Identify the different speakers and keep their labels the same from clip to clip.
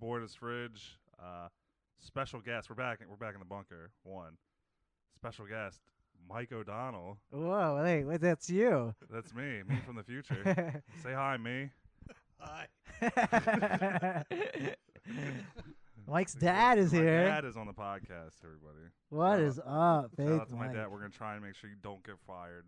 Speaker 1: Rota's fridge. Uh, special guest. We're back. We're back in the bunker. One special guest, Mike O'Donnell.
Speaker 2: Whoa, hey, wait, that's you.
Speaker 1: That's me. Me from the future. Say hi, me.
Speaker 3: Hi.
Speaker 2: Mike's dad is
Speaker 1: my
Speaker 2: here.
Speaker 1: Dad is on the podcast. Everybody.
Speaker 2: What
Speaker 1: Shout
Speaker 2: is up,
Speaker 1: Shout
Speaker 2: fake
Speaker 1: out to my
Speaker 2: Mike?
Speaker 1: dad. We're gonna try and make sure you don't get fired.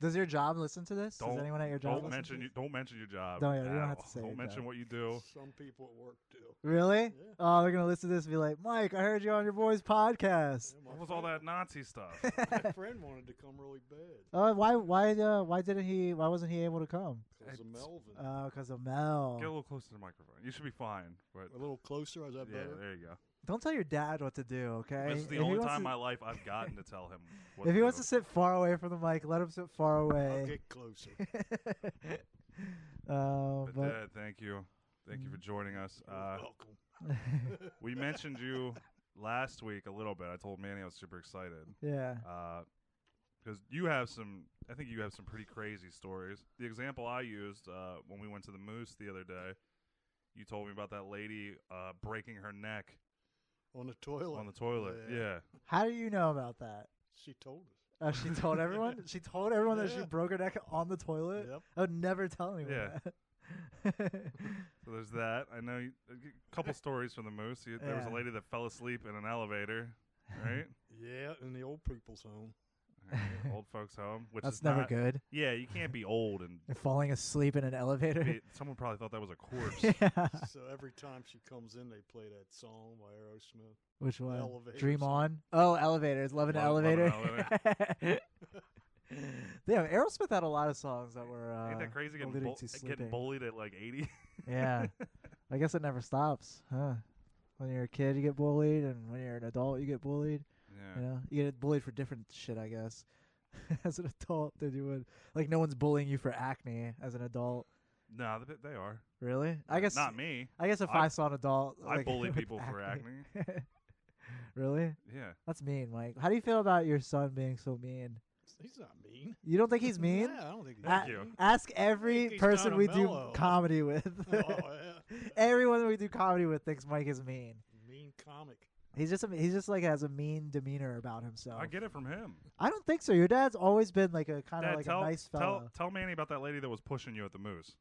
Speaker 2: Does your job listen to this?
Speaker 1: Don't-
Speaker 2: Does anyone at your job
Speaker 1: don't
Speaker 2: listen
Speaker 1: mention
Speaker 2: to
Speaker 1: you, don't mention your job.
Speaker 2: Don't- yeah, you don't
Speaker 1: at
Speaker 2: have to
Speaker 1: all.
Speaker 2: say
Speaker 1: Don't
Speaker 2: your
Speaker 1: mention
Speaker 2: job.
Speaker 1: what you do.
Speaker 3: Some people at work do.
Speaker 2: this? Really?
Speaker 3: Yeah.
Speaker 2: Oh, they're gonna listen to this and be like, Mike, I heard you on your boys' podcast.
Speaker 3: Yeah, my
Speaker 1: What was all
Speaker 3: friend-
Speaker 1: that Nazi stuff?
Speaker 3: My friend wanted to come really bad
Speaker 2: Oh, why, why, uh, why didn't he? Why wasn't he able to come?
Speaker 3: because of
Speaker 1: It's- uh,
Speaker 3: Melvin.
Speaker 2: Oh, cause of Mel.
Speaker 1: Get a little closer to the microphone. You should be fine. But
Speaker 3: a little closer, is that
Speaker 1: yeah,
Speaker 3: better?
Speaker 1: there you go.
Speaker 2: Don't tell your dad what to do, okay?
Speaker 1: This is the
Speaker 2: If he
Speaker 1: only
Speaker 2: wants
Speaker 1: time in
Speaker 2: to-
Speaker 1: my life I've gotten to tell him. What
Speaker 2: If
Speaker 1: to
Speaker 2: he wants
Speaker 1: do.
Speaker 2: to sit far away from the mic, let him sit far
Speaker 3: I'll
Speaker 2: away.
Speaker 3: get closer.
Speaker 2: Uh, Mm.
Speaker 1: But,
Speaker 2: but
Speaker 1: Dad, thank you, thank you for joining us.
Speaker 3: You're
Speaker 1: Uh,
Speaker 3: welcome.
Speaker 1: we mentioned you last week a little bit. I told Manny I was super excited
Speaker 2: yeah,
Speaker 1: because you have some. I think you have some pretty crazy stories. The example I used uh, when we went to the Moose the other day, you told me about that lady uh, breaking her neck
Speaker 3: On the toilet.
Speaker 1: on the toilet.
Speaker 3: Yeah.
Speaker 1: Yeah,
Speaker 2: how do you know about that?
Speaker 3: She told us.
Speaker 2: Oh, she told everyone. she told everyone that she
Speaker 3: Yeah.
Speaker 2: broke her neck on the
Speaker 1: Uh,
Speaker 2: toilet.
Speaker 3: Yep.
Speaker 2: I would never tell anyone.
Speaker 1: Yeah.
Speaker 2: That.
Speaker 1: So there's that. I know you, a couple stories from the Moose. You, There was a
Speaker 2: Yeah.
Speaker 1: lady that fell asleep in an elevator, right?
Speaker 3: Yeah, in the old people's home.
Speaker 1: Alright, old folks home, which
Speaker 2: That's
Speaker 1: is
Speaker 2: never
Speaker 1: not-
Speaker 2: good.
Speaker 1: Yeah, you can't be old and
Speaker 2: You're falling asleep in an elevator.
Speaker 1: be, someone probably thought that was a corpse.
Speaker 2: yeah.
Speaker 3: so every time she comes in, they play that song by Aerosmith.
Speaker 2: Which one?
Speaker 3: Elevator
Speaker 2: Dream
Speaker 3: song.
Speaker 2: on. Oh, elevators. Love an
Speaker 1: Love- Love an
Speaker 2: elevator. Damn, Aerosmith had a lot of songs that were uh,
Speaker 1: Ain't that crazy getting,
Speaker 2: alluding
Speaker 1: bul-
Speaker 2: to
Speaker 1: getting
Speaker 2: sleeping.
Speaker 1: bullied at like 80?
Speaker 2: yeah. I guess it never stops, huh? When you're a kid, you get bullied, and when you're an adult, you get bullied.
Speaker 1: yeah.
Speaker 2: You know, you get bullied for different shit, I guess. as an adult, than you would like no one's bullying you for acne as an adult,
Speaker 1: No, th- they are.
Speaker 2: really. I guess
Speaker 1: Not me.
Speaker 2: I guess if
Speaker 1: I-
Speaker 2: I, saw an adult,
Speaker 1: I
Speaker 2: like,
Speaker 1: bully
Speaker 2: with
Speaker 1: people for acne.
Speaker 2: really?
Speaker 1: Yeah.
Speaker 2: That's mean, Mike. How do you feel about your son being so mean?
Speaker 3: He's not mean.
Speaker 2: You don't think he's mean?
Speaker 3: Yeah, I don't think he's
Speaker 1: Thank
Speaker 2: A-
Speaker 1: you.
Speaker 3: mean.
Speaker 2: Ask every
Speaker 3: he's
Speaker 2: person
Speaker 3: Donna
Speaker 2: we do
Speaker 3: Mello.
Speaker 2: comedy with.
Speaker 3: oh, yeah.
Speaker 2: Everyone that we do comedy with thinks Mike is mean.
Speaker 3: Mean comic.
Speaker 2: He's just a, he's just like has a mean demeanor about himself.
Speaker 1: I get it from him.
Speaker 2: I don't think so. Your dad's always been like a kind
Speaker 1: Dad,
Speaker 2: of like
Speaker 1: tell,
Speaker 2: a nice
Speaker 1: tell,
Speaker 2: fellow.
Speaker 1: tell Manny about that lady that was pushing you at the moose.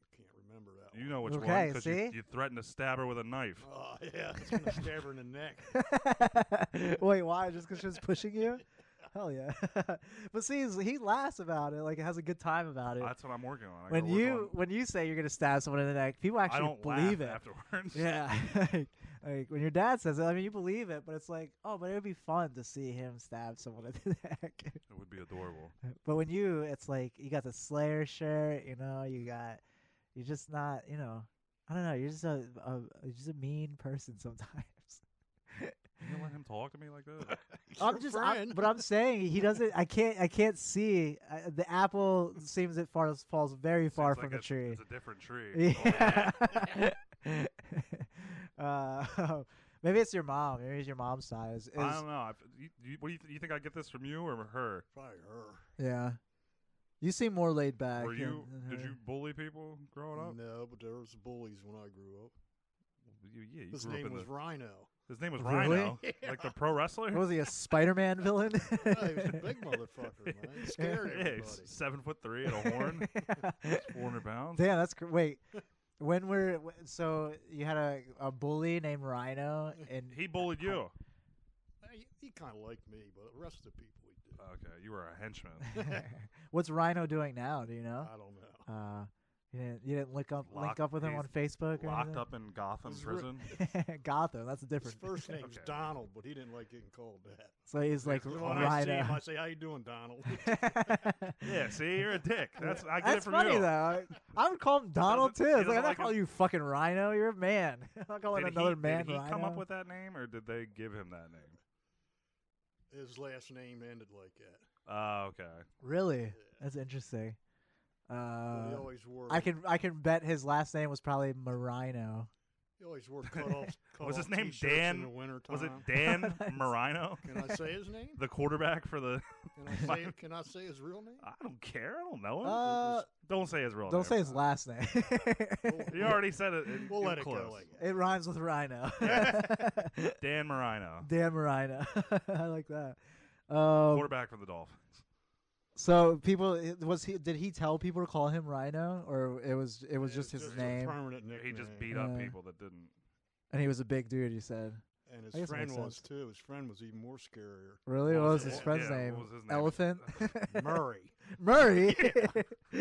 Speaker 3: I can't remember that
Speaker 1: You
Speaker 3: one.
Speaker 1: know which one.
Speaker 2: Okay,
Speaker 1: 'cause
Speaker 2: see?
Speaker 1: You, you threatened to stab her with a knife.
Speaker 3: Oh, yeah. It's going to stab her in the neck.
Speaker 2: Wait, why? Just because she was pushing you? Hell yeah. but see, he's- he laughs about it. Like has a good time about it.
Speaker 1: That's what I'm working on. I oh
Speaker 2: when
Speaker 1: gotta work
Speaker 2: you
Speaker 1: on-
Speaker 2: when you say you're gonna stab someone in the neck, people
Speaker 1: I
Speaker 2: actually
Speaker 1: don't
Speaker 2: believe
Speaker 1: laugh
Speaker 2: it.
Speaker 1: afterwards.
Speaker 2: Yeah, like, like, when your dad says it, I mean you believe it, but it's like, oh, but it would be fun to see him stab someone in the neck.
Speaker 1: It would be adorable.
Speaker 2: but when you, it's like you got the Slayer shirt, you know, you got, you're just not, you know, I don't know, you're just a, a you're just a mean person sometimes.
Speaker 1: You gonna let him talk to me like that?
Speaker 3: It's
Speaker 2: I'm
Speaker 3: your
Speaker 2: just, I'm-
Speaker 3: friend.
Speaker 2: but I'm saying he doesn't. I can't, I can't see. I, the apple seems it falls falls very far
Speaker 1: Seems like
Speaker 2: from the
Speaker 1: it's,
Speaker 2: tree.
Speaker 1: It's a different tree.
Speaker 2: Yeah. uh, maybe it's your mom. Maybe it's your mom's size. Is,
Speaker 1: I don't know. I, you, you, what do you, th- you think I get this from you or her?
Speaker 3: Probably her.
Speaker 2: yeah. You seem more laid back.
Speaker 1: Were
Speaker 2: and- uh-huh.
Speaker 1: you?
Speaker 2: than
Speaker 1: Did
Speaker 2: her.
Speaker 1: you bully people growing up?
Speaker 3: No, but there was bullies when I grew up.
Speaker 1: You, yeah, you
Speaker 3: His
Speaker 1: grew up
Speaker 3: name
Speaker 1: in
Speaker 3: was
Speaker 1: the,
Speaker 3: Rhino.
Speaker 1: His name was
Speaker 2: Really?
Speaker 1: Rhino,
Speaker 3: Yeah.
Speaker 1: like the pro wrestler.
Speaker 2: What was he a Spider-Man villain?
Speaker 3: Oh, he was a big motherfucker, man. He scared
Speaker 1: yeah,
Speaker 3: everybody.
Speaker 1: he's seven foot three and a horn, four hundred pounds.
Speaker 2: Damn, that's cr- wait. When were wh- so you had a, a bully named Rhino and
Speaker 1: He bullied you.
Speaker 3: Uh, He, kind of liked me, but the rest of the people he did.
Speaker 1: Okay, you were a henchman.
Speaker 2: what's Rhino doing now? Do you know?
Speaker 3: I don't know.
Speaker 2: Uh, you didn't you didn't link up
Speaker 1: Locked-
Speaker 2: link up with him
Speaker 1: he's
Speaker 2: on Facebook or
Speaker 1: Locked
Speaker 2: anything?
Speaker 1: up in Gotham
Speaker 3: He's re-
Speaker 1: prison.
Speaker 2: Gotham. That's a
Speaker 3: His
Speaker 2: different.
Speaker 3: first name's
Speaker 1: Okay.
Speaker 3: Donald, but he didn't like getting called that.
Speaker 2: So he's like
Speaker 1: Well,
Speaker 3: So
Speaker 1: Oh,
Speaker 3: when I see him,
Speaker 2: Rhino.
Speaker 3: I say, "How you doing, Donald?"
Speaker 1: yeah, see, you're a dick. That's I get
Speaker 2: That's
Speaker 1: it from
Speaker 2: funny
Speaker 1: you.
Speaker 2: though. I would call him Donald
Speaker 1: doesn't-
Speaker 2: too.
Speaker 1: he
Speaker 2: It's like,
Speaker 1: doesn't
Speaker 2: I'm not
Speaker 1: like him.
Speaker 2: calling you fucking Rhino. You're a man. I'm not calling
Speaker 1: Did
Speaker 2: another
Speaker 1: he,
Speaker 2: man
Speaker 1: Did he
Speaker 2: Rhino.
Speaker 1: come up with that name, or did they give him that name?
Speaker 3: His last name ended like that.
Speaker 1: Oh, okay.
Speaker 2: really?
Speaker 3: Yeah.
Speaker 2: That's interesting.
Speaker 3: But
Speaker 2: Uh,
Speaker 3: he always wore.
Speaker 2: I can I can bet his last name was probably Marino.
Speaker 3: He always wore cutoffs. Cut
Speaker 1: Was his name Dan?
Speaker 3: In the winter
Speaker 1: Was it
Speaker 3: time.
Speaker 1: Dan
Speaker 2: That's-
Speaker 1: Marino,
Speaker 3: Can I say his name?
Speaker 1: the quarterback for the?
Speaker 3: Can I say? Can I say his real name?
Speaker 1: I don't care. I don't know him.
Speaker 2: Uh,
Speaker 1: don't say his real
Speaker 2: don't
Speaker 1: name.
Speaker 2: say his last name.
Speaker 1: You already said it. in-
Speaker 3: We'll
Speaker 1: in
Speaker 3: let it
Speaker 1: close.
Speaker 3: go. I guess.
Speaker 2: it rhymes with Rhino.
Speaker 1: Dan Marino,
Speaker 2: Dan Marino. I like that. Um,
Speaker 1: quarterback for the Dolphins.
Speaker 2: so people i- was he? Did he tell people to call him Rhino, or it was it was
Speaker 3: It's
Speaker 2: just his
Speaker 3: a
Speaker 2: name?
Speaker 3: permanent
Speaker 1: He just
Speaker 3: nickname.
Speaker 1: beat up
Speaker 2: Uh,
Speaker 1: people that didn't.
Speaker 2: And he was a big dude. You said
Speaker 3: And
Speaker 2: I
Speaker 3: his
Speaker 2: guess it
Speaker 3: friend
Speaker 2: makes
Speaker 3: was
Speaker 2: sense.
Speaker 3: too. His friend was even more scarier.
Speaker 2: really? What,
Speaker 1: What
Speaker 2: was
Speaker 3: was
Speaker 2: his
Speaker 3: it-
Speaker 2: friend's
Speaker 1: yeah, what
Speaker 2: name?
Speaker 1: was his name?
Speaker 2: Elephant
Speaker 3: Murray.
Speaker 2: Murray.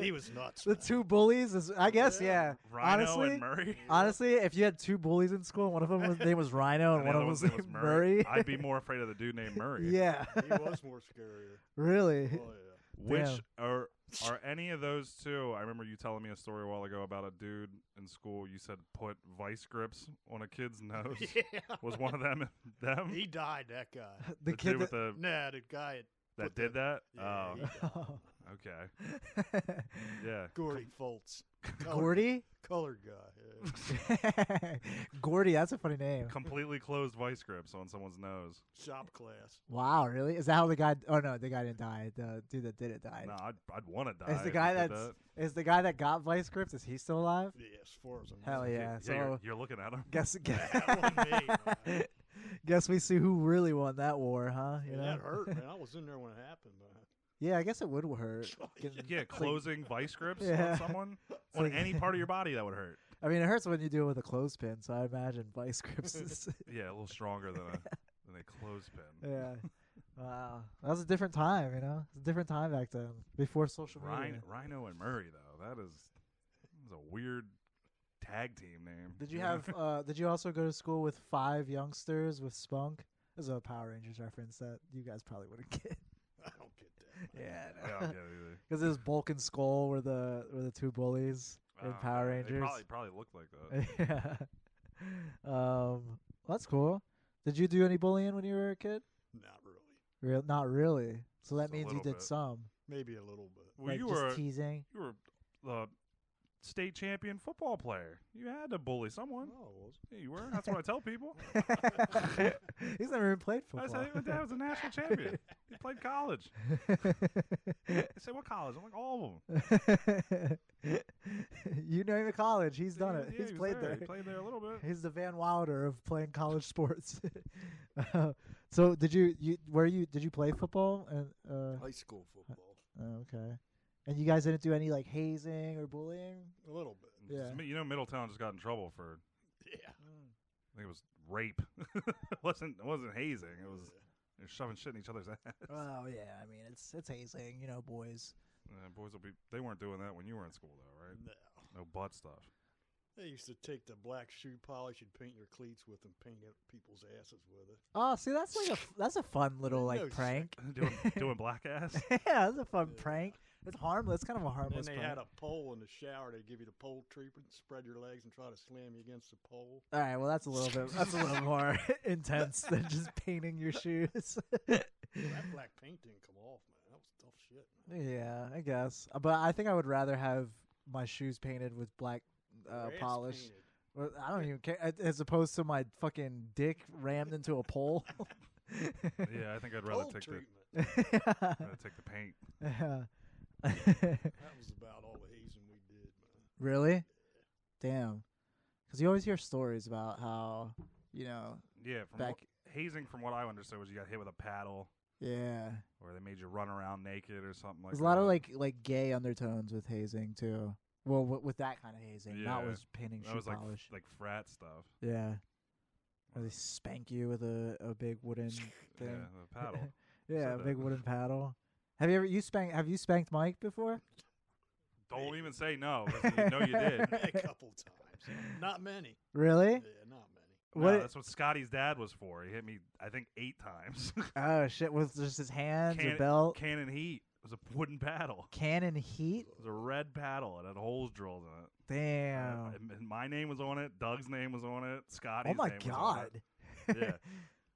Speaker 3: He was nuts.
Speaker 2: the
Speaker 3: man.
Speaker 2: two bullies. Is, I guess yeah.
Speaker 1: Rhino
Speaker 2: Honestly,
Speaker 1: and Murray.
Speaker 2: Honestly, if you had two bullies in school, one of them was, name was Rhino, and,
Speaker 1: the
Speaker 2: one of
Speaker 1: other
Speaker 2: them
Speaker 1: one's
Speaker 2: was,
Speaker 1: name was
Speaker 2: Murray.
Speaker 1: I'd be more afraid of the dude named Murray.
Speaker 2: yeah,
Speaker 3: he was more scarier.
Speaker 2: really.
Speaker 3: Oh yeah.
Speaker 1: Which are are any of those two? I remember you telling me a story a while ago about a dude in school. You said put vice grips on a kid's nose.
Speaker 3: yeah.
Speaker 1: Was one of them them?
Speaker 3: He died. That guy.
Speaker 2: The,
Speaker 1: The
Speaker 2: kid
Speaker 1: dude with the
Speaker 3: Nah, the guy at
Speaker 1: that
Speaker 3: put the-
Speaker 1: did that.
Speaker 3: yeah,
Speaker 1: oh,
Speaker 3: he-
Speaker 1: okay, yeah.
Speaker 3: Gordy Fultz. Colored-
Speaker 2: Gordy.
Speaker 3: Colored guy. yeah.
Speaker 2: Gordy, that's a funny name.
Speaker 1: Completely closed vice grips on someone's nose.
Speaker 3: Shop class.
Speaker 2: Wow, really? Is that how the guy? Oh no, the guy didn't die. The dude that did it died.
Speaker 1: No, I'd, I'd want to die.
Speaker 2: Is
Speaker 1: if
Speaker 2: the
Speaker 1: you
Speaker 2: guy
Speaker 1: did
Speaker 2: that's
Speaker 1: that.
Speaker 2: is the guy that got vice grips? Is he still alive?
Speaker 3: Yeah, as far as I'm
Speaker 2: Hell
Speaker 3: concerned.
Speaker 2: yeah!
Speaker 1: Yeah,
Speaker 2: so
Speaker 1: you're, you're looking at him.
Speaker 2: guess
Speaker 3: That wasn't me, man.
Speaker 2: guess we see who really won that war, huh? You
Speaker 3: Yeah,
Speaker 2: know?
Speaker 3: that hurt, man. I was in there when it happened, man.
Speaker 2: Yeah, I guess it would hurt.
Speaker 3: Getting-
Speaker 1: Yeah, closing vice grips
Speaker 2: Yeah.
Speaker 1: on someone
Speaker 2: It's
Speaker 1: on
Speaker 2: like-
Speaker 1: any part of your body that would hurt.
Speaker 2: I mean, it hurts when you do it with a clothespin, so I imagine vice grips is.
Speaker 1: Yeah, a little stronger than a than a clothespin.
Speaker 2: yeah. Wow. That was a different time, you know? It's a different time back then, before social
Speaker 1: Rhino,
Speaker 2: media.
Speaker 1: Rhino and Murray though. That is that is a weird tag team name.
Speaker 2: Did you have, uh, did you also go to school with five youngsters with spunk? This is a Power Rangers reference that you guys probably wouldn't get.
Speaker 3: I don't get that. man.
Speaker 2: Yeah.
Speaker 1: Yeah, I don't get it either.
Speaker 2: Because it was Bulk and Skull were the were the two bullies in
Speaker 1: Oh,
Speaker 2: Power
Speaker 1: okay. They
Speaker 2: Rangers.
Speaker 1: probably probably looked like that.
Speaker 2: yeah. Um, that's cool. Did you do any bullying when you were a kid?
Speaker 3: Not really.
Speaker 2: Real, not really. So that
Speaker 1: Just a
Speaker 2: means you
Speaker 1: little
Speaker 2: did
Speaker 1: bit.
Speaker 2: some,
Speaker 3: Maybe a little bit.
Speaker 1: Well,
Speaker 2: like
Speaker 1: you
Speaker 2: just
Speaker 1: were
Speaker 2: teasing.
Speaker 1: you were the state champion football player. You had to bully someone.
Speaker 3: No, it wasn't.
Speaker 1: Yeah, you were. That's what I tell people.
Speaker 2: He's never even played
Speaker 1: I
Speaker 2: football.
Speaker 1: said my dad was a national champion. He played college. They said, "What college?" I'm like, "All of them."
Speaker 2: you know him at college. He's done it.
Speaker 1: Yeah,
Speaker 2: He's
Speaker 1: he was
Speaker 2: played
Speaker 1: there.
Speaker 2: there.
Speaker 1: He played there a little bit.
Speaker 2: He's the Van Wilder of playing college sports. Uh, so did you you were you did you play football and uh,
Speaker 3: High school football.
Speaker 2: oh, okay, and you guys didn't do any like hazing or bullying?
Speaker 3: A little bit.
Speaker 2: Yeah.
Speaker 1: You know, Middletown just got in trouble for
Speaker 3: Yeah.
Speaker 1: I think it was rape. it wasn't it wasn't hazing. It was they're shoving shit in each other's ass.
Speaker 2: Oh yeah, I mean it's it's hazing, you know, boys.
Speaker 1: Yeah, boys will be. They weren't doing that when you were in school, though, right?
Speaker 3: No.
Speaker 1: No butt stuff.
Speaker 3: They used to take the black shoe polish and paint your cleats with and paint it- people's asses with it.
Speaker 2: Oh, see that's like a f- that's a fun little like
Speaker 3: No
Speaker 2: prank.
Speaker 1: doing doing black ass.
Speaker 2: yeah, that's a fun
Speaker 3: Yeah.
Speaker 2: prank. It's harmless, kind of a
Speaker 3: And then
Speaker 2: harmless
Speaker 3: they
Speaker 2: prank.
Speaker 3: had a pole in the shower. They'd give you the pole treatment, spread your legs, and try to slam you against the pole.
Speaker 2: All right, well that's a little bit that's a little more intense than just painting your shoes.
Speaker 3: That black paint didn't come off, man. That was tough shit. Man.
Speaker 2: yeah, I guess. Uh, But I think I would rather have my shoes painted with black uh,
Speaker 3: Your ass
Speaker 2: polish.
Speaker 3: painted.
Speaker 2: Well, I don't even care. a- As opposed to my fucking dick rammed into a pole.
Speaker 1: Yeah, I think I'd rather
Speaker 3: Pole
Speaker 1: take the
Speaker 3: treatment.
Speaker 1: rather take the paint.
Speaker 2: Yeah.
Speaker 3: That was about all the hazing we did, man.
Speaker 2: Really? Damn. Because you always hear stories about how, you know,
Speaker 1: Yeah, from
Speaker 2: back.
Speaker 1: what- hazing, from what I understood, was you got hit with a paddle,
Speaker 2: Yeah,
Speaker 1: or they made you run around naked or something like.
Speaker 2: there's a lot
Speaker 1: that.
Speaker 2: of like like gay undertones with hazing too. Well, w- with that kind of hazing, not
Speaker 1: Yeah.
Speaker 2: with painting
Speaker 1: That
Speaker 2: shoe
Speaker 1: was like f-
Speaker 2: polish.
Speaker 1: like frat stuff.
Speaker 2: yeah, or they spank you with a, a big wooden
Speaker 1: Yeah,
Speaker 2: thing.
Speaker 1: the paddle.
Speaker 2: Yeah, a
Speaker 1: that.
Speaker 2: big wooden paddle. Have you ever you spanked? Have you spanked Mike before?
Speaker 1: Don't even say no. 'cause You know you did.
Speaker 3: a couple times. Not many.
Speaker 2: Really?
Speaker 3: Yeah, not many.
Speaker 1: No,
Speaker 2: What-
Speaker 1: that's what Scotty's dad was for. He hit me, I think, eight times.
Speaker 2: Oh shit! With just his hands,
Speaker 1: Can't-
Speaker 2: a belt,
Speaker 1: Cannon heat. It was a wooden paddle.
Speaker 2: cannon heat.
Speaker 1: It was a red paddle. It had holes drilled in it.
Speaker 2: Damn!
Speaker 1: Uh, and- and my name was on it. Doug's name was on it. Scotty's
Speaker 2: oh my
Speaker 1: name was on
Speaker 2: god!
Speaker 1: it. Yeah.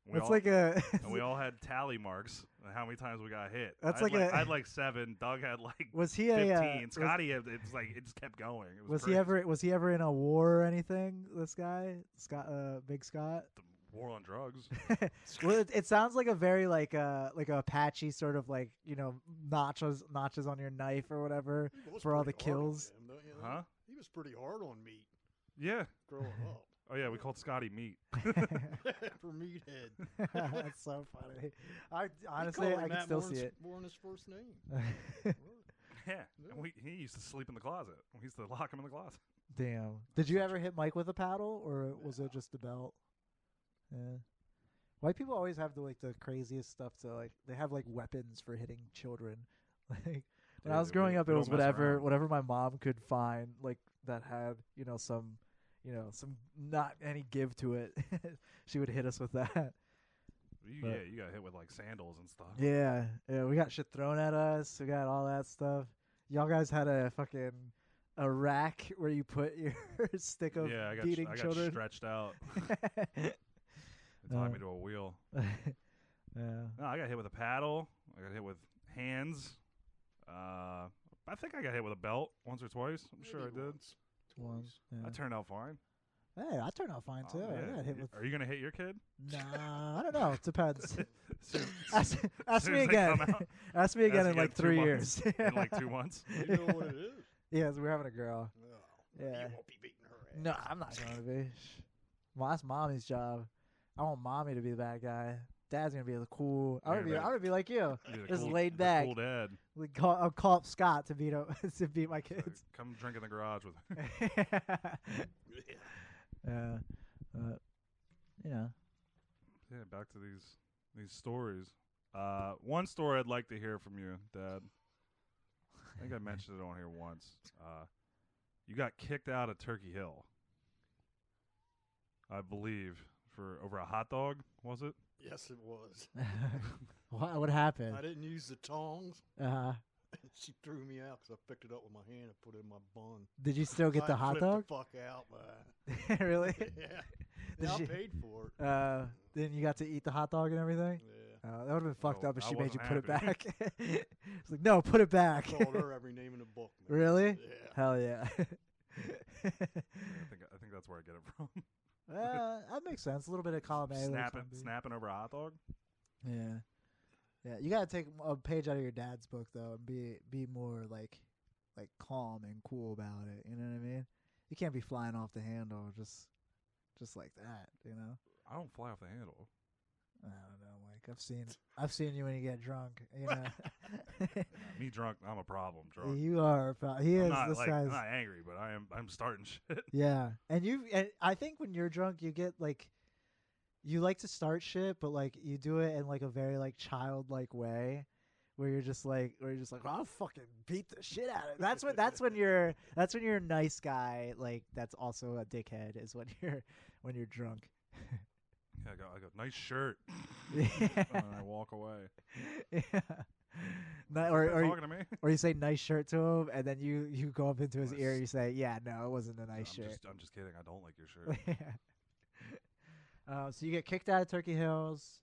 Speaker 1: We
Speaker 2: That's
Speaker 1: all,
Speaker 2: like a.
Speaker 1: and we all had tally marks on how many times we got hit.
Speaker 2: That's
Speaker 1: I'd
Speaker 2: like a-
Speaker 1: I had like seven. Doug had like
Speaker 2: was he a? uh,
Speaker 1: fifteen.
Speaker 2: was-
Speaker 1: Scotty, had, it's like it just kept going. It was,
Speaker 2: was
Speaker 1: crazy.
Speaker 2: he ever? Was he ever in a war or anything? This guy, Scott, uh, Big Scott.
Speaker 1: the war on drugs?
Speaker 2: Well, it, it sounds like a very like uh like a Apache sort of like you know notches notches on your knife or whatever.
Speaker 3: He was
Speaker 2: For all the
Speaker 3: pretty hard on
Speaker 2: kills.
Speaker 3: them, don't you think?
Speaker 1: huh?
Speaker 3: He was pretty hard on meat
Speaker 1: Yeah.
Speaker 3: growing up.
Speaker 1: Oh yeah, we called Scotty meat.
Speaker 3: For meathead. We
Speaker 2: That's so funny. I honestly
Speaker 3: call
Speaker 2: I
Speaker 3: him
Speaker 2: can
Speaker 3: that
Speaker 2: still
Speaker 3: more than
Speaker 2: see
Speaker 3: s-
Speaker 2: it.
Speaker 3: More than his first name. Really?
Speaker 1: Yeah.
Speaker 3: Yeah.
Speaker 1: And we, he used to sleep in the closet. We used to lock him in the closet.
Speaker 2: Damn. Did you ever hit Mike with a paddle, or was it just a belt? Yeah. White people always have the like the craziest stuff to like. They have like weapons for hitting children. Like when
Speaker 1: Dude,
Speaker 2: I was
Speaker 1: we-
Speaker 2: growing up,
Speaker 1: we
Speaker 2: it
Speaker 1: don't
Speaker 2: was
Speaker 1: mess
Speaker 2: whatever
Speaker 1: around.
Speaker 2: whatever my mom could find, like that had you know some, you know some not any give to it. she would hit us with that.
Speaker 1: You,
Speaker 2: But-
Speaker 1: yeah, you got hit with like sandals and stuff.
Speaker 2: Yeah, yeah. We got shit thrown at us. We got all that stuff. Y'all guys had a fucking a rack where you put your stick of
Speaker 1: yeah, I got,
Speaker 2: beating
Speaker 1: I got
Speaker 2: children.
Speaker 1: stretched out. They
Speaker 2: Uh,
Speaker 1: tied me to a wheel.
Speaker 2: yeah.
Speaker 1: No, I got hit with a paddle. I got hit with hands. Uh, I think I got hit with a belt once or twice. I'm sure I
Speaker 3: Maybe
Speaker 1: did.
Speaker 3: once,
Speaker 2: One.
Speaker 3: twice.
Speaker 2: Yeah.
Speaker 1: I turned out fine.
Speaker 2: hey, I turned out fine
Speaker 1: Oh,
Speaker 2: too. I got hit
Speaker 1: Y-
Speaker 2: with.
Speaker 1: Are you gonna hit your kid?
Speaker 2: Nah, I don't know. It depends.
Speaker 1: Soon-
Speaker 2: ask ask
Speaker 1: soon
Speaker 2: me
Speaker 1: as they
Speaker 2: again.
Speaker 1: come out?
Speaker 2: ask me again
Speaker 1: Ask
Speaker 2: in
Speaker 1: again
Speaker 2: like
Speaker 1: two
Speaker 2: three
Speaker 1: months.
Speaker 2: years.
Speaker 1: in like two months.
Speaker 3: You know what it is.
Speaker 2: Yes, we're having a girl.
Speaker 3: No.
Speaker 2: Yeah.
Speaker 3: You won't be beating her ass.
Speaker 2: No, I'm not going to be. Well, that's mommy's job. I want mommy to be the bad guy. Dad's gonna be the cool. I'm
Speaker 1: You're
Speaker 2: gonna be.
Speaker 1: gonna-
Speaker 2: I'm gonna be like you.
Speaker 1: You did a
Speaker 2: Just
Speaker 1: cool-
Speaker 2: laid
Speaker 1: the
Speaker 2: back.
Speaker 1: Cool dad.
Speaker 2: Like, call, I'll call up Scott to beat up to beat my
Speaker 1: It's like,
Speaker 2: kids.
Speaker 1: come drink in the garage with me.
Speaker 3: Yeah.
Speaker 2: yeah, uh, you know.
Speaker 1: yeah, back to these these stories. Uh, one story I'd like to hear from you, Dad. I think I mentioned it on here once. Uh, you got kicked out of Turkey Hill, I believe, for over a hot dog. Was it?
Speaker 3: Yes, it was.
Speaker 2: what what happened?
Speaker 3: I didn't use the tongs.
Speaker 2: Uh,
Speaker 3: she threw me out because I picked it up with my hand and put it in my bun.
Speaker 2: did you still get
Speaker 3: I
Speaker 2: the hot
Speaker 3: flipped
Speaker 2: dog?
Speaker 3: The fuck out, man.
Speaker 2: really?
Speaker 3: yeah.
Speaker 2: Did
Speaker 3: yeah I
Speaker 2: she-
Speaker 3: paid for it.
Speaker 2: Uh, then you got to eat the hot dog and everything.
Speaker 3: yeah.
Speaker 2: Uh, that would have been fucked
Speaker 1: No,
Speaker 2: up if
Speaker 1: I
Speaker 2: she made you
Speaker 1: wasn't
Speaker 2: put it back.
Speaker 1: happy.
Speaker 2: it's like no, put it
Speaker 3: I
Speaker 2: back.
Speaker 3: called her every name in the book. Man.
Speaker 2: really?
Speaker 3: Yeah.
Speaker 2: Hell yeah.
Speaker 1: I think I think that's where I get it from.
Speaker 2: well, Uh, that makes sense. A little bit of column A. a little
Speaker 1: snapping,
Speaker 2: column B.
Speaker 1: snapping over a hot dog.
Speaker 2: Yeah, yeah. You gotta take a page out of your dad's book though, and be be more like like calm and cool about it. You know what I mean? You can't be flying off the handle just just like that. You know?
Speaker 1: I don't fly off the handle.
Speaker 2: I don't know, Mike. I've seen I've seen you when you get drunk. You know,
Speaker 1: Me drunk, I'm a problem. Drunk.
Speaker 2: you are. a pro- He
Speaker 1: I'm
Speaker 2: is.
Speaker 1: not
Speaker 2: This
Speaker 1: like
Speaker 2: guy's.
Speaker 1: I'm not angry, but I am. I'm starting shit.
Speaker 2: Yeah, and you and I think when you're drunk, you get like, you like to start shit, but like you do it in like a very like childlike way, where you're just like, where you're just like, I'll fucking beat the shit out of. It. That's what. That's when you're. That's when you're a nice guy. Like that's also a dickhead. Is when you're when you're drunk.
Speaker 1: I go. I go. Nice shirt.
Speaker 2: yeah.
Speaker 1: and I walk away.
Speaker 2: Ni- or
Speaker 1: Quit
Speaker 2: or you,
Speaker 1: talking to me.
Speaker 2: or you say nice shirt to him, and then you you go up into his ear. You say, yeah, no, it wasn't a
Speaker 1: I'm
Speaker 2: nice shirt.
Speaker 1: just, I'm just kidding. I don't like your shirt.
Speaker 2: uh, so you get kicked out of Turkey Hills.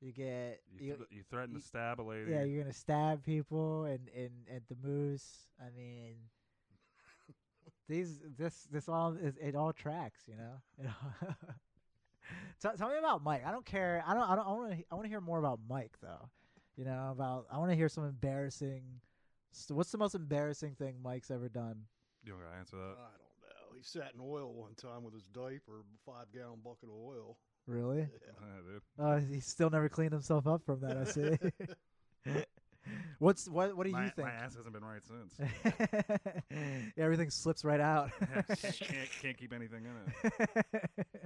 Speaker 2: You get
Speaker 1: You,
Speaker 2: you,
Speaker 1: th- you threaten
Speaker 2: you-
Speaker 1: to stab a lady.
Speaker 2: yeah, you're gonna stab people and and at the moose. I mean, these this this all is it all tracks, you know. It all tell, tell me about Mike. I don't care. I don't. I don't. I want to. I want to hear more about Mike though. You know about. I want to hear some embarrassing. St- what's the most embarrassing thing Mike's ever done?
Speaker 1: You don't gotta answer
Speaker 3: I
Speaker 1: that.
Speaker 3: don't know. He sat in oil one time with his diaper, five gallon bucket of oil.
Speaker 2: Really?
Speaker 3: Yeah.
Speaker 1: Yeah, dude.
Speaker 2: Uh, he still never cleaned himself up from that. I see. What's what? What do
Speaker 1: my,
Speaker 2: you think?
Speaker 1: My ass hasn't been right since.
Speaker 2: yeah, everything slips right out.
Speaker 1: Yeah, can't, can't, can't keep anything in it.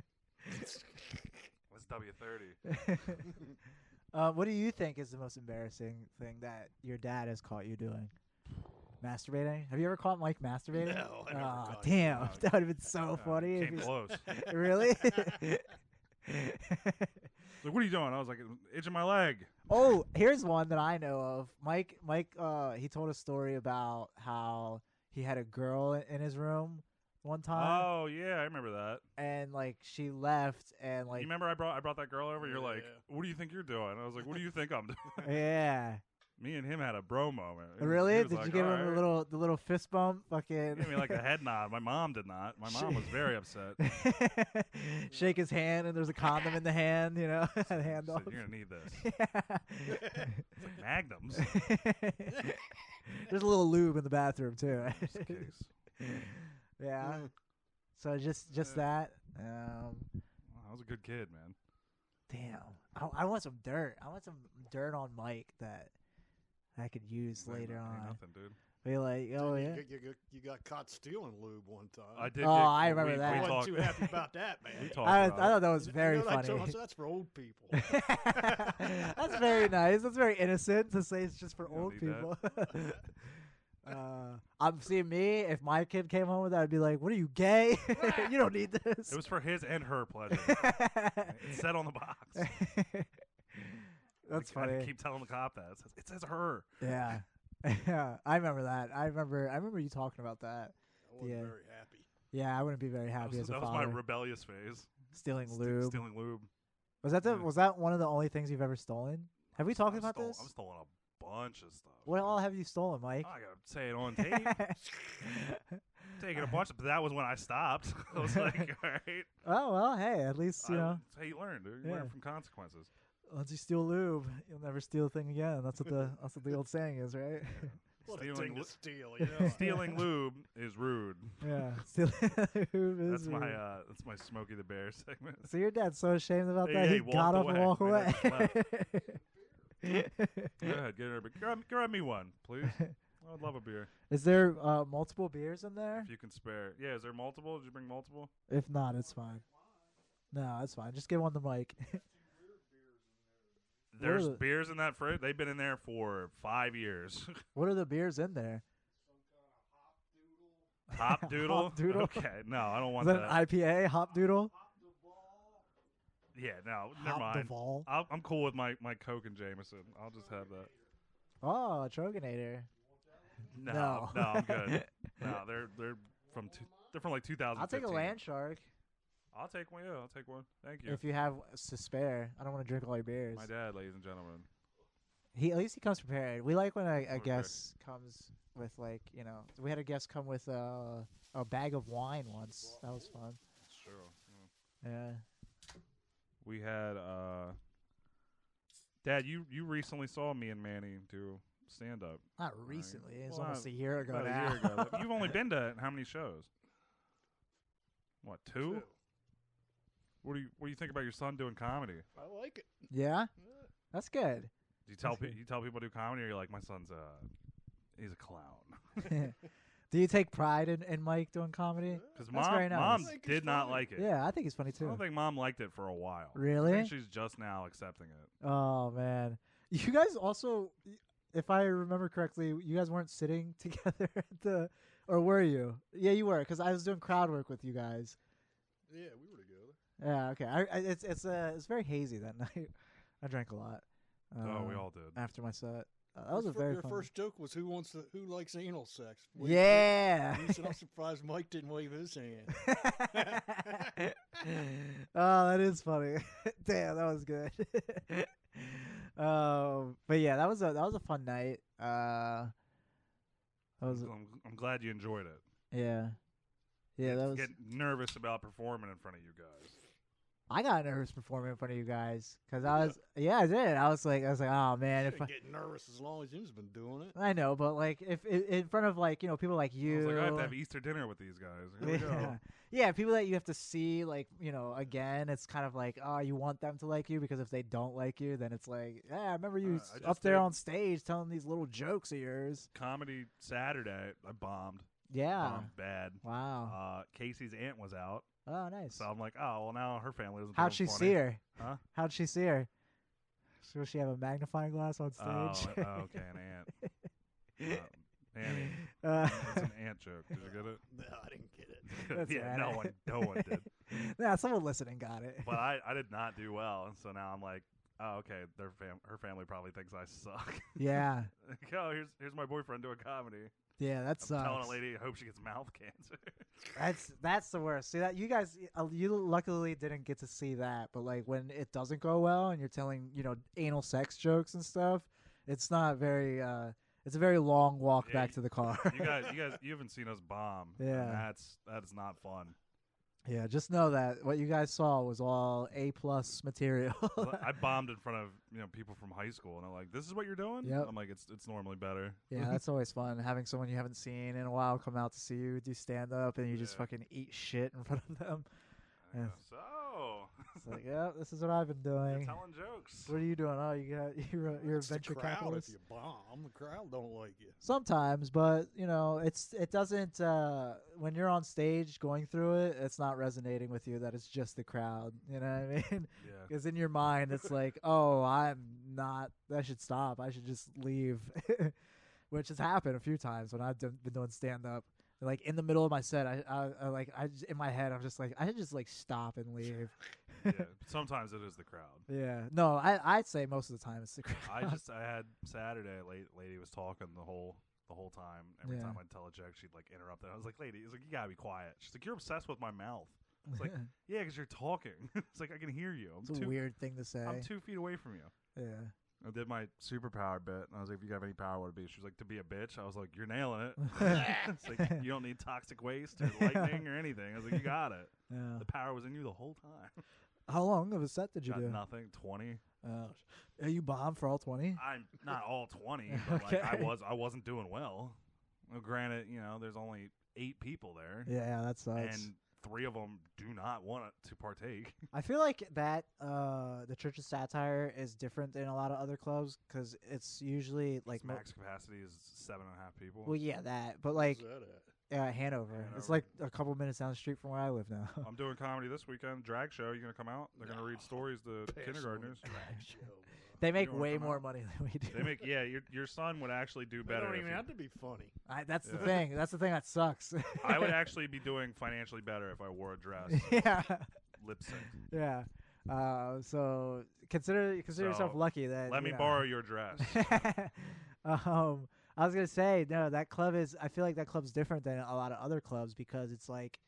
Speaker 1: What's W thirty?
Speaker 2: uh, what do you think is the most embarrassing thing that your dad has caught you doing? Masturbating? Have you ever caught Mike masturbating?
Speaker 3: No, I never
Speaker 2: Aw,
Speaker 3: caught him.
Speaker 2: damn,
Speaker 1: No.
Speaker 2: that would have been so funny. if
Speaker 1: Came
Speaker 2: you-
Speaker 1: close.
Speaker 2: really?
Speaker 1: like, what are you doing? I was like, itching my leg.
Speaker 2: Oh, here's one that I know of. Mike, Mike, uh, he told a story about how he had a girl i- in his room, one time,
Speaker 1: Oh yeah, I remember that.
Speaker 3: Oh.
Speaker 2: and like she left, and like
Speaker 1: you remember I brought I brought that girl over. You're like,
Speaker 3: Yeah.
Speaker 1: what do you think you're doing? I was like, what do you think I'm doing?
Speaker 2: yeah,
Speaker 1: Me and him had a bro moment. He was-
Speaker 2: really?
Speaker 1: he was
Speaker 2: Did you
Speaker 1: like,
Speaker 2: give
Speaker 1: "All
Speaker 2: him a
Speaker 1: right."
Speaker 2: little the little fist bump?
Speaker 1: He
Speaker 2: Fucking
Speaker 1: gave me like a head nod. My mom did not. My mom was very upset.
Speaker 2: shake his hand, and there's a condom in the hand, you know, and hand
Speaker 1: She
Speaker 2: off.
Speaker 1: said, You're gonna need this.
Speaker 2: Yeah.
Speaker 1: It's like magnums.
Speaker 2: There's a little lube in the bathroom too.
Speaker 1: Just in case.
Speaker 2: yeah.
Speaker 3: Mm.
Speaker 2: So just just that. Um,
Speaker 1: Wow, I was a good kid, man.
Speaker 2: damn. I, I want some dirt. I want some dirt on Mike that I could use
Speaker 1: Ain't
Speaker 2: later
Speaker 1: no- ain't
Speaker 2: on.
Speaker 1: nothing, dude.
Speaker 2: Be like,
Speaker 3: Dude,
Speaker 2: oh
Speaker 3: you,
Speaker 2: yeah.
Speaker 3: got- you, got- you got caught stealing lube one time.
Speaker 1: I did.
Speaker 2: Oh,
Speaker 1: get-
Speaker 2: I remember
Speaker 1: we,
Speaker 2: that.
Speaker 1: We
Speaker 3: I wasn't
Speaker 1: talked.
Speaker 3: too happy about that, man.
Speaker 1: we
Speaker 3: You
Speaker 1: talked
Speaker 2: I, I
Speaker 1: about it.
Speaker 2: thought that was
Speaker 3: know,
Speaker 2: very
Speaker 3: like, so-
Speaker 2: funny.
Speaker 3: so that's for old people.
Speaker 2: That's very nice. That's very innocent to say it's just for
Speaker 1: You don't
Speaker 2: old
Speaker 1: need
Speaker 2: people.
Speaker 1: that.
Speaker 2: uh, I'm seeing me. If my kid came home with that, I'd be like, "What are you gay? you don't need this."
Speaker 1: It was for his and her pleasure. it's said on the box. I had
Speaker 2: That's
Speaker 1: to- I had to
Speaker 2: funny.
Speaker 1: keep telling the cop that it says, it says her.
Speaker 2: yeah, yeah. I remember that. I remember. I remember you talking about that.
Speaker 3: I wasn't
Speaker 2: Yeah.
Speaker 3: very happy.
Speaker 2: Yeah, I wouldn't be very
Speaker 1: That
Speaker 2: happy
Speaker 1: was,
Speaker 2: as a
Speaker 1: that was my
Speaker 2: father.
Speaker 1: rebellious phase.
Speaker 2: stealing
Speaker 1: Ste-
Speaker 2: lube.
Speaker 1: Stealing lube.
Speaker 2: was that the?
Speaker 1: yeah.
Speaker 2: Was that one of the only things you've ever stolen? Have we
Speaker 1: I
Speaker 2: talked
Speaker 1: was
Speaker 2: about
Speaker 1: stolen-
Speaker 2: this?
Speaker 1: I've stolen a bunch of stuff.
Speaker 2: What all
Speaker 1: dude.
Speaker 2: have you stolen, Mike?
Speaker 1: I gotta say it on tape. Taking a bunch, of, but that was when I stopped. I was like, all right.
Speaker 2: oh well, hey, at least you
Speaker 1: I-
Speaker 2: know.
Speaker 1: That's how you learn, dude. You
Speaker 2: Yeah.
Speaker 1: learn from consequences.
Speaker 2: Once you steal lube, you'll never steal a thing again. That's what the that's what the old saying is, right?
Speaker 3: What a
Speaker 1: Stealing
Speaker 3: thing
Speaker 1: lu-
Speaker 3: to steal. You know?
Speaker 1: Stealing lube is rude.
Speaker 2: yeah, stealing lube is.
Speaker 1: That's my
Speaker 2: rude.
Speaker 1: uh, that's my Smokey the Bear segment.
Speaker 2: so your dad's so ashamed about
Speaker 1: Hey,
Speaker 2: that
Speaker 1: hey,
Speaker 2: he got
Speaker 1: walked
Speaker 2: up and
Speaker 1: away.
Speaker 2: walked
Speaker 1: My
Speaker 2: away.
Speaker 1: Go ahead, get her, but grab, grab me one, please. I would love a beer
Speaker 2: is there uh, multiple beers in there?
Speaker 1: if you can spare. Yeah, is there multiple? Did you bring multiple?
Speaker 2: If not, it's fine. No, it's fine. Just give one to Mike. are
Speaker 1: There's
Speaker 2: the-
Speaker 1: beers in that fridge. They've been in there for five years.
Speaker 2: what are the beers in there?
Speaker 1: Hop doodle.
Speaker 2: Hop doodle?
Speaker 1: Okay, no, I don't
Speaker 2: Is
Speaker 1: want
Speaker 2: that
Speaker 1: that.
Speaker 2: an IPA? Hop Doodle?
Speaker 1: yeah, no, never
Speaker 2: Hop
Speaker 1: mind.
Speaker 2: Duval?
Speaker 1: I'll, I'm cool with my my Coke and Jameson. I'll just have that.
Speaker 2: Oh, Troganator.
Speaker 1: No,
Speaker 2: No.
Speaker 1: no, I'm good. no, they're they're from two, they're from like 2000.
Speaker 2: I'll take a land shark
Speaker 1: I'll take one. Yeah, I'll take one. Thank you.
Speaker 2: if you have s- to spare. I don't want to drink all your beers.
Speaker 1: My dad, ladies and gentlemen.
Speaker 2: He at least he comes prepared. We like when a, a
Speaker 1: prepared.
Speaker 2: guest comes with like you know we had a guest come with a a bag of wine once. That was fun.
Speaker 1: Sure.
Speaker 2: Yeah.
Speaker 1: We had uh Dad, you you recently saw me and Manny do stand up.
Speaker 2: Not recently. It was
Speaker 1: Well,
Speaker 2: almost a year ago
Speaker 1: About a
Speaker 2: now.
Speaker 1: year ago. You've only been to how many shows? What, two?
Speaker 3: Two.
Speaker 1: What do you what do you think about your son doing comedy? Do
Speaker 3: I like it.
Speaker 2: yeah, that's good.
Speaker 1: you tell
Speaker 2: That's
Speaker 1: pe-
Speaker 2: good.
Speaker 1: you tell people to do comedy or you're like, My son's uh he's a clown.
Speaker 2: Do you take pride in, in Mike doing
Speaker 3: Uh,
Speaker 2: comedy?
Speaker 1: Because
Speaker 2: That's
Speaker 1: mom,
Speaker 2: very nice.
Speaker 1: mom
Speaker 3: I think
Speaker 1: did
Speaker 3: it's
Speaker 1: not
Speaker 3: funny.
Speaker 1: like it.
Speaker 2: Yeah, I think he's funny
Speaker 1: I
Speaker 2: too.
Speaker 1: don't think mom liked it for a while. I
Speaker 2: Really?
Speaker 1: think she's just now accepting it.
Speaker 2: Oh man, you guys also, if I remember correctly, you guys weren't sitting together at the, or were you? Yeah, you were, because I was doing crowd work with you guys.
Speaker 3: Yeah, we were together.
Speaker 2: Yeah. Okay. I, I it's it's uh it's very hazy that night. I drank a lot.
Speaker 1: oh, we
Speaker 2: uh,
Speaker 1: all did.
Speaker 2: after my set. Uh, that was
Speaker 3: your
Speaker 2: a
Speaker 3: fir-
Speaker 2: very
Speaker 3: your
Speaker 2: fun.
Speaker 3: first joke was who wants the, who likes anal sex? Wait,
Speaker 2: yeah.
Speaker 3: wait. You said I'm surprised Mike didn't wave his hand.
Speaker 2: oh, that is funny. Damn, that was good. um, but yeah, that was a that was a fun night. Uh, that was
Speaker 1: I'm, I'm glad you enjoyed it.
Speaker 2: yeah, yeah. That was.
Speaker 1: Get nervous about performing in front of you guys.
Speaker 2: I got nervous performing in front of you guys because I was yeah I did I was like I was like oh man if I,
Speaker 3: Shouldn't get nervous as long as Jim's been doing it.
Speaker 2: I know, but like if, i in front of like you know people like you,
Speaker 1: I was like, "Oh, I have to have Easter dinner with these guys. Here we
Speaker 2: yeah.
Speaker 1: go.
Speaker 2: yeah, people that you have to see like you know again, it's kind of like oh you want them to like you because if they don't like you, then it's like yeah I remember you
Speaker 1: Uh,
Speaker 2: s-
Speaker 1: I
Speaker 2: up
Speaker 1: just
Speaker 2: there
Speaker 1: did.
Speaker 2: on stage telling these little jokes of yours.
Speaker 1: Comedy Saturday, I bombed.
Speaker 2: Yeah,
Speaker 1: Bombed bad.
Speaker 2: wow,
Speaker 1: Um, Uh, Casey's aunt was out,
Speaker 2: oh nice.
Speaker 1: so I'm like, oh well, now her family doesn't.
Speaker 2: How'd she
Speaker 1: think I'm
Speaker 2: see
Speaker 1: funny.
Speaker 2: her?
Speaker 1: Huh?
Speaker 2: How'd she see her? So she have a magnifying glass on stage?
Speaker 1: Oh, uh, okay, an aunt. Uh, Annie,
Speaker 2: Uh,
Speaker 1: it's an aunt joke. Did you get it?
Speaker 3: No, I didn't get it.
Speaker 2: That's
Speaker 1: yeah,
Speaker 2: right.
Speaker 1: no one, no one did.
Speaker 2: nah, someone listening got it.
Speaker 1: But I, I did not do well, and so now I'm like, oh, okay, their fam- her family probably thinks I suck.
Speaker 2: Yeah,
Speaker 1: Like, oh, here's here's my boyfriend doing comedy.
Speaker 2: yeah, uh, that
Speaker 1: I'm
Speaker 2: sucks.
Speaker 1: telling a lady, I hope she gets mouth cancer.
Speaker 2: That's that's the worst. See that you guys, uh, you luckily didn't get to see that, but like when it doesn't go well and you're telling you know anal sex jokes and stuff, it's not very. uh It's a very long walk
Speaker 1: Yeah,
Speaker 2: back
Speaker 1: you-
Speaker 2: to the car.
Speaker 1: you guys, you guys, you haven't seen us bomb. and
Speaker 2: Yeah.
Speaker 1: that's that's not fun.
Speaker 2: yeah, just know that what you guys saw was all A plus material.
Speaker 1: 'Cause I I bombed in front of you know people from high school, and they're like, "This is what you're doing."
Speaker 2: Yep.
Speaker 1: I'm like, "It's it's normally better."
Speaker 2: Yeah, that's always fun. Having someone you haven't seen in a while come out to see you do stand up and you just
Speaker 1: Yeah.
Speaker 2: fucking eat shit in front of them.
Speaker 1: I go,
Speaker 2: Yes.
Speaker 1: So
Speaker 2: It's like, yeah, this is what I've been doing.
Speaker 1: you're telling jokes.
Speaker 2: What are you doing? Oh, you got you're a, you're a
Speaker 3: It's the
Speaker 2: venture
Speaker 3: crowd
Speaker 2: capitalist.
Speaker 3: If you bomb, the crowd don't like you.
Speaker 2: Sometimes, but you know, it's it doesn't uh when you're on stage going through it, it's not resonating with you that it's just the crowd. You know what I mean?
Speaker 1: Yeah.
Speaker 2: Because in your mind, it's like, oh, I'm not. I should stop. I should just leave, which has happened a few times when I've done, been doing stand up. Like in the middle of my set, I, I, I like I j- in my head, I'm just like, I should just like stop and leave.
Speaker 1: yeah. Sometimes it is the crowd.
Speaker 2: yeah. No, I I'd say most of the time it's the crowd.
Speaker 1: I just I had Saturday. Late lady was talking the whole the whole time. Every
Speaker 2: Yeah.
Speaker 1: time I'd tell a joke, she'd like interrupt it. I was like, "Lady, it's like you gotta be quiet." She's like, "You're obsessed with my mouth." It's like yeah, because you're talking. it's like I can hear you. I'm
Speaker 2: it's a
Speaker 1: two,
Speaker 2: weird thing to say.
Speaker 1: I'm two feet away from you.
Speaker 2: yeah.
Speaker 1: I did my superpower bit, and I was like, "If you have any power, what would it be?" She was like, "To be a bitch." I was like, "You're nailing it." it's like you don't need toxic waste or lightning or anything. I was like, "You got it."
Speaker 2: yeah.
Speaker 1: The power was in you the whole time.
Speaker 2: How long of a set did you
Speaker 1: got
Speaker 2: do?
Speaker 1: nothing. Twenty.
Speaker 2: Oh, are you bombed for all twenty?
Speaker 1: I'm not all twenty, but like I
Speaker 2: Okay.
Speaker 1: was. I wasn't doing well. Well, granted, you know, there's only eight people there,
Speaker 2: Yeah, that sucks.
Speaker 1: and three of them do not want to partake.
Speaker 2: I feel like that uh, the Church of Satire is different than a lot of other clubs because it's usually like
Speaker 1: Like
Speaker 2: mo-
Speaker 1: max capacity is seven and a half people.
Speaker 2: well, yeah, that. But
Speaker 3: Where's
Speaker 2: like
Speaker 3: that at?
Speaker 2: uh, Hanover. it's
Speaker 1: Hanover. Oh,
Speaker 2: like a couple minutes down the street from where I live now.
Speaker 1: I'm doing comedy this weekend. Drag show. You gonna come out? They're gonna read
Speaker 3: No.
Speaker 1: stories to
Speaker 3: Pass on
Speaker 1: kindergartners.
Speaker 3: the drag show, bro.
Speaker 2: they make
Speaker 1: wanna
Speaker 2: way
Speaker 1: come
Speaker 2: more
Speaker 1: out?
Speaker 2: money than we do.
Speaker 1: They make yeah. Your your son would actually do
Speaker 3: They
Speaker 1: better.
Speaker 3: don't
Speaker 1: if
Speaker 3: even
Speaker 1: he-
Speaker 3: have to be funny.
Speaker 2: I, that's the
Speaker 1: Yeah.
Speaker 2: thing. That's the thing that sucks.
Speaker 1: I would actually be doing financially better if I wore a dress.
Speaker 2: yeah,
Speaker 1: Lip sync.
Speaker 2: yeah. Uh, so consider consider yourself
Speaker 1: So,
Speaker 2: lucky that
Speaker 1: Let
Speaker 2: you
Speaker 1: me
Speaker 2: know.
Speaker 1: borrow your dress.
Speaker 2: um, I was gonna say no. That club is. I feel like that club's different than a lot of other clubs because it's like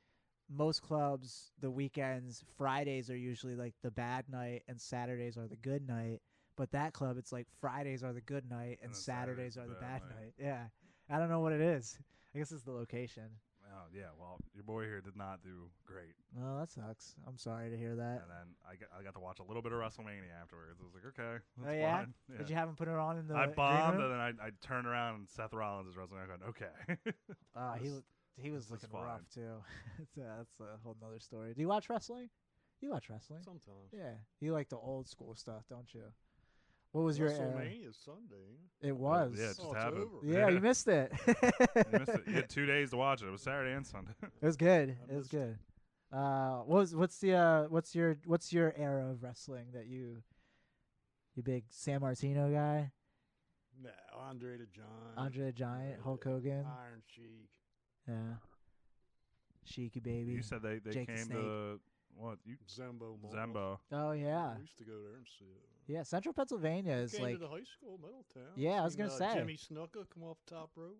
Speaker 2: most clubs. The weekends, Fridays are usually like the bad night, and Saturdays are the good night. But that club, it's like Fridays are the good night, and,
Speaker 1: then
Speaker 2: Saturdays,
Speaker 1: Saturday's
Speaker 2: are the bad night. Yeah, I don't know what it is. I guess it's the location.
Speaker 1: Oh yeah. Well, your boy here did not do great.
Speaker 2: Well, that sucks. I'm sorry to hear that.
Speaker 1: And then I got, I got to watch a little bit of WrestleMania afterwards. I was like, okay, that's
Speaker 2: Oh, yeah?
Speaker 1: fine. Yeah.
Speaker 2: Did you have him put it on in the
Speaker 1: I
Speaker 2: green
Speaker 1: bombed,
Speaker 2: room?
Speaker 1: and then I, I turned around and Seth Rollins is wrestling. I going, okay.
Speaker 2: Uh, he
Speaker 1: this-
Speaker 2: looked- he was
Speaker 1: this is
Speaker 2: looking rough
Speaker 1: fine.
Speaker 2: too. It's, uh, that's a whole nother story. Do you watch wrestling? You watch wrestling?
Speaker 3: Sometimes.
Speaker 2: Yeah, you like the old school stuff, don't you? What was your uh, era?
Speaker 3: WrestleMania is Sunday.
Speaker 2: It was.
Speaker 1: Yeah, it just
Speaker 3: oh, it's
Speaker 1: happened.
Speaker 3: over.
Speaker 2: Yeah, you missed it.
Speaker 1: You missed it. You had two days to watch it. It was Saturday and Sunday.
Speaker 2: It was good.
Speaker 3: I
Speaker 2: It was
Speaker 3: missed it.
Speaker 2: good. Uh, what was what's the uh, what's your what's your era of wrestling that you you big San Martino guy,
Speaker 3: Nah, Andre the Giant.
Speaker 2: Andre the Giant,
Speaker 3: uh,
Speaker 2: Hulk Hogan,
Speaker 3: Iron Sheik.
Speaker 2: yeah, Sheiky baby.
Speaker 1: You said they, they
Speaker 2: Jake the
Speaker 1: came
Speaker 2: Snake.
Speaker 1: to what you
Speaker 3: Zembo. Mall.
Speaker 1: Zembo.
Speaker 2: oh yeah,
Speaker 3: We used to go there and see it.
Speaker 2: yeah. Central Pennsylvania is
Speaker 3: Came
Speaker 2: like
Speaker 3: to the high school, Middletown.
Speaker 2: Yeah, I was
Speaker 3: Seen,
Speaker 2: gonna
Speaker 3: uh,
Speaker 2: say.
Speaker 3: Jimmy Snooker come off top rope.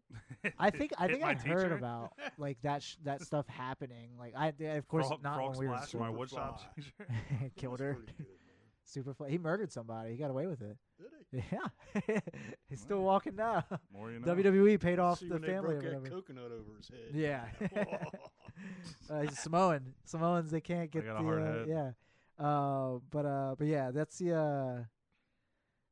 Speaker 2: I think I
Speaker 1: Hit
Speaker 2: think
Speaker 1: my
Speaker 2: I heard
Speaker 1: teacher?
Speaker 2: about like that sh- that stuff happening. Like I did, of course
Speaker 1: frog,
Speaker 2: not
Speaker 1: frog
Speaker 2: when we were
Speaker 1: splash my wood shop
Speaker 3: Superfly.
Speaker 1: teacher.
Speaker 2: in school.
Speaker 3: It
Speaker 2: killed
Speaker 3: was
Speaker 2: her.
Speaker 3: pretty good, man.
Speaker 2: Superfly. He murdered somebody. He got away with it.
Speaker 3: Did he?
Speaker 2: Yeah, he's still
Speaker 1: Wow.
Speaker 2: walking now.
Speaker 1: More you know.
Speaker 2: WWE paid off
Speaker 3: See
Speaker 2: the
Speaker 3: when they
Speaker 2: family or
Speaker 3: broke that
Speaker 2: whatever.
Speaker 3: coconut over his head.
Speaker 2: Yeah. uh, he's Samoan. Samoans they can't
Speaker 1: They
Speaker 2: get
Speaker 1: got a
Speaker 2: the
Speaker 1: hard
Speaker 2: uh,
Speaker 1: head.
Speaker 2: yeah. Uh, but uh, but yeah, that's the uh,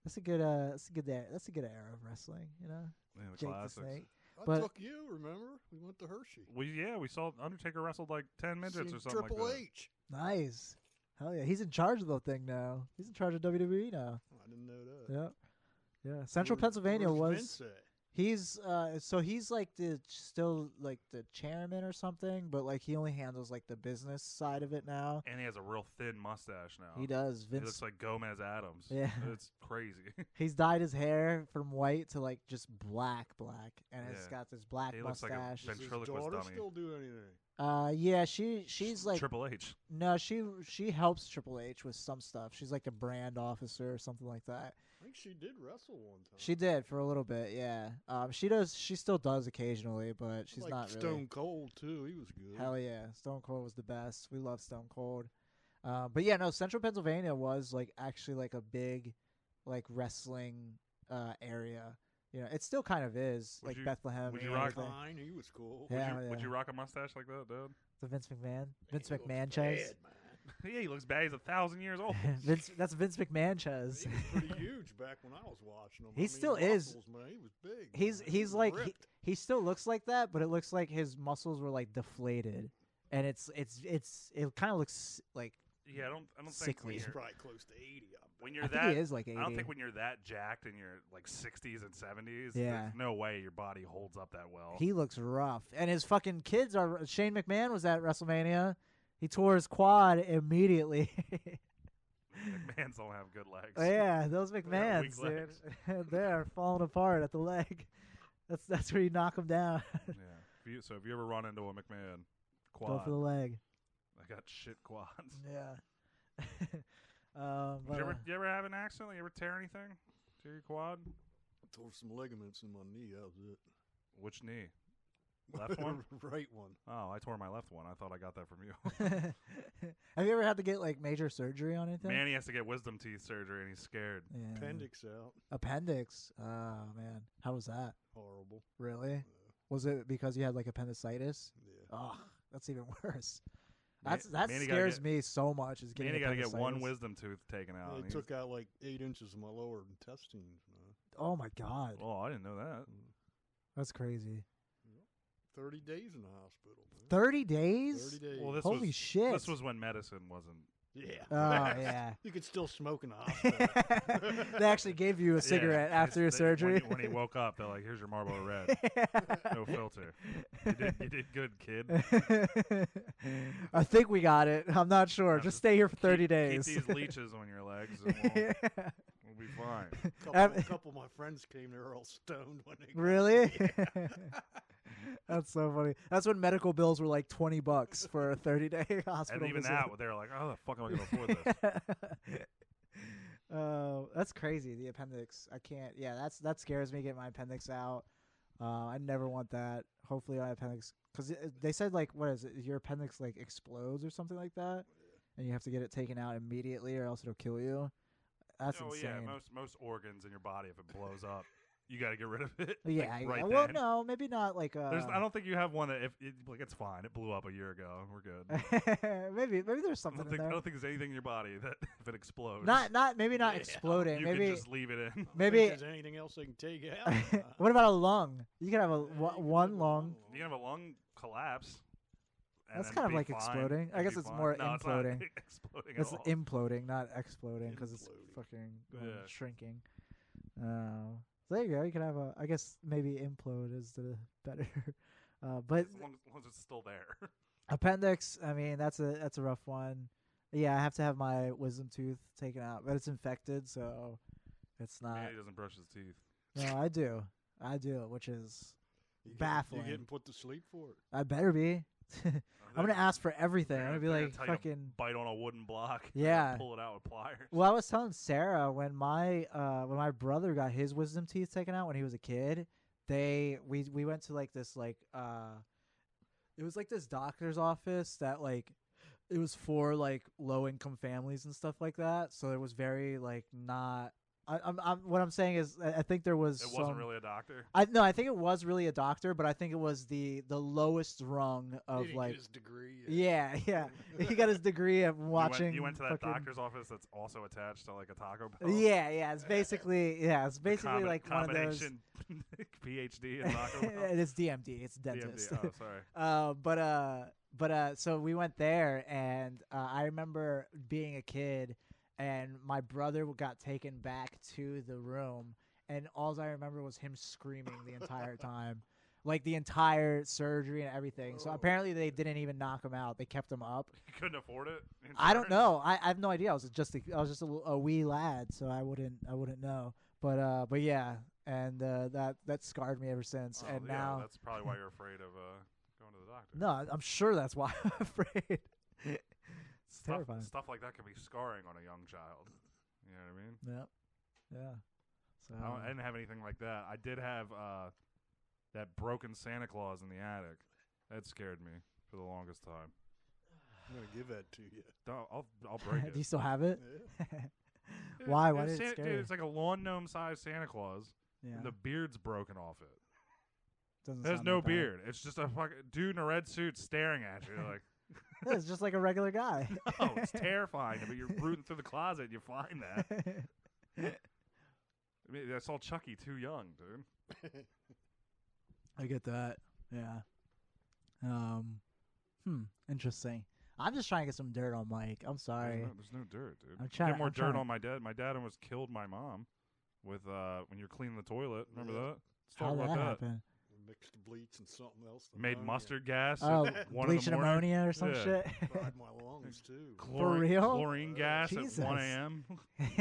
Speaker 2: that's a good uh, that's a good era- that's a good era of wrestling. You know,
Speaker 1: Yeah, the
Speaker 2: Jake
Speaker 1: classics.
Speaker 2: the Snake.
Speaker 3: I
Speaker 2: But-
Speaker 3: took you. Remember, we went to Hershey.
Speaker 1: We yeah, we saw Undertaker wrestled like ten midgets
Speaker 3: Seen
Speaker 1: or something
Speaker 3: Triple
Speaker 1: like that.
Speaker 3: H.
Speaker 2: Nice. Hell yeah, he's in charge of the thing now. He's in charge of WWE now.
Speaker 3: I didn't know that.
Speaker 2: Yeah. Yeah. Central
Speaker 3: Where's-
Speaker 2: Pennsylvania
Speaker 3: where's
Speaker 2: was
Speaker 3: Vince at?
Speaker 2: He's uh, so he's like the still like the chairman or something, but like he only handles like the business side of it now.
Speaker 1: And he has a real thin mustache now.
Speaker 2: He does.
Speaker 1: Oh, He
Speaker 2: Vince,
Speaker 1: looks like Gomez Adams.
Speaker 2: Yeah.
Speaker 1: It's crazy.
Speaker 2: he's dyed his hair from white to like just black, black, and it's
Speaker 1: Yeah.
Speaker 2: got this black
Speaker 1: He looks like a
Speaker 2: mustache.
Speaker 3: Does his
Speaker 1: Ventriloquist
Speaker 3: daughter
Speaker 1: dummy.
Speaker 3: still do anything?
Speaker 2: uh, yeah, she she's like
Speaker 1: Triple H.
Speaker 2: no, she she helps Triple H with some stuff. She's like a brand officer or something like that.
Speaker 3: I think she did wrestle one time.
Speaker 1: Oh.
Speaker 2: She did for a little bit, yeah. Um, she does. She still does occasionally, but she's
Speaker 3: like
Speaker 2: not
Speaker 3: Stone
Speaker 2: really.
Speaker 3: Cold too. He was good.
Speaker 2: Hell yeah, Stone Cold was the best. We love Stone Cold. Uh, but yeah, no, Central Pennsylvania was like actually like a big, like wrestling uh, area. You know, it still kind of is
Speaker 1: Would
Speaker 2: like
Speaker 1: you-
Speaker 2: Bethlehem.
Speaker 1: would
Speaker 2: and
Speaker 1: you rock-
Speaker 2: everything.
Speaker 3: Mankind, he was cool.
Speaker 1: Would,
Speaker 2: Yeah,
Speaker 1: you, would
Speaker 2: yeah.
Speaker 1: you rock a mustache like that, dude?
Speaker 2: the Vince McMahon, Vince
Speaker 3: He was
Speaker 2: McMahon
Speaker 3: bad,
Speaker 2: chase.
Speaker 3: man.
Speaker 1: yeah, he looks bad. He's a thousand years old.
Speaker 2: Vince, that's Vince McMahon chase.
Speaker 3: He was pretty huge back when I was watching him.
Speaker 2: He
Speaker 3: I mean,
Speaker 2: still is.
Speaker 3: muscles, Man, he was big.
Speaker 2: He's
Speaker 3: man. He
Speaker 2: he's
Speaker 3: was
Speaker 2: like he,
Speaker 3: ripped.
Speaker 2: he still looks like that, but it looks like his muscles were like deflated, and it's it's it's it kind of looks like
Speaker 1: Yeah, I don't. I don't think
Speaker 2: Sickly.
Speaker 1: when
Speaker 3: he's
Speaker 1: you're,
Speaker 3: probably close to eighty. I
Speaker 1: when
Speaker 3: bet.
Speaker 1: you're
Speaker 2: I
Speaker 1: that.
Speaker 2: think he is like eighty.
Speaker 1: I don't think when you're that jacked in your like 60s and 70s,
Speaker 2: Yeah.
Speaker 1: there's no way your body holds up that well.
Speaker 2: He looks rough, and his fucking kids are. Shane McMahon was at WrestleMania. He tore his quad immediately.
Speaker 1: McMahons don't have good legs.
Speaker 2: Oh, yeah, those
Speaker 1: got weak
Speaker 2: McMahons, dude, they're falling apart at the leg. That's that's where you knock them down.
Speaker 1: Yeah. If you, so if you ever run into a McMahon
Speaker 2: Go
Speaker 1: quad,
Speaker 2: for the leg.
Speaker 1: I got shit quads.
Speaker 2: Yeah. um,
Speaker 1: Did
Speaker 2: but,
Speaker 1: you,
Speaker 2: uh,
Speaker 1: ever, you ever have an accident? You ever tear anything to your quad?
Speaker 3: Tore some ligaments in my knee. That was it.
Speaker 1: Which knee? Left one?
Speaker 3: right one.
Speaker 1: Oh, I tore my left one. I thought I got that from you.
Speaker 2: uh, have you ever had to get like major surgery on anything?
Speaker 1: Manny has to get wisdom teeth surgery, and he's scared.
Speaker 2: Yeah.
Speaker 3: Appendix out.
Speaker 2: Appendix. Oh man, how was that?
Speaker 3: Horrible.
Speaker 2: Really?
Speaker 3: Uh,
Speaker 2: Was it because you had like appendicitis?
Speaker 3: yeah.
Speaker 2: Oh, that's even worse.
Speaker 1: Ma-
Speaker 2: That's that
Speaker 1: Manny gotta
Speaker 2: scares
Speaker 1: get-
Speaker 2: me so much. Is getting
Speaker 1: Manny got to get one
Speaker 2: appendicitis.
Speaker 1: wisdom tooth taken out. and
Speaker 3: they
Speaker 1: Oh, he's-
Speaker 3: took out like eight inches of my lower intestines. Man.
Speaker 2: Oh my god,
Speaker 1: Oh, I didn't know that.
Speaker 2: that's crazy.
Speaker 3: Thirty days in the hospital. Man.
Speaker 2: Thirty days.
Speaker 3: Thirty days.
Speaker 1: Well, this
Speaker 2: Holy
Speaker 1: was,
Speaker 2: shit.
Speaker 1: This was when medicine wasn't.
Speaker 3: yeah.
Speaker 2: Oh yeah.
Speaker 3: You could still smoke in the hospital.
Speaker 2: they actually gave you a cigarette
Speaker 1: Yeah,
Speaker 2: after your
Speaker 1: it's- they- when
Speaker 2: surgery.
Speaker 1: he- When he woke up, they're like, "Here's your Marlboro Red, no filter. You did, you did good, kid.
Speaker 2: I think we got it. I'm not sure.
Speaker 1: No,
Speaker 2: Just
Speaker 1: just
Speaker 2: stay here for 30
Speaker 1: Keep-
Speaker 2: days.
Speaker 1: Keep these leeches on your legs, and we'll,
Speaker 2: Yeah.
Speaker 1: we'll be fine.
Speaker 3: couple,
Speaker 2: Um,
Speaker 3: couple of my friends came. They were all stoned when they. got-
Speaker 2: Really?
Speaker 3: Yeah.
Speaker 2: That's so funny. That's when medical bills were like 20 bucks for a 30 day
Speaker 1: And
Speaker 2: hospital.
Speaker 1: even
Speaker 2: visit.
Speaker 1: that, they're like, "How the fuck am I going to afford this?"
Speaker 2: Oh, that's crazy. The appendix. I can't. Yeah, that's that scares me. Get my appendix out. Uh, I never want that. Hopefully, my appendix because they said like what is it? Your appendix like explodes or something like that, and you have to get it taken out immediately, or else it'll kill you. That's
Speaker 1: oh
Speaker 2: insane.
Speaker 1: yeah, most most organs in your body, if it blows up, you got to get rid of it.
Speaker 2: yeah.
Speaker 1: like,
Speaker 2: I-
Speaker 1: right
Speaker 2: well,
Speaker 1: then.
Speaker 2: no, maybe not like. Uh,
Speaker 1: There's, I don't think you have one that if it, like it's fine. It blew up a year ago. We're good.
Speaker 2: maybe maybe there's
Speaker 1: I
Speaker 2: something
Speaker 1: don't
Speaker 2: in
Speaker 1: think I
Speaker 2: there.
Speaker 1: don't think there's anything in your body that if it explodes,
Speaker 2: Not not maybe not
Speaker 3: Yeah.
Speaker 2: exploding.
Speaker 1: you
Speaker 2: maybe
Speaker 1: can just leave it in.
Speaker 3: I don't
Speaker 2: Maybe-
Speaker 3: think there's anything else they can take out. man.
Speaker 2: what about a lung? You could have a
Speaker 3: Yeah,
Speaker 2: wa-
Speaker 3: you could live
Speaker 2: one
Speaker 3: with
Speaker 2: lung.
Speaker 1: You can have a lung collapse. and
Speaker 2: That's
Speaker 1: then
Speaker 2: kind of
Speaker 1: be
Speaker 2: like
Speaker 1: fine.
Speaker 2: exploding. I
Speaker 1: You'd
Speaker 2: guess
Speaker 1: be
Speaker 2: it's
Speaker 1: fine.
Speaker 2: more
Speaker 1: no, it's not
Speaker 2: imploding.
Speaker 1: exploding at
Speaker 2: It's
Speaker 1: all.
Speaker 2: imploding, not exploding, because it's
Speaker 3: Imploding.
Speaker 2: fucking going
Speaker 1: Yeah.
Speaker 2: shrinking. Uh, so there you go. You could have a. I guess maybe implode is the better. Uh, but
Speaker 1: as, long as, as long as it's still there.
Speaker 2: Uh, appendix. I mean, that's a that's a rough one. Yeah, I have to have my wisdom tooth taken out, but it's infected, so it's not.
Speaker 1: Man, he doesn't brush his teeth.
Speaker 2: No, I do. I do, which is
Speaker 3: You get-
Speaker 2: Baffling.
Speaker 3: You getting put to sleep for it.
Speaker 2: I better be. I'm gonna ask for everything.
Speaker 1: they're
Speaker 2: I'm
Speaker 1: gonna-
Speaker 2: gonna be
Speaker 1: they're
Speaker 2: like
Speaker 1: gonna tell you
Speaker 2: fucking.
Speaker 1: bite on a wooden block. and
Speaker 2: Yeah.
Speaker 1: pull it out with pliers.
Speaker 2: Well, I was telling Sarah when my uh, when my brother got his wisdom teeth taken out when he was a kid, they we we went to like this like uh, it was like this doctor's office that like it was for like low income families and stuff like that. So it was very like not. I, I'm, I'm what I'm saying is I, I think there was
Speaker 1: it wasn't
Speaker 2: some-
Speaker 1: really a doctor.
Speaker 2: I no, I think it was really a doctor, but I think it was the the lowest rung
Speaker 3: He
Speaker 2: of
Speaker 3: didn't get
Speaker 2: like
Speaker 3: his degree. yet.
Speaker 2: yeah yeah. he got his degree of
Speaker 1: You went-
Speaker 2: watching.
Speaker 1: You went, to that
Speaker 2: fucking-
Speaker 1: doctor's office that's also attached to like a taco bell.
Speaker 2: Yeah, yeah. It's basically yeah. It's
Speaker 1: The
Speaker 2: basically
Speaker 1: combi-
Speaker 2: like one of those.
Speaker 1: combination PhD and taco bell.
Speaker 2: it's DMD. It's
Speaker 1: DMD.
Speaker 2: dentist.
Speaker 1: Oh, sorry.
Speaker 2: uh, but uh, but uh, so we went there, and uh, I remember being a kid, and my brother got taken back to the room, and all I remember was him screaming the entire time, like the entire surgery and everything. So
Speaker 3: Oh.
Speaker 2: apparently they didn't even knock him out; they kept him up.
Speaker 1: You couldn't afford it.
Speaker 2: I don't
Speaker 1: Insurance?
Speaker 2: know. I, I have no idea. I was just a, I was just a, l- a wee lad, so I wouldn't I wouldn't know. But uh, but yeah, and uh, that that scarred me ever since.
Speaker 1: Oh,
Speaker 2: and
Speaker 1: yeah,
Speaker 2: now
Speaker 1: that's probably why you're afraid of uh, going to the doctor.
Speaker 2: no, I- I'm sure that's why I'm afraid. it's
Speaker 1: stuff,
Speaker 2: terrifying.
Speaker 1: stuff like that can be scarring on a young child. You know what I mean?
Speaker 2: Yeah, yeah. So
Speaker 1: I, don't, I didn't have anything like that. I did have uh, that broken Santa Claus in the attic. That scared me for the longest time.
Speaker 3: I'm gonna give that to you.
Speaker 1: Don't- I'll I'll break
Speaker 2: do you
Speaker 1: it.
Speaker 2: still have it?
Speaker 3: Yeah.
Speaker 1: Dude,
Speaker 2: Why?
Speaker 1: it
Speaker 2: Why
Speaker 1: was
Speaker 2: did it
Speaker 1: Santa-
Speaker 2: scare
Speaker 1: dude,
Speaker 2: you?
Speaker 1: It's like a lawn gnome sized Santa Claus,
Speaker 2: Yeah,
Speaker 1: and the beard's broken off it.
Speaker 2: doesn't
Speaker 1: There's
Speaker 2: sound
Speaker 1: no
Speaker 2: that bad.
Speaker 1: beard. It's just a fucking dude in a red suit staring at you. Like,
Speaker 2: Yeah, it's just like a regular guy.
Speaker 1: oh, it's terrifying. But you're rooting through the closet, and you find that. I mean, I saw Chucky too young, dude.
Speaker 2: I get that. Yeah. Um. Hmm. Interesting. I'm just trying to get some dirt on Mike. I'm
Speaker 1: There's
Speaker 2: sorry.
Speaker 1: no, there's no dirt, dude.
Speaker 2: I'm
Speaker 1: Get
Speaker 2: tryna-
Speaker 1: more
Speaker 2: I'm
Speaker 1: dirt
Speaker 2: tryna-
Speaker 1: on my dad. My dad almost killed my mom with uh when you're cleaning the toilet. Remember
Speaker 3: Yeah.
Speaker 1: that? Let's talk
Speaker 2: How
Speaker 1: about
Speaker 2: that
Speaker 1: that.
Speaker 2: happen?
Speaker 3: Mixed bleach and something else.
Speaker 1: Made
Speaker 3: ammonia.
Speaker 1: mustard gas. at
Speaker 2: Oh,
Speaker 1: one
Speaker 2: bleach
Speaker 1: in
Speaker 2: and
Speaker 1: the morning.
Speaker 2: ammonia or some
Speaker 1: Yeah.
Speaker 3: Fried my lungs too.
Speaker 1: Chlorine,
Speaker 2: real?
Speaker 1: Chlorine gas
Speaker 2: Jesus.
Speaker 1: at 1 a.m.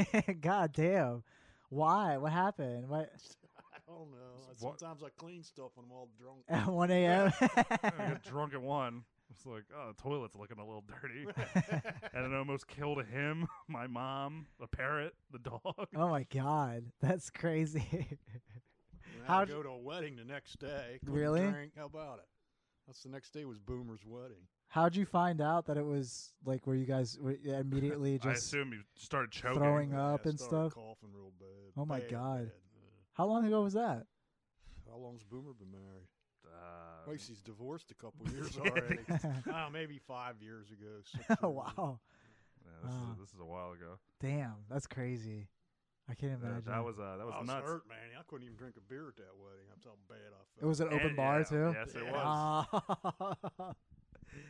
Speaker 2: shit. God damn. Why? What happened? What?
Speaker 3: I don't know.
Speaker 1: What?
Speaker 3: Sometimes I clean stuff when I'm all drunk.
Speaker 2: At 1 a.m.
Speaker 1: I got drunk at 1. It's like, oh, the toilet's looking a little dirty. and it almost killed him, my mom, the parrot, the dog.
Speaker 2: oh my god, that's crazy.
Speaker 3: And
Speaker 2: How'd-
Speaker 3: I go to a wedding the next day. couldn't
Speaker 2: Really?
Speaker 3: Drink. How about it? That's the next day was Boomer's wedding.
Speaker 2: How'd you find out that it was like? Were you guys were you immediately
Speaker 1: I
Speaker 2: just?
Speaker 1: assume you started choking.
Speaker 2: throwing-
Speaker 3: Yeah,
Speaker 2: up
Speaker 3: I
Speaker 2: and
Speaker 3: started
Speaker 2: stuff?
Speaker 3: Coughing real bad.
Speaker 2: Oh my
Speaker 3: Bad,
Speaker 2: God.
Speaker 3: bad. Uh,
Speaker 2: How long ago was that?
Speaker 3: how long's Boomer been married?
Speaker 1: Uh,
Speaker 3: Wait, she's divorced a couple years already. oh, maybe five years ago. six years ago.
Speaker 2: Oh, wow.
Speaker 1: yeah, this, is
Speaker 2: Wow.
Speaker 1: a, this is a while ago.
Speaker 2: Damn, that's crazy. I can't
Speaker 1: Yeah,
Speaker 2: imagine.
Speaker 1: that was uh, that was
Speaker 3: I was
Speaker 1: nuts.
Speaker 3: hurt, man. I couldn't even drink a beer at that wedding. That's how bad I felt.
Speaker 2: it was an open
Speaker 1: And-
Speaker 2: bar
Speaker 1: yeah,
Speaker 2: too.
Speaker 1: Yes, it
Speaker 3: Yeah.
Speaker 1: was.
Speaker 2: Oh.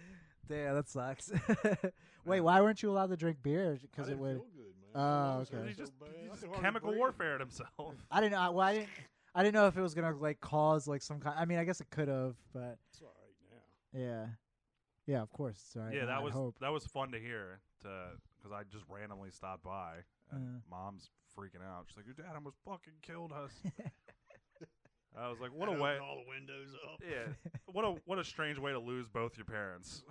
Speaker 2: Damn, that sucks. Wait, why weren't you allowed to drink beer?
Speaker 3: I
Speaker 2: Because it
Speaker 3: didn't
Speaker 2: would.
Speaker 3: feel good, man.
Speaker 2: Oh,
Speaker 3: My lungs
Speaker 2: okay.
Speaker 3: hurt
Speaker 1: He
Speaker 3: so
Speaker 1: just,
Speaker 3: bad.
Speaker 1: he
Speaker 3: I
Speaker 1: just
Speaker 3: could hardly
Speaker 1: chemical
Speaker 3: breathe.
Speaker 1: warfare at himself.
Speaker 2: I didn't know. Well, I didn't. I didn't know if it was gonna like cause like some kind. I mean, I guess it could have, but
Speaker 3: It's all right now.
Speaker 2: yeah, yeah. Of course, it's alright.
Speaker 1: yeah,
Speaker 2: I
Speaker 1: that was
Speaker 2: hope.
Speaker 1: that was fun to hear. To because I just randomly stopped by and
Speaker 2: Uh.
Speaker 1: mom's freaking out. She's like, "Your dad almost fucking killed us." I was like, "What
Speaker 3: I
Speaker 1: a
Speaker 3: opened
Speaker 1: way!"
Speaker 3: All the windows up.
Speaker 1: Yeah, what a what a strange way to lose both your parents.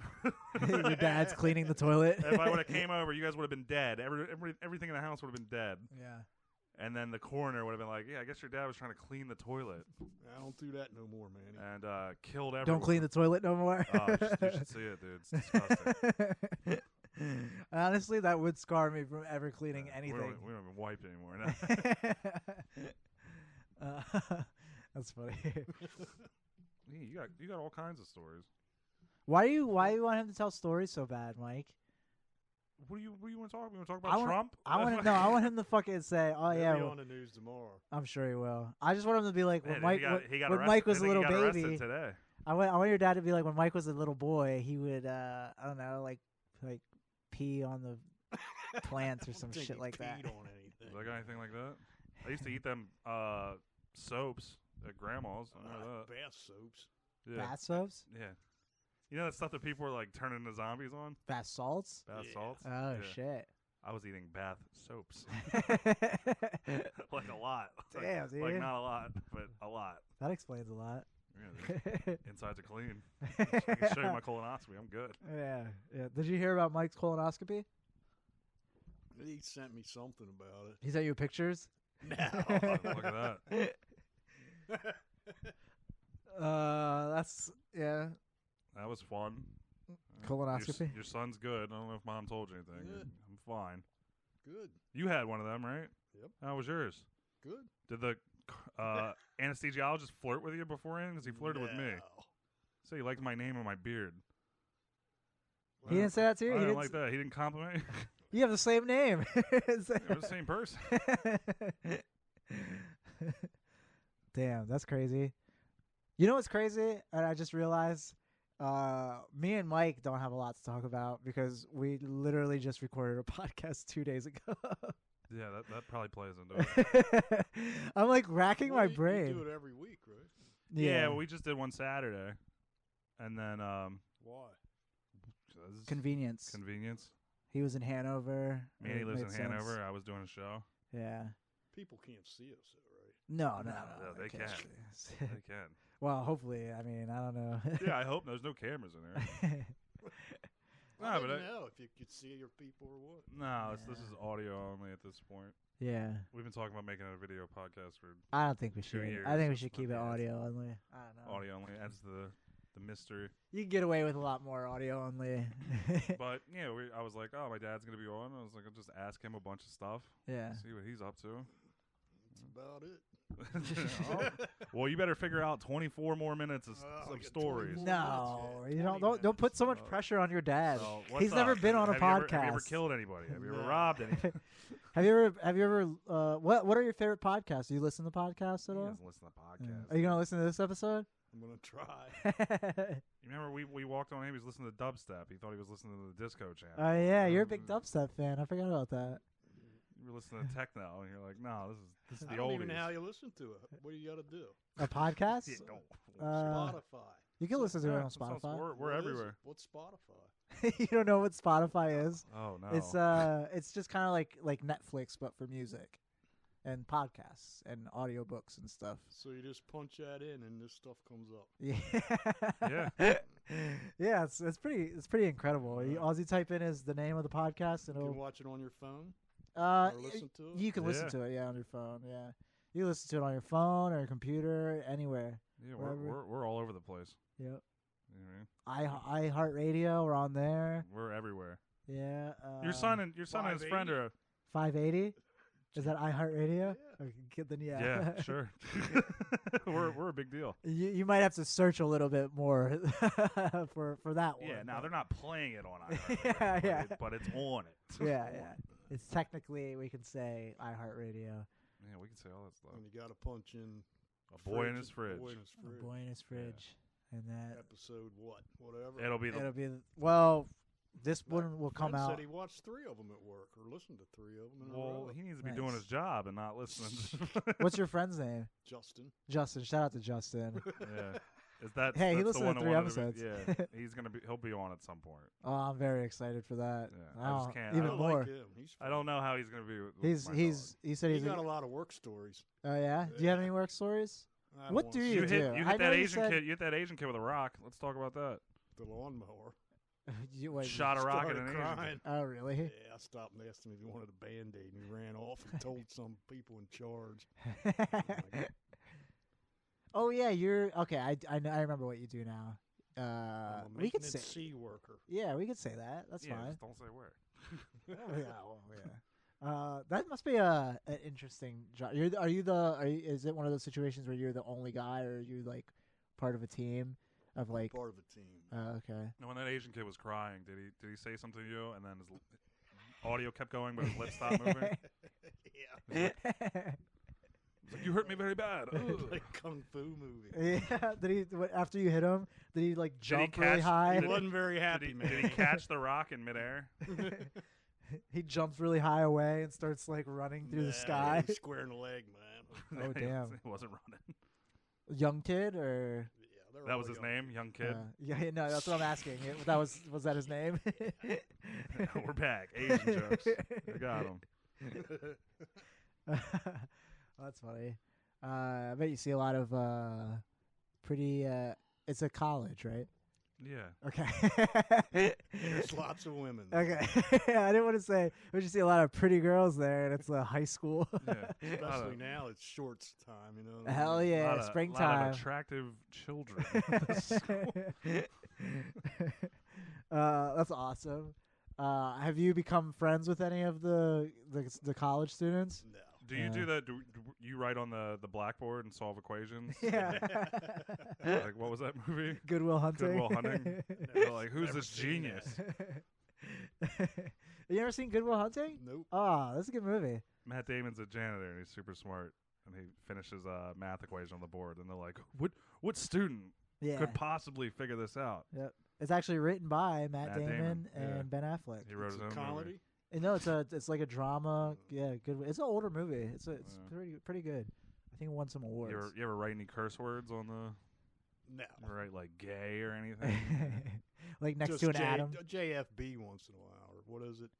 Speaker 2: Your dad's cleaning the toilet.
Speaker 1: if I would have came over, you guys would have been dead. Every, every everything in the house would have been dead.
Speaker 2: yeah.
Speaker 1: And then the coroner would have been like, "Yeah, I guess your dad was trying to clean the toilet
Speaker 3: I don't do that no more, man.
Speaker 1: and uh, killed everyone."
Speaker 2: Don't clean the toilet no more.
Speaker 1: Oh, you should- you should see it, dude. It's disgusting.
Speaker 2: Honestly, that would scar me from ever cleaning
Speaker 1: Yeah, We
Speaker 2: anything.
Speaker 1: don't, we don't even wipe anymore. Now.
Speaker 2: uh, that's funny.
Speaker 1: Yeah, you got you got all kinds of stories.
Speaker 2: why do you why do you want him to tell stories so bad, Mike?
Speaker 1: What do you what do you want to talk? We want to talk
Speaker 2: I
Speaker 1: about
Speaker 2: wanna-
Speaker 1: Trump?
Speaker 2: I want to know. I want him to fucking say, "Oh
Speaker 3: He'll
Speaker 2: yeah,
Speaker 3: be
Speaker 2: well,
Speaker 3: on the news tomorrow.
Speaker 2: I'm sure he will." I just want him to be like,
Speaker 1: Man,
Speaker 2: when Mike,
Speaker 1: he got,
Speaker 2: when-
Speaker 1: he got
Speaker 2: when
Speaker 1: arrested.
Speaker 2: Mike
Speaker 1: I
Speaker 2: was a
Speaker 1: think
Speaker 2: little
Speaker 1: he got arrested
Speaker 2: baby,
Speaker 1: today.
Speaker 2: I want I want your dad to be like, when Mike was a little boy, he would, uh, I don't know, like like pee on the plants
Speaker 3: I
Speaker 2: or
Speaker 3: don't
Speaker 2: some
Speaker 3: think
Speaker 2: shit
Speaker 3: he
Speaker 2: like that.
Speaker 3: peed on
Speaker 1: Is
Speaker 3: anything.
Speaker 1: that got anything like that? I used to eat them uh, soaps at grandma's. I
Speaker 3: Uh,
Speaker 1: know
Speaker 3: bath soaps.
Speaker 1: that. Yeah,
Speaker 2: Bath soaps,
Speaker 1: yeah. You know that stuff that people were like turning into zombies on?
Speaker 2: bath salts.
Speaker 1: Bath
Speaker 3: Yeah.
Speaker 1: salts.
Speaker 2: Oh
Speaker 1: Yeah.
Speaker 2: shit!
Speaker 1: I was eating bath soaps like a lot. Like-
Speaker 2: Damn,
Speaker 1: like,
Speaker 2: dude.
Speaker 1: not a lot, but a lot.
Speaker 2: that explains a lot.
Speaker 1: Yeah, insides are clean. I can show you my colonoscopy. I'm good.
Speaker 2: yeah, yeah. Did you hear about Mike's colonoscopy?
Speaker 3: He sent me something about it.
Speaker 2: He sent you pictures.
Speaker 1: Oh, look at that.
Speaker 2: Uh, that's yeah,
Speaker 1: That was fun. Uh, Your,
Speaker 2: colonoscopy.
Speaker 1: s- your son's good. I don't know if mom told you anything.
Speaker 3: Yeah.
Speaker 1: I'm fine.
Speaker 3: Good,
Speaker 1: You had one of them, right?
Speaker 3: Yep.
Speaker 1: How was yours?
Speaker 3: good.
Speaker 1: Did the uh, anesthesiologist flirt with you beforehand? Because he flirted with me.
Speaker 3: No.
Speaker 1: So he liked my name and my beard.
Speaker 2: He didn't say that to
Speaker 1: I
Speaker 2: you. He
Speaker 1: didn't
Speaker 2: didn't
Speaker 1: like
Speaker 2: s-
Speaker 1: that. He didn't compliment me.
Speaker 2: You have the same name.
Speaker 1: We're the same person.
Speaker 2: Damn, that's crazy. You know what's crazy? And I just realized uh me and Mike don't have a lot to talk about because we literally just recorded a podcast 2 days ago.
Speaker 1: Yeah, that, that probably plays into it.
Speaker 2: I'm like racking
Speaker 3: Well,
Speaker 2: my
Speaker 3: you- you
Speaker 2: brain.
Speaker 3: do it every week, right?
Speaker 1: yeah, well, we just did one Saturday, and then um,
Speaker 3: Why?
Speaker 1: this is
Speaker 2: convenience.
Speaker 1: convenience.
Speaker 2: he was in Hanover. and
Speaker 1: Manny
Speaker 2: it
Speaker 1: lives in
Speaker 2: made sense.
Speaker 1: Hanover. I was doing a show.
Speaker 2: Yeah.
Speaker 3: People can't see us, though, right?
Speaker 2: No,
Speaker 1: No,
Speaker 2: no, no.
Speaker 1: no,
Speaker 2: I
Speaker 1: they
Speaker 2: can't
Speaker 1: can't.
Speaker 2: do this.
Speaker 1: I can.
Speaker 2: well, hopefully. I mean, I don't know.
Speaker 1: Yeah, I hope there's no cameras in there.
Speaker 3: I
Speaker 1: No, but
Speaker 3: didn't
Speaker 1: I-
Speaker 3: know if you could see your people or what.
Speaker 1: No, it's, this
Speaker 2: Yeah.
Speaker 1: is audio only at this point.
Speaker 2: yeah.
Speaker 1: We've been talking about making it a video podcast for
Speaker 2: I don't think we
Speaker 1: Two
Speaker 2: should.
Speaker 1: years,
Speaker 2: I think we
Speaker 1: that's
Speaker 2: should
Speaker 1: not
Speaker 2: keep it
Speaker 1: bad.
Speaker 2: audio only. I don't know.
Speaker 1: audio only. Adds to the the mystery.
Speaker 2: You can get away with a lot more audio only.
Speaker 1: But yeah, we, I was like, oh, my dad's gonna be on. I was like, I'll just ask him a bunch of stuff,
Speaker 2: yeah.
Speaker 1: see what he's up
Speaker 3: That's
Speaker 2: Mm.
Speaker 3: about it.
Speaker 1: to. well, you better figure out 24 more minutes of s-
Speaker 3: Oh,
Speaker 1: some
Speaker 3: get
Speaker 1: stories.
Speaker 3: Well,
Speaker 2: No,
Speaker 3: that's it.
Speaker 2: you don't.
Speaker 3: 20
Speaker 2: Don't, don't put so much
Speaker 1: minutes.
Speaker 2: pressure on your dad.
Speaker 1: So, what's
Speaker 2: He's never
Speaker 1: up?
Speaker 2: been on a
Speaker 1: Have you ever- have you ever
Speaker 2: podcast.
Speaker 1: killed anybody? Have you ever
Speaker 3: No.
Speaker 1: robbed anybody?
Speaker 2: have you ever? Have you ever? Uh, what What are your favorite podcasts? Do you listen to podcasts at
Speaker 1: He
Speaker 2: all?
Speaker 1: doesn't listen to
Speaker 2: Yeah.
Speaker 1: podcasts.
Speaker 2: Are you gonna listen to this episode?
Speaker 3: I'm gonna try.
Speaker 1: You remember we, we walked on him. He was listening to dubstep. He thought he was listening to the disco channel.
Speaker 2: Oh yeah, you're a big
Speaker 1: Um,
Speaker 2: dubstep fan. I forgot about that.
Speaker 1: You were listening to techno, and you're like, no, this is this is
Speaker 3: I
Speaker 1: the
Speaker 3: don't
Speaker 1: oldies.
Speaker 3: even know how you listen to it. What do you got to do?
Speaker 2: A podcast?
Speaker 1: Yeah, don't.
Speaker 2: Uh,
Speaker 3: Spotify.
Speaker 2: you can listen to
Speaker 1: Yeah,
Speaker 2: it on
Speaker 1: it's on-
Speaker 2: Spotify.
Speaker 1: We're, we're
Speaker 3: What is it?
Speaker 1: everywhere.
Speaker 3: What's Spotify?
Speaker 2: you don't know what Spotify is?
Speaker 1: Oh no.
Speaker 2: It's uh, it's just kind of like like Netflix but for music, and podcasts and audiobooks and stuff.
Speaker 3: So you just punch that in, and this stuff comes up.
Speaker 2: Yeah.
Speaker 1: Yeah.
Speaker 2: yeah, it's it's pretty it's pretty incredible. You,
Speaker 3: Yeah.
Speaker 2: all you type in is the name of the podcast and
Speaker 3: You can
Speaker 2: it'll
Speaker 3: watch it on your phone
Speaker 2: uh
Speaker 3: or
Speaker 2: y-
Speaker 3: listen to it.
Speaker 2: you can listen
Speaker 1: Yeah.
Speaker 2: to it yeah on your phone yeah you listen to it on your phone or your computer anywhere.
Speaker 1: yeah, we're, we're
Speaker 2: wherever-
Speaker 1: we're all over the place.
Speaker 2: Yep.
Speaker 1: You know what I mean?
Speaker 2: I iHeartRadio, we're on there.
Speaker 1: We're everywhere.
Speaker 2: Yeah. Uh,
Speaker 1: your son and your son and his friend are.
Speaker 2: 580. Is that iHeartRadio? Okay, good, then yeah.
Speaker 1: Yeah, sure. we're we're a big deal.
Speaker 2: you you might have to search a little bit more for for that one.
Speaker 1: Yeah. Now
Speaker 2: but-
Speaker 1: they're not playing it on iHeartRadio,
Speaker 2: Yeah,
Speaker 1: but,
Speaker 2: yeah.
Speaker 1: It, but it's on it.
Speaker 2: Yeah, yeah. It's technically we can say iHeartRadio.
Speaker 1: Yeah, we can say all that stuff.
Speaker 3: and you got to punch in
Speaker 1: A boy in his fridge.
Speaker 3: Boy in his
Speaker 2: A
Speaker 3: fridge.
Speaker 2: boy in his fridge, and that
Speaker 3: Episode what? Whatever.
Speaker 1: It'll be the
Speaker 2: it'll be well. This
Speaker 3: My
Speaker 2: one will come
Speaker 3: Fred
Speaker 2: out.
Speaker 3: Said he watched three of them at work, or listened to three of them in a row.
Speaker 1: well. He needs to be doing
Speaker 2: Nice.
Speaker 1: his job and not listening.
Speaker 2: What's your friend's name?
Speaker 3: Justin.
Speaker 2: Justin. Shout out to Justin.
Speaker 1: yeah. Is that
Speaker 2: Hey, he
Speaker 1: that's the
Speaker 2: listened
Speaker 1: one
Speaker 2: to
Speaker 1: that
Speaker 2: three
Speaker 1: wanted to be-
Speaker 2: episodes.
Speaker 1: yeah, he's gonna be. He'll be on at some point.
Speaker 2: Oh, I'm very excited for that.
Speaker 1: Yeah, I just
Speaker 2: Oh,
Speaker 1: can't- I
Speaker 2: Even
Speaker 3: I
Speaker 2: more.
Speaker 3: Like him. He's
Speaker 1: I don't know how he's gonna be. With, with
Speaker 2: he's
Speaker 1: my
Speaker 2: he's
Speaker 1: dog.
Speaker 2: he said
Speaker 3: He
Speaker 2: he's.
Speaker 3: got
Speaker 2: a-
Speaker 3: a lot of work stories.
Speaker 2: oh yeah. Do you have
Speaker 3: Yeah.
Speaker 2: any work stories?
Speaker 3: I don't
Speaker 2: What
Speaker 3: wanna
Speaker 2: do
Speaker 1: You
Speaker 2: you
Speaker 3: see
Speaker 1: hit,
Speaker 2: do.
Speaker 1: you
Speaker 2: I
Speaker 1: hit that
Speaker 2: know you
Speaker 1: Asian
Speaker 2: said-
Speaker 1: kid. You hit that Asian kid with a rock. Let's talk about that.
Speaker 3: The lawnmower.
Speaker 2: you, wait,
Speaker 1: Shot a rock at
Speaker 3: Started
Speaker 1: an Asian
Speaker 3: crying.
Speaker 1: kid.
Speaker 2: Oh really?
Speaker 3: Yeah, I stopped and asked him if he wanted a band aid, and he ran off and told some people in charge.
Speaker 2: oh yeah, you're okay. I I, know, I remember what you do now. Uh,
Speaker 3: I'm a
Speaker 2: we could
Speaker 3: maintenance
Speaker 2: say
Speaker 3: sea worker.
Speaker 2: yeah, we could say that. That's
Speaker 1: yeah,
Speaker 2: fine.
Speaker 1: just don't say where.
Speaker 2: Oh, yeah, well, yeah. Uh, that must be a an interesting job. You're, the- are you the? Are you, is it one of those situations where you're the only guy, or are you like part of a team of like?
Speaker 3: part of a team.
Speaker 2: Oh, okay.
Speaker 1: And when that Asian kid was crying, did he did he say something to you? And then his l- audio kept going, but his lips stopped moving.
Speaker 3: yeah,
Speaker 1: He's like, you hurt me very bad.
Speaker 3: it's
Speaker 1: Ugh.
Speaker 3: like kung fu movie.
Speaker 2: yeah. Did he what, after you hit him? Did he like
Speaker 1: he
Speaker 2: jump
Speaker 1: catch-
Speaker 2: really high? Oh,
Speaker 1: did
Speaker 3: He wasn't very
Speaker 1: Did
Speaker 3: happy,
Speaker 1: he,
Speaker 3: man.
Speaker 1: did he catch the rock in midair?
Speaker 2: he jumps really high away and starts like running through
Speaker 3: Nah,
Speaker 2: the sky.
Speaker 3: he's square in the leg, man.
Speaker 2: Oh, damn.
Speaker 1: he wasn't running.
Speaker 2: Young kid or
Speaker 3: Yeah, they're
Speaker 1: That
Speaker 3: all
Speaker 1: was his
Speaker 3: young.
Speaker 1: name, young kid.
Speaker 2: Uh, yeah, yeah, no, that's what I'm asking. Yeah, That was was that his name?
Speaker 1: We're back. Asian jokes. I got him.
Speaker 2: that's funny. Uh, I bet you see a lot of uh, pretty. Uh, it's a college, right?
Speaker 1: Yeah.
Speaker 2: Okay.
Speaker 3: There's lots of women. there.
Speaker 2: okay. I didn't want to say, but you see a lot of pretty girls there, and it's a high school.
Speaker 1: Yeah. A lot
Speaker 3: Especially
Speaker 1: of-
Speaker 3: now, it's shorts time, you know. what I
Speaker 2: Hell
Speaker 3: mean?
Speaker 2: yeah,
Speaker 1: lot of- Lot
Speaker 2: springtime.
Speaker 1: of attractive children. at this school.
Speaker 2: uh, that's awesome. Uh, have you become friends with any of the the, the college students?
Speaker 3: No.
Speaker 1: Do you
Speaker 2: Yeah.
Speaker 1: do that? Do, do you write on the, the blackboard and solve equations?
Speaker 2: Yeah.
Speaker 1: like what was that movie?
Speaker 2: Goodwill Hunting.
Speaker 1: Goodwill Hunting. They're like, who's
Speaker 3: Never
Speaker 1: this
Speaker 3: seen that.
Speaker 1: genius?
Speaker 2: Have you ever seen Goodwill Hunting?
Speaker 3: Nope.
Speaker 2: Oh, that's a good movie.
Speaker 1: Matt Damon's a janitor and he's super smart, and he finishes a math equation on the board, and they're like, "What? What student
Speaker 2: Yeah.
Speaker 1: could possibly figure this out?"
Speaker 2: It's actually written by Matt,
Speaker 1: Matt Damon,
Speaker 2: Damon,
Speaker 1: yeah.
Speaker 2: and Ben Affleck.
Speaker 1: He wrote
Speaker 3: It's
Speaker 1: his
Speaker 3: a
Speaker 1: own
Speaker 3: comedy.
Speaker 2: And no, it's a it's like a drama. Yeah, good. It's an older movie. It's a, it's
Speaker 1: Yeah.
Speaker 2: pretty pretty good. I think it won some
Speaker 1: You
Speaker 2: awards.
Speaker 1: ever, you ever write any curse words on the?
Speaker 3: No.
Speaker 1: You ever write like gay or anything?
Speaker 2: like next
Speaker 3: Just
Speaker 2: to an
Speaker 3: J-
Speaker 2: atom.
Speaker 3: JFB once in a while. Or what is it?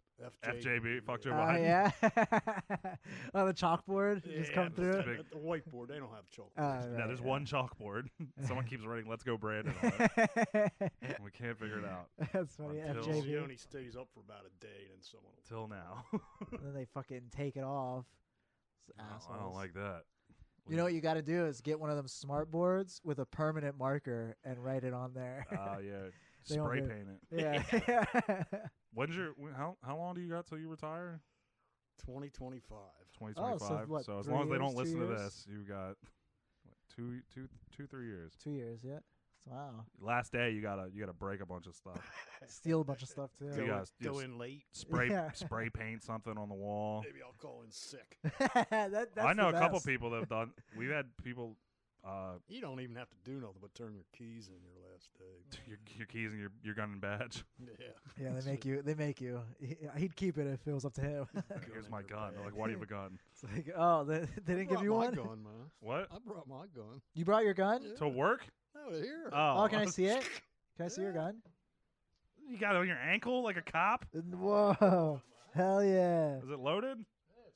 Speaker 3: FJ,
Speaker 1: FJB, fuck Joe
Speaker 2: Oh
Speaker 1: Biden.
Speaker 2: yeah, on the chalkboard, you just
Speaker 3: Yeah,
Speaker 2: come
Speaker 3: but
Speaker 2: through.
Speaker 1: big-
Speaker 3: At the whiteboard, they don't have chalk.
Speaker 2: Oh, right,
Speaker 1: No, there's
Speaker 2: yeah.
Speaker 1: one chalkboard. Someone keeps writing "Let's go, Brandon." On it.
Speaker 2: That's
Speaker 1: we can't figure it out
Speaker 2: funny.
Speaker 1: Until-
Speaker 3: So
Speaker 1: JB.
Speaker 3: He
Speaker 2: FJB.
Speaker 3: only stays up for about a day, and then someone. will-
Speaker 1: till now.
Speaker 2: And then they fucking take it off. Those
Speaker 1: I don't- I
Speaker 2: assholes.
Speaker 1: don't like that.
Speaker 2: You know what you got to do is get one of them smart boards with a permanent marker and write it on there.
Speaker 1: Uh, yeah,
Speaker 2: They don't
Speaker 1: spray
Speaker 2: do-
Speaker 1: paint it.
Speaker 2: yeah.
Speaker 1: When's your wh- how how long do you got till you retire?
Speaker 3: 2025.
Speaker 1: Twenty
Speaker 2: Oh,
Speaker 1: twenty
Speaker 2: so
Speaker 1: five.
Speaker 2: what,
Speaker 1: So as
Speaker 2: three
Speaker 1: long as they
Speaker 2: years,
Speaker 1: don't
Speaker 2: two
Speaker 1: listen to
Speaker 2: years?
Speaker 1: this, you got what, two two two three years.
Speaker 2: Two years, yeah. Wow.
Speaker 1: Last day, you gotta you gotta break a bunch of stuff.
Speaker 2: Steal a bunch of stuff too.
Speaker 1: You
Speaker 3: Go,
Speaker 1: guys
Speaker 3: in, go
Speaker 1: just- Oh.
Speaker 3: in late.
Speaker 1: Spray
Speaker 2: Yeah.
Speaker 1: spray paint something on the wall.
Speaker 3: Maybe I'll call in sick.
Speaker 2: that, that's
Speaker 1: I know a
Speaker 2: the
Speaker 1: couple
Speaker 2: best.
Speaker 1: people that have done. We've had people. Uh,
Speaker 3: You don't even have to do nothing but turn your keys in your last day.
Speaker 1: your, your keys and your, your gun and badge.
Speaker 3: Yeah.
Speaker 2: Yeah,
Speaker 3: That's
Speaker 2: they make
Speaker 3: it.
Speaker 2: you. They make you. He, he'd keep it if it was up to him.
Speaker 1: Here's
Speaker 3: in
Speaker 1: my
Speaker 3: your
Speaker 1: gun. They're like,
Speaker 3: bag.
Speaker 1: why do you have a gun?
Speaker 2: it's like, oh, they, they didn't
Speaker 3: I
Speaker 2: give
Speaker 3: brought
Speaker 2: you
Speaker 3: my
Speaker 2: one.
Speaker 3: Gun, man.
Speaker 1: What?
Speaker 2: Oh,
Speaker 3: I brought my gun.
Speaker 2: You brought your gun.
Speaker 3: Yeah.
Speaker 1: To work?
Speaker 3: Out of here.
Speaker 1: Uh,
Speaker 2: Oh, can I see it? Can I see your
Speaker 3: Yeah.
Speaker 2: gun?
Speaker 1: You got it on your ankle like a cop?
Speaker 2: Whoa! Hell yeah!
Speaker 1: Is it loaded?
Speaker 3: That's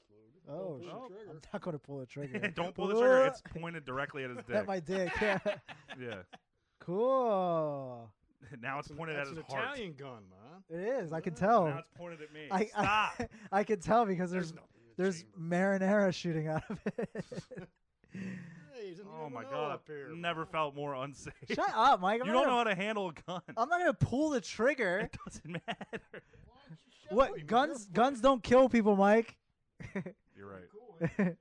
Speaker 3: loaded. Don't
Speaker 2: Oh,
Speaker 3: pull the
Speaker 2: shit.
Speaker 3: trigger.
Speaker 2: I'm not gonna pull the trigger.
Speaker 1: Don't pull the trigger.
Speaker 2: Whoa.
Speaker 1: It's pointed directly at his dick.
Speaker 2: at my dick. Yeah.
Speaker 1: yeah.
Speaker 2: cool.
Speaker 1: Now it's
Speaker 3: That's an-
Speaker 1: pointed at
Speaker 3: that's
Speaker 1: his
Speaker 3: an
Speaker 1: heart.
Speaker 3: Italian gun, man.
Speaker 2: It is. I can
Speaker 3: Yeah.
Speaker 2: tell.
Speaker 1: Now it's pointed at me.
Speaker 2: I,
Speaker 1: Stop.
Speaker 2: I, I can tell because there's
Speaker 3: nothing in the
Speaker 2: there's
Speaker 3: chamber.
Speaker 2: marinara shooting out of it.
Speaker 3: Hey, you
Speaker 1: oh
Speaker 3: never
Speaker 1: my
Speaker 3: know
Speaker 1: god.
Speaker 3: Up here,
Speaker 1: I've never
Speaker 3: man.
Speaker 1: felt more unsafe.
Speaker 2: Shut up, Mike.
Speaker 1: you
Speaker 2: I'm
Speaker 1: don't
Speaker 2: not
Speaker 1: know
Speaker 2: gonna,
Speaker 1: how to handle a gun.
Speaker 2: I'm not gonna pull the trigger.
Speaker 1: It doesn't matter.
Speaker 3: Why don't you shut up,
Speaker 2: What
Speaker 3: man?
Speaker 2: guns?
Speaker 3: You're
Speaker 2: Guns don't kill people, Mike.
Speaker 1: You're right.
Speaker 3: fucking cool, ain't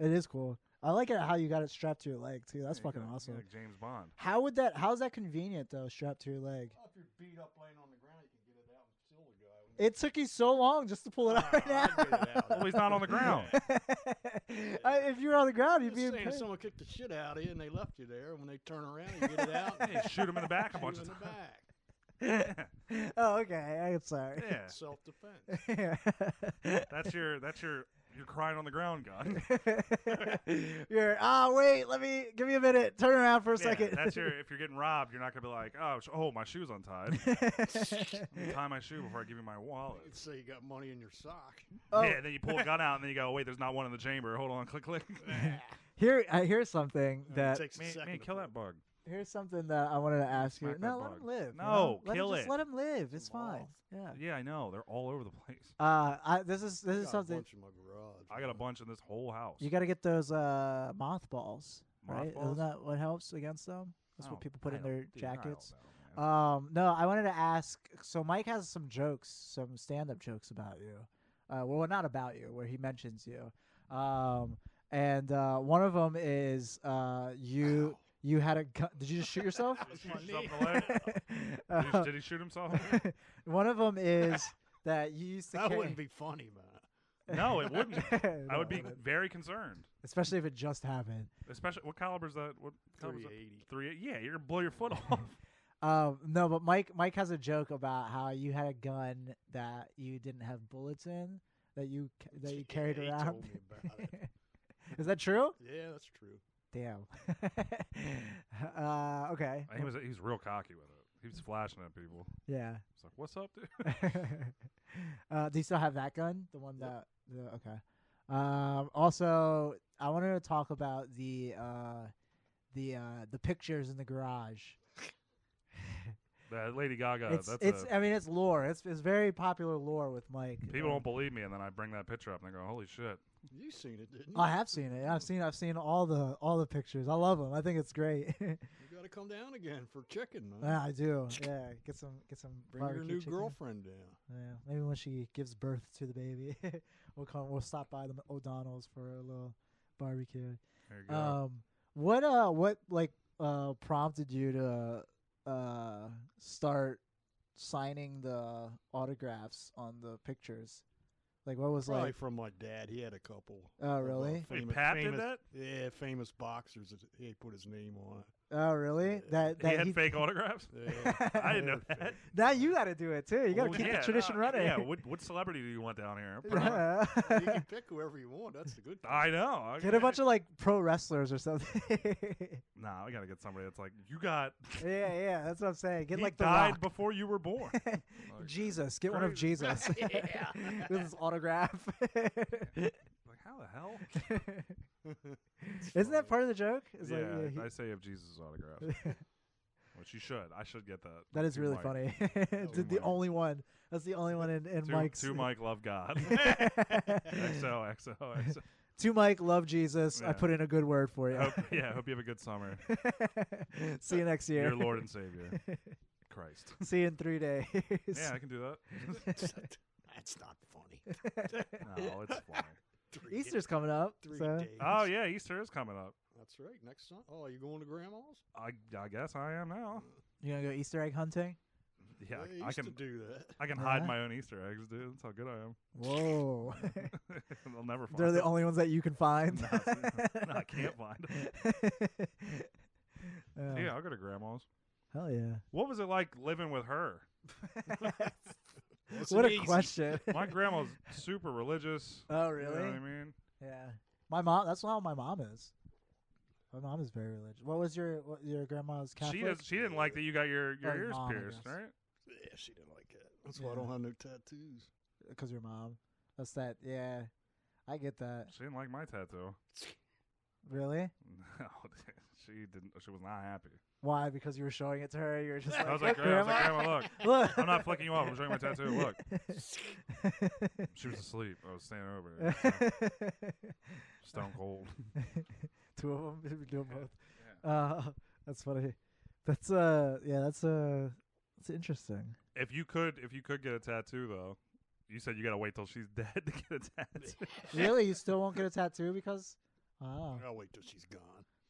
Speaker 2: it is cool. I like it how you got it strapped to your leg too. That's
Speaker 1: Yeah,
Speaker 2: fucking
Speaker 1: you're
Speaker 2: awesome.
Speaker 1: Like James Bond.
Speaker 2: How would that? How's that convenient though? Strapped to your leg.
Speaker 3: you? If you're beat up laying on the ground, you can get it out and kill the guy. wouldn't
Speaker 2: It took you so long just to pull it out right
Speaker 3: Ah, I'd get it
Speaker 2: now.
Speaker 3: out.
Speaker 1: Well, he's not on the ground.
Speaker 3: Yeah.
Speaker 2: I, if you were on the ground,
Speaker 3: I'm
Speaker 2: you'd
Speaker 3: just
Speaker 2: be in
Speaker 3: saying,
Speaker 2: pain.
Speaker 3: if someone kicked the shit out of you and they left you there, when they turn around, you get it out. and
Speaker 1: Hey, shoot him in the back a
Speaker 3: shoot
Speaker 1: bunch
Speaker 3: you
Speaker 1: of
Speaker 3: in the
Speaker 1: times.
Speaker 3: back.
Speaker 2: oh, okay. I'm sorry.
Speaker 1: Yeah.
Speaker 3: Self defense.
Speaker 1: That's your that's your you're crying on the ground gun.
Speaker 2: You're ah wait, let me give me a minute. Turn around for a
Speaker 1: Yeah,
Speaker 2: second.
Speaker 1: That's your if you're getting robbed, you're not gonna be like, oh, sh- oh, my shoe's untied. Let me tie my shoe before I give you my wallet.
Speaker 3: Say you got money in your sock.
Speaker 2: Oh.
Speaker 1: Yeah, then you pull a gun out and then you go, wait, there's not one in the chamber. Hold on, click, click. man,
Speaker 2: Here, I hear something
Speaker 3: That
Speaker 2: that
Speaker 3: takes a second.
Speaker 1: man,
Speaker 3: to
Speaker 1: kill
Speaker 3: pull.
Speaker 1: that bug.
Speaker 2: here's something that I wanted to ask you.
Speaker 1: Smack that
Speaker 2: No, let
Speaker 1: bug.
Speaker 2: him live. you
Speaker 1: No,
Speaker 2: know? Let him-
Speaker 1: kill
Speaker 2: just
Speaker 1: it.
Speaker 2: Let him live.
Speaker 3: It's
Speaker 2: It's fine. Yeah.
Speaker 1: Yeah, I know. They're all over the place.
Speaker 2: Uh, I, this is this
Speaker 3: I
Speaker 2: is
Speaker 3: got a
Speaker 2: something
Speaker 3: bunch in my garage.
Speaker 1: I got a
Speaker 3: man.
Speaker 1: bunch in this whole house.
Speaker 2: you got to get those uh mothballs, right?
Speaker 1: Mothballs?
Speaker 2: Isn't that what helps against them? That's
Speaker 1: Oh,
Speaker 2: what people put
Speaker 1: I
Speaker 2: in
Speaker 1: don't-
Speaker 2: their
Speaker 1: dude, I don't
Speaker 2: jackets.
Speaker 1: know, man.
Speaker 2: Um, no, I wanted to ask. So Mike has some jokes, some stand-up jokes about you. Uh, well, not about you, where he mentions you. Um, and uh, one of them is uh, you.
Speaker 3: Ow.
Speaker 2: You had a gun. Did you just shoot yourself?
Speaker 1: Did he
Speaker 3: my
Speaker 1: shoot himself in
Speaker 3: knee.
Speaker 1: the leg? Did he-
Speaker 2: Uh,
Speaker 1: Did he shoot himself?
Speaker 2: Um, one of them is that you used to.
Speaker 3: That
Speaker 2: carry-
Speaker 3: wouldn't be funny, man.
Speaker 1: No, it wouldn't. I
Speaker 2: No,
Speaker 1: would be
Speaker 2: it wouldn't.
Speaker 1: very concerned.
Speaker 2: especially if it just happened.
Speaker 1: Especially what caliber is that? What caliber is that?
Speaker 3: 380.
Speaker 1: Three. Yeah, you're gonna blow your foot off.
Speaker 2: Um, no, but Mike Mike has a joke about how you had a gun that you didn't have bullets in that you ca- that you carried
Speaker 3: He told
Speaker 2: around.
Speaker 3: me about it.
Speaker 2: Is that true?
Speaker 3: Yeah, that's true.
Speaker 2: Damn. uh, okay.
Speaker 1: he was he was real cocky with it. He was flashing at people.
Speaker 2: Yeah.
Speaker 1: It's like, what's up, dude?
Speaker 2: uh, do you still have that gun? The one that the, okay. Um, also, I wanted to talk about the uh, the uh, the pictures in the garage.
Speaker 1: That Lady Gaga.
Speaker 2: it's
Speaker 1: that's
Speaker 2: it's
Speaker 1: a,
Speaker 2: I mean it's lore. It's it's very popular lore with Mike.
Speaker 1: people
Speaker 2: Um,
Speaker 1: don't believe me, and then I bring that picture up, and they go, "Holy shit!"
Speaker 3: You seen it, didn't you?
Speaker 2: I have seen it. I've seen I've seen all the all the pictures. I love them. I think it's great.
Speaker 3: You got to come down again for chicken, man.
Speaker 2: Yeah, I do. Yeah, get some get some
Speaker 3: Bring your
Speaker 2: barbecue
Speaker 3: new
Speaker 2: chicken.
Speaker 3: girlfriend down.
Speaker 2: Yeah, maybe when she gives birth to the baby, we'll come. We'll stop by the O'Donnell's for a little barbecue.
Speaker 1: There you go.
Speaker 2: Um, what uh, what like uh prompted you to uh start signing the autographs on the pictures? Like, what was
Speaker 3: Probably
Speaker 2: like?
Speaker 3: from my dad. He had a couple.
Speaker 2: Oh,
Speaker 3: of, uh,
Speaker 2: really?
Speaker 1: Wait, Pat did that?
Speaker 3: Yeah, famous boxers. that He put his name on it.
Speaker 2: Oh, really? That
Speaker 1: He
Speaker 2: that
Speaker 1: had
Speaker 2: he-
Speaker 1: fake autographs. I didn't know that.
Speaker 2: now you got to do it too. You got to
Speaker 1: Well,
Speaker 2: keep
Speaker 1: yeah,
Speaker 2: the tradition
Speaker 1: uh,
Speaker 2: running.
Speaker 1: Yeah, what, what celebrity do you want down here?
Speaker 2: Yeah.
Speaker 3: you can pick whoever you want. That's the good thing.
Speaker 1: I know. I-
Speaker 2: Get a bunch of like pro wrestlers or something. yeah,
Speaker 1: Nah, we gotta get somebody that's like you got.
Speaker 2: yeah, that's what I'm saying. Get
Speaker 1: he
Speaker 2: like the
Speaker 1: died
Speaker 2: Rock.
Speaker 1: before you were born. Like,
Speaker 2: Jesus, get one of
Speaker 1: crazy.
Speaker 2: Jesus.
Speaker 3: Yeah.
Speaker 2: With his autograph.
Speaker 1: like how the hell?
Speaker 2: Isn't
Speaker 3: funny.
Speaker 2: that part of the joke? It's
Speaker 1: yeah,
Speaker 2: like, yeah, he-
Speaker 1: I say of Jesus' autograph, which you should. I should get that.
Speaker 2: that is
Speaker 1: To
Speaker 2: really
Speaker 1: Mike.
Speaker 2: funny. It's
Speaker 1: to
Speaker 2: the
Speaker 1: Mike.
Speaker 2: only one. That's the only one in, in
Speaker 1: To,
Speaker 2: Mike's.
Speaker 1: to Mike, love God. XO, XO, XO.
Speaker 2: To Mike, love Jesus.
Speaker 1: Yeah.
Speaker 2: I put in a good word for
Speaker 1: I
Speaker 2: you.
Speaker 1: hope, yeah, I hope you have a good summer.
Speaker 2: See you next year.
Speaker 1: Your Lord and Savior, Christ.
Speaker 2: See you in three days.
Speaker 1: Yeah, I can do that.
Speaker 3: That's not funny.
Speaker 1: no, it's funny.
Speaker 3: Three
Speaker 2: Easter's coming up.
Speaker 3: Three
Speaker 2: so.
Speaker 3: days.
Speaker 1: Oh yeah, Easter is coming up.
Speaker 3: That's right. Next Sunday. Oh, are you going to grandma's? Mm.
Speaker 1: I, I guess I am now.
Speaker 2: You gonna go Easter egg hunting?
Speaker 1: Yeah,
Speaker 3: They used
Speaker 1: I can
Speaker 3: to do that.
Speaker 1: I can hide
Speaker 2: Yeah.
Speaker 1: my own Easter eggs, dude. That's how good I am.
Speaker 2: Whoa!
Speaker 1: They'll never find.
Speaker 2: They're the
Speaker 1: them.
Speaker 2: only ones that you can find.
Speaker 1: No, no, I can't find. Them.
Speaker 2: Um,
Speaker 1: Yeah, I'll go to grandma's.
Speaker 2: Hell yeah!
Speaker 1: What was it like living with her?
Speaker 3: Wasn't
Speaker 2: what a
Speaker 3: easy.
Speaker 2: question.
Speaker 1: My grandma's super religious.
Speaker 2: oh
Speaker 1: You know
Speaker 2: really?
Speaker 1: what I mean,
Speaker 2: Yeah. My mom. That's how my mom is. My mom is very religious. What was your what, your grandma's Catholic?
Speaker 1: she does. She didn't like that you got your your
Speaker 2: Oh,
Speaker 1: ears
Speaker 2: mom, I
Speaker 1: pierced,
Speaker 2: guess.
Speaker 1: right?
Speaker 3: Yeah, she didn't like that. That's why I don't
Speaker 2: Yeah.
Speaker 3: have no tattoos.
Speaker 2: Because your mom. That's that. Yeah. I get that.
Speaker 1: She didn't like my tattoo.
Speaker 2: Really?
Speaker 1: No, dude, she didn't. She was not happy.
Speaker 2: Why? Because you were showing it to her. You were just like,
Speaker 1: I was
Speaker 2: "Look,
Speaker 1: like, grandma, I was like,
Speaker 2: grandma,
Speaker 1: grandma, look,
Speaker 2: look.
Speaker 1: I'm not flicking you off. I'm showing my tattoo. Look, she was asleep. I was standing over there, stone cold.
Speaker 2: Two of them. We do 'em both.
Speaker 1: Yeah.
Speaker 2: Uh, that's funny. That's uh, yeah, that's uh, that's interesting.
Speaker 1: If you could, if you could get a tattoo though, you said you gotta wait till she's dead to get a tattoo.
Speaker 2: really, you still won't get a tattoo because, wow.
Speaker 3: I'll wait till she's gone.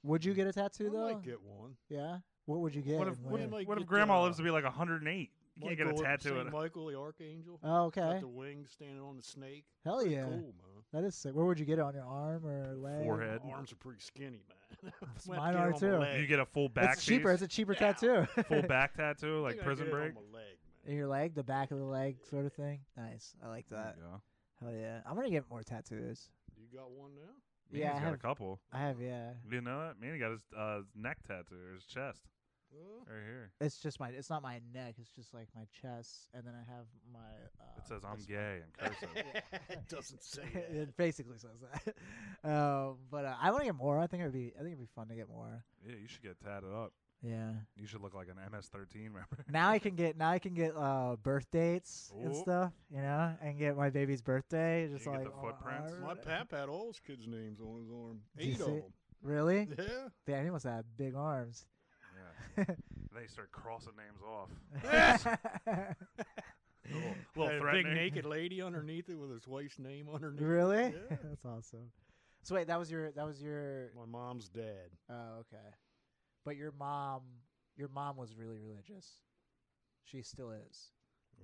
Speaker 2: Would you get a tattoo
Speaker 3: I
Speaker 2: though?
Speaker 3: might get one.
Speaker 2: Yeah. What would you get?
Speaker 1: what if
Speaker 2: and
Speaker 1: what, if-
Speaker 2: where?
Speaker 3: Like
Speaker 1: uh, what if
Speaker 3: get,
Speaker 1: Grandma
Speaker 3: uh,
Speaker 1: lives to be like 108? You can't get a
Speaker 3: Michael-
Speaker 1: tattoo.
Speaker 3: Saint
Speaker 1: At,
Speaker 3: Michael the Archangel.
Speaker 2: oh,
Speaker 3: Got
Speaker 2: okay.
Speaker 3: the wings standing on the snake.
Speaker 2: Hell
Speaker 3: Pretty
Speaker 2: yeah,
Speaker 3: Cool, man.
Speaker 2: that is sick. Where would you get it on your arm or leg?
Speaker 1: Forehead.
Speaker 3: My arms are pretty skinny, man. Might
Speaker 2: mine
Speaker 3: get
Speaker 2: are
Speaker 3: it on my
Speaker 2: too.
Speaker 1: you
Speaker 3: leg.
Speaker 1: get a full back.
Speaker 2: it's cheaper.
Speaker 1: piece,
Speaker 2: It's a cheaper
Speaker 3: Yeah.
Speaker 2: tattoo.
Speaker 1: full back tattoo,
Speaker 3: I
Speaker 1: like
Speaker 3: think I
Speaker 1: Prison
Speaker 3: get it
Speaker 1: break.
Speaker 3: On my leg, man.
Speaker 2: In your leg, the back of the leg, sort of thing. Nice. I like that.
Speaker 1: Yeah,
Speaker 2: Hell yeah. I'm gonna get more tattoos.
Speaker 3: You got one now?
Speaker 1: Manny's
Speaker 2: yeah, I
Speaker 1: got a
Speaker 2: have.
Speaker 1: couple.
Speaker 2: I have. Yeah.
Speaker 1: You didn't know that? Manny got his uh, his neck tattoo, or his chest,
Speaker 3: Well,
Speaker 1: right here.
Speaker 2: It's just my. It's not my neck. It's just like my chest, and then I have my. Uh,
Speaker 3: Oh,
Speaker 1: It says I'm
Speaker 2: this
Speaker 1: gay in cursive.
Speaker 3: it doesn't say that.
Speaker 2: it basically says that. Um, but uh, I want to get more. I think it would be. I think it'd be fun to get more.
Speaker 1: yeah, you should get tatted up.
Speaker 2: Yeah.
Speaker 1: You should look like an MS-13 member.
Speaker 2: Now I can get. Now I can get uh, birth dates and
Speaker 1: Ooh.
Speaker 2: stuff. You know, and get my baby's birthday. Just
Speaker 1: Oh. You
Speaker 2: like oh,
Speaker 1: get the
Speaker 2: on my
Speaker 1: footprints?
Speaker 2: arm.
Speaker 3: My pap had all his kids' names on his arm.
Speaker 2: Do you
Speaker 3: Eight of
Speaker 2: see-
Speaker 3: them.
Speaker 2: Really?
Speaker 3: Yeah.
Speaker 2: Damn, he must have big arms.
Speaker 1: yeah. They start crossing names off. little,
Speaker 3: Had
Speaker 1: little
Speaker 3: a big
Speaker 1: threatening.
Speaker 3: naked lady underneath it with his wife's name underneath. it.
Speaker 2: really?
Speaker 3: Yeah.
Speaker 2: That's awesome. So wait, that was your. That was your.
Speaker 3: My mom's dad.
Speaker 2: Oh, okay. But your mom, your mom was really religious. She still is.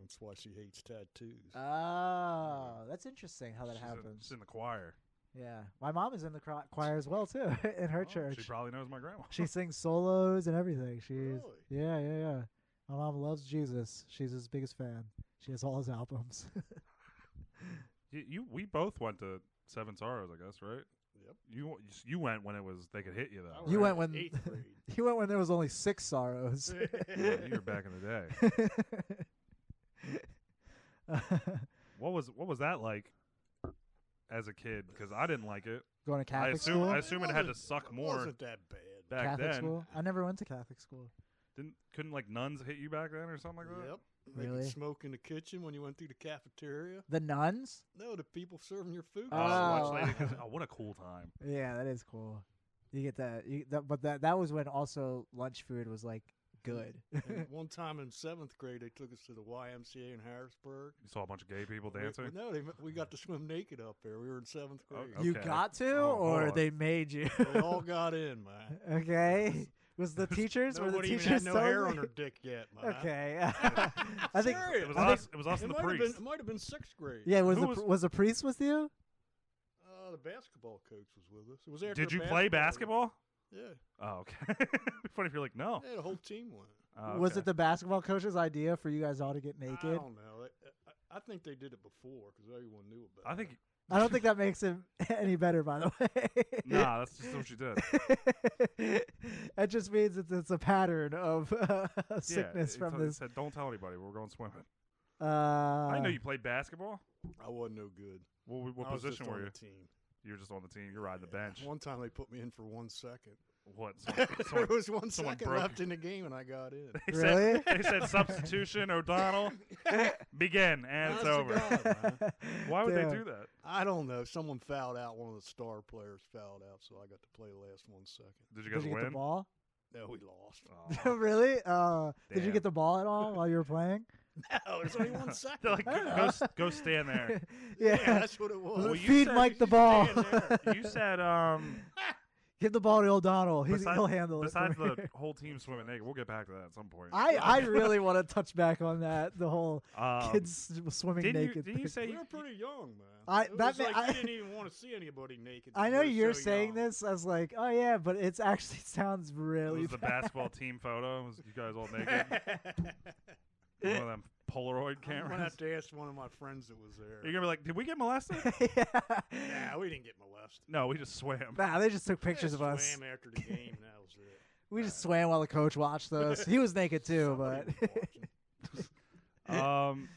Speaker 3: That's why she hates tattoos.
Speaker 2: Uh, Oh, that's interesting how that
Speaker 1: She's in-
Speaker 2: happens.
Speaker 1: she's in the choir.
Speaker 2: yeah, my mom is in the cro- choir as well too in her
Speaker 1: Oh,
Speaker 2: church.
Speaker 1: She
Speaker 2: She,
Speaker 1: probably knows my grandma.
Speaker 2: sings solos and everything. She's
Speaker 3: Really?
Speaker 2: yeah, yeah, yeah. My mom loves Jesus. She's his biggest fan. She has all his albums.
Speaker 1: You, you we both went to Seven Sorrows, I guess, right?
Speaker 3: Yep.
Speaker 1: You you went when it was they could hit you
Speaker 3: I
Speaker 1: though.
Speaker 3: was
Speaker 2: You
Speaker 3: in
Speaker 2: went when-
Speaker 3: eighth grade.
Speaker 2: he went when there was only six sorrows.
Speaker 1: Yeah, you were back in the day. What was what was that like as a kid? Because I didn't like it.
Speaker 2: Going to
Speaker 1: I
Speaker 2: Catholic
Speaker 1: assume
Speaker 2: school.
Speaker 1: I assume it had to
Speaker 3: wasn't-
Speaker 1: suck
Speaker 3: it
Speaker 1: more
Speaker 3: Wasn't that bad?
Speaker 1: back
Speaker 2: Catholic
Speaker 1: then.
Speaker 2: school. I never went to Catholic school.
Speaker 1: Didn't couldn't like nuns hit you back then or something like that?
Speaker 3: Yep. They
Speaker 2: Really?
Speaker 3: could smoke in the kitchen when you went through the cafeteria.
Speaker 2: The nuns.
Speaker 3: No, the people serving your food.
Speaker 1: Oh, watch
Speaker 2: Oh.
Speaker 1: later 'cause- oh, what a cool time!
Speaker 2: Yeah, that is cool. You get that, you, that but that that was when also lunch food was like good.
Speaker 3: And one time in seventh grade, they took us to the YMCA in Harrisburg.
Speaker 1: You saw a bunch of gay people
Speaker 3: We-
Speaker 1: dancing.
Speaker 3: no, they, we got to swim naked up there. We were in seventh
Speaker 1: Oh,
Speaker 3: grade.
Speaker 1: okay.
Speaker 2: You got to,
Speaker 1: Oh, hold
Speaker 2: or
Speaker 1: on.
Speaker 2: they made you.
Speaker 3: They all got in, man.
Speaker 2: okay, was the teachers were the
Speaker 3: Nobody even
Speaker 2: teachers
Speaker 3: had no
Speaker 2: telling
Speaker 3: hair
Speaker 2: you?
Speaker 3: on her dick yet, man.
Speaker 2: Okay, I think
Speaker 3: Serious.
Speaker 1: It was
Speaker 2: I think-
Speaker 1: us. It was us
Speaker 3: It
Speaker 1: and the
Speaker 3: might, have been,
Speaker 1: priest.
Speaker 3: it might have been sixth grade.
Speaker 2: yeah. Was
Speaker 1: Who
Speaker 2: the
Speaker 1: was-
Speaker 2: was, was the priest with you?
Speaker 3: Uh, the basketball coach was with us. It was after
Speaker 1: Did
Speaker 3: a
Speaker 1: you play
Speaker 3: game.
Speaker 1: basketball?
Speaker 3: Yeah.
Speaker 1: Oh, okay. It'd be funny if you're like, no.
Speaker 3: Yeah, the whole team went.
Speaker 1: Oh,
Speaker 2: Was
Speaker 1: okay.
Speaker 2: it the basketball coach's idea for you guys all to get
Speaker 3: I
Speaker 2: naked?
Speaker 3: don't know. I- I, I think they did it before because everyone knew about
Speaker 1: I
Speaker 3: it.
Speaker 1: think.
Speaker 2: I don't think that makes it any better, by the way.
Speaker 1: Nah, that's just what you did.
Speaker 2: that just means it's, it's a pattern of uh, sickness
Speaker 1: yeah,
Speaker 2: from
Speaker 1: he
Speaker 2: this.
Speaker 1: said, "Don't tell anybody. We're going swimming."
Speaker 2: Uh,
Speaker 1: I know you played basketball.
Speaker 3: I wasn't no good.
Speaker 1: What, what
Speaker 3: I was just
Speaker 1: position were
Speaker 3: on
Speaker 1: you?
Speaker 3: the team.
Speaker 1: You were just on the team. You're riding the bench.
Speaker 3: One time they put me in for one second.
Speaker 1: What? someone-
Speaker 3: there
Speaker 1: someone-
Speaker 3: was one
Speaker 1: someone
Speaker 3: second
Speaker 1: broke-
Speaker 3: left in the game, and I got in.
Speaker 1: they said,
Speaker 2: Really?
Speaker 1: they said substitution O'Donnell begin and it's
Speaker 3: Honest to
Speaker 1: over.
Speaker 3: God, man.
Speaker 1: Why would
Speaker 2: Damn.
Speaker 1: they do that?
Speaker 3: I don't know. Someone fouled out. One of the star players fouled out, so I got to play the last one second.
Speaker 1: Did you
Speaker 2: Did
Speaker 1: guys
Speaker 2: you get the
Speaker 1: win?
Speaker 2: ball?
Speaker 3: No, we lost.
Speaker 1: Aw.
Speaker 2: really? Uh, did you
Speaker 1: Damn.
Speaker 2: get the ball at all while you were playing?
Speaker 3: No, there's only one second.
Speaker 1: They're like,
Speaker 2: I don't
Speaker 1: go,
Speaker 2: know.
Speaker 1: s- go stand there.
Speaker 2: yeah.
Speaker 3: yeah, that's what it was.
Speaker 1: Well, you
Speaker 2: Feed
Speaker 1: said-
Speaker 2: Mike the
Speaker 1: you
Speaker 2: ball.
Speaker 1: said- You said, um,
Speaker 2: Give the ball to O'Donnell. He's,
Speaker 1: Besides-
Speaker 2: he'll handle it. for
Speaker 1: besides
Speaker 2: me.
Speaker 1: the whole team swimming naked, we'll get back to that at some point.
Speaker 2: I, I really want to touch back on that the whole
Speaker 1: Um,
Speaker 2: kids sw- swimming
Speaker 1: Didn't you,
Speaker 2: naked.
Speaker 1: didn't you say
Speaker 2: thing.
Speaker 3: we were pretty young, man.
Speaker 2: I-
Speaker 3: it
Speaker 2: that
Speaker 3: was
Speaker 2: ma-
Speaker 3: like
Speaker 2: I-
Speaker 3: you didn't even want to see anybody naked.
Speaker 2: I
Speaker 3: when
Speaker 2: know
Speaker 3: we were
Speaker 2: you're
Speaker 3: so
Speaker 2: saying
Speaker 3: young.
Speaker 2: this as like, oh yeah, but it actually sounds
Speaker 1: it
Speaker 2: really
Speaker 1: was the
Speaker 2: bad.
Speaker 1: basketball team photo? It was you guys all naked? One of them Polaroid
Speaker 3: I'm
Speaker 1: cameras?
Speaker 3: gonna have to ask one of my friends that was there.
Speaker 1: You're gonna be like, did we get molested?
Speaker 2: yeah.
Speaker 3: nah, we didn't get molested.
Speaker 1: no, we just swam.
Speaker 2: Nah, they just took
Speaker 3: We
Speaker 2: pictures of
Speaker 3: swam
Speaker 2: us.
Speaker 3: after the game. and That was it.
Speaker 2: We just swam while the coach watched us. He was naked too, but
Speaker 3: Somebody was watching.
Speaker 1: Um,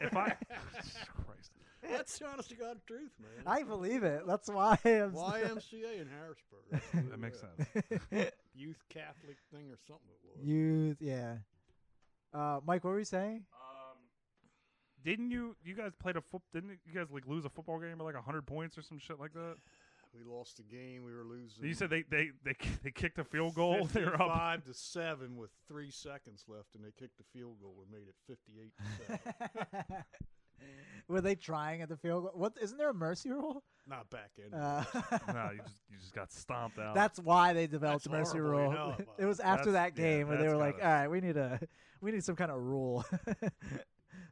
Speaker 1: if I, Christ,
Speaker 3: that's the honest to God truth, man.
Speaker 2: I believe it. That's why I'm
Speaker 3: YMCA in Harrisburg. That's what
Speaker 1: that
Speaker 3: it
Speaker 1: makes
Speaker 3: was.
Speaker 1: sense.
Speaker 3: Youth Catholic thing or something it was.
Speaker 2: you yeah. Uh, Mike, what were you saying?
Speaker 1: Um, didn't you you guys played a foot? Didn't you guys like lose a football game by like hundred points or some shit like that?
Speaker 3: we lost the game. We were losing.
Speaker 1: You said they they they they kicked a field goal. They were up.
Speaker 3: five to seven with three seconds left, and they kicked the field goal and made it fifty-eight to seven.
Speaker 2: were they trying at the field goal? What isn't there a mercy rule?
Speaker 3: Not back in.
Speaker 2: Uh,
Speaker 1: no, you just you just got stomped out.
Speaker 2: That's why they developed
Speaker 3: That's
Speaker 2: the mercy
Speaker 3: horrible, you
Speaker 2: rule.
Speaker 3: know it
Speaker 2: it was
Speaker 3: was.
Speaker 2: after
Speaker 1: That's-
Speaker 2: that
Speaker 1: yeah,
Speaker 2: game where they
Speaker 1: that's
Speaker 2: were like, "All
Speaker 1: gotta-
Speaker 2: right, we need a, we need some kind of rule.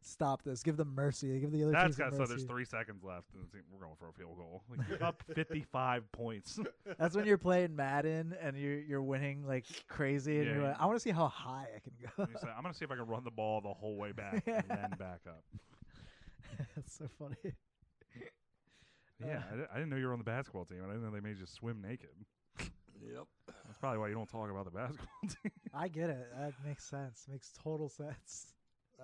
Speaker 2: Stop this. Give them mercy. Give the other
Speaker 1: that's
Speaker 2: teams some
Speaker 1: got so there's
Speaker 2: mercy."
Speaker 1: three seconds left, and it's- we're going for a field goal. Like, you're up fifty five points.
Speaker 2: That's when you're playing Madden and you're you're winning like crazy, and
Speaker 1: Yeah,
Speaker 2: you're
Speaker 1: you-
Speaker 2: like, "I want to see how high I can go."
Speaker 1: And you say, I'm gonna see if I can run the ball the whole way back and then back up.
Speaker 2: that's so funny.
Speaker 1: Yeah, I, di- I didn't know you were on the basketball team. and I didn't know they made you swim naked.
Speaker 3: Yep.
Speaker 1: That's probably why you don't talk about the basketball team.
Speaker 2: I get it. That makes sense. Makes total sense.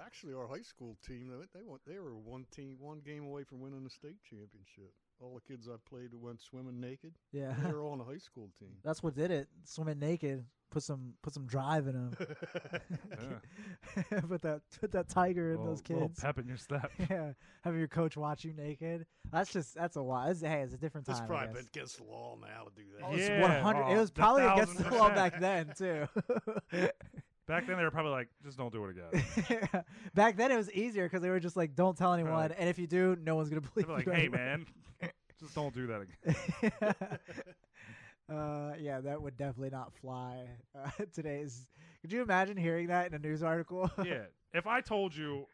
Speaker 3: Actually, our high school team they they, went, they were one team, one game away from winning the state championship. All the kids I played that went swimming naked.
Speaker 2: Yeah,
Speaker 3: They were all on the high school team.
Speaker 2: that's what did it. Swimming naked, put some put some drive in them.
Speaker 1: Yeah.
Speaker 2: put that put that tiger in
Speaker 1: little,
Speaker 2: those
Speaker 1: little
Speaker 2: kids.
Speaker 1: pep in your step.
Speaker 2: yeah, having your coach watch you naked. That's just that's a lot. It's- hey, it's a different time.
Speaker 3: It's
Speaker 2: I
Speaker 3: probably
Speaker 2: guess.
Speaker 3: been against the law now to do
Speaker 1: Oh,
Speaker 3: that.
Speaker 2: It's
Speaker 1: Yeah,
Speaker 2: 100. it
Speaker 1: oh,
Speaker 2: was
Speaker 1: the
Speaker 2: probably against the
Speaker 1: thousand
Speaker 2: law back then too.
Speaker 1: Back then, they were probably like, just don't do it again.
Speaker 2: back then it was easier because they were just like, don't tell anyone,
Speaker 1: like-
Speaker 2: and if you do, no one's gonna
Speaker 1: They'd
Speaker 2: believe.
Speaker 1: be like,
Speaker 2: you
Speaker 1: hey,
Speaker 2: anyway."
Speaker 1: man, just don't do that again.
Speaker 2: uh, yeah, that would definitely not fly uh, today's. Could you imagine hearing that in a news article?
Speaker 1: yeah. If I told you,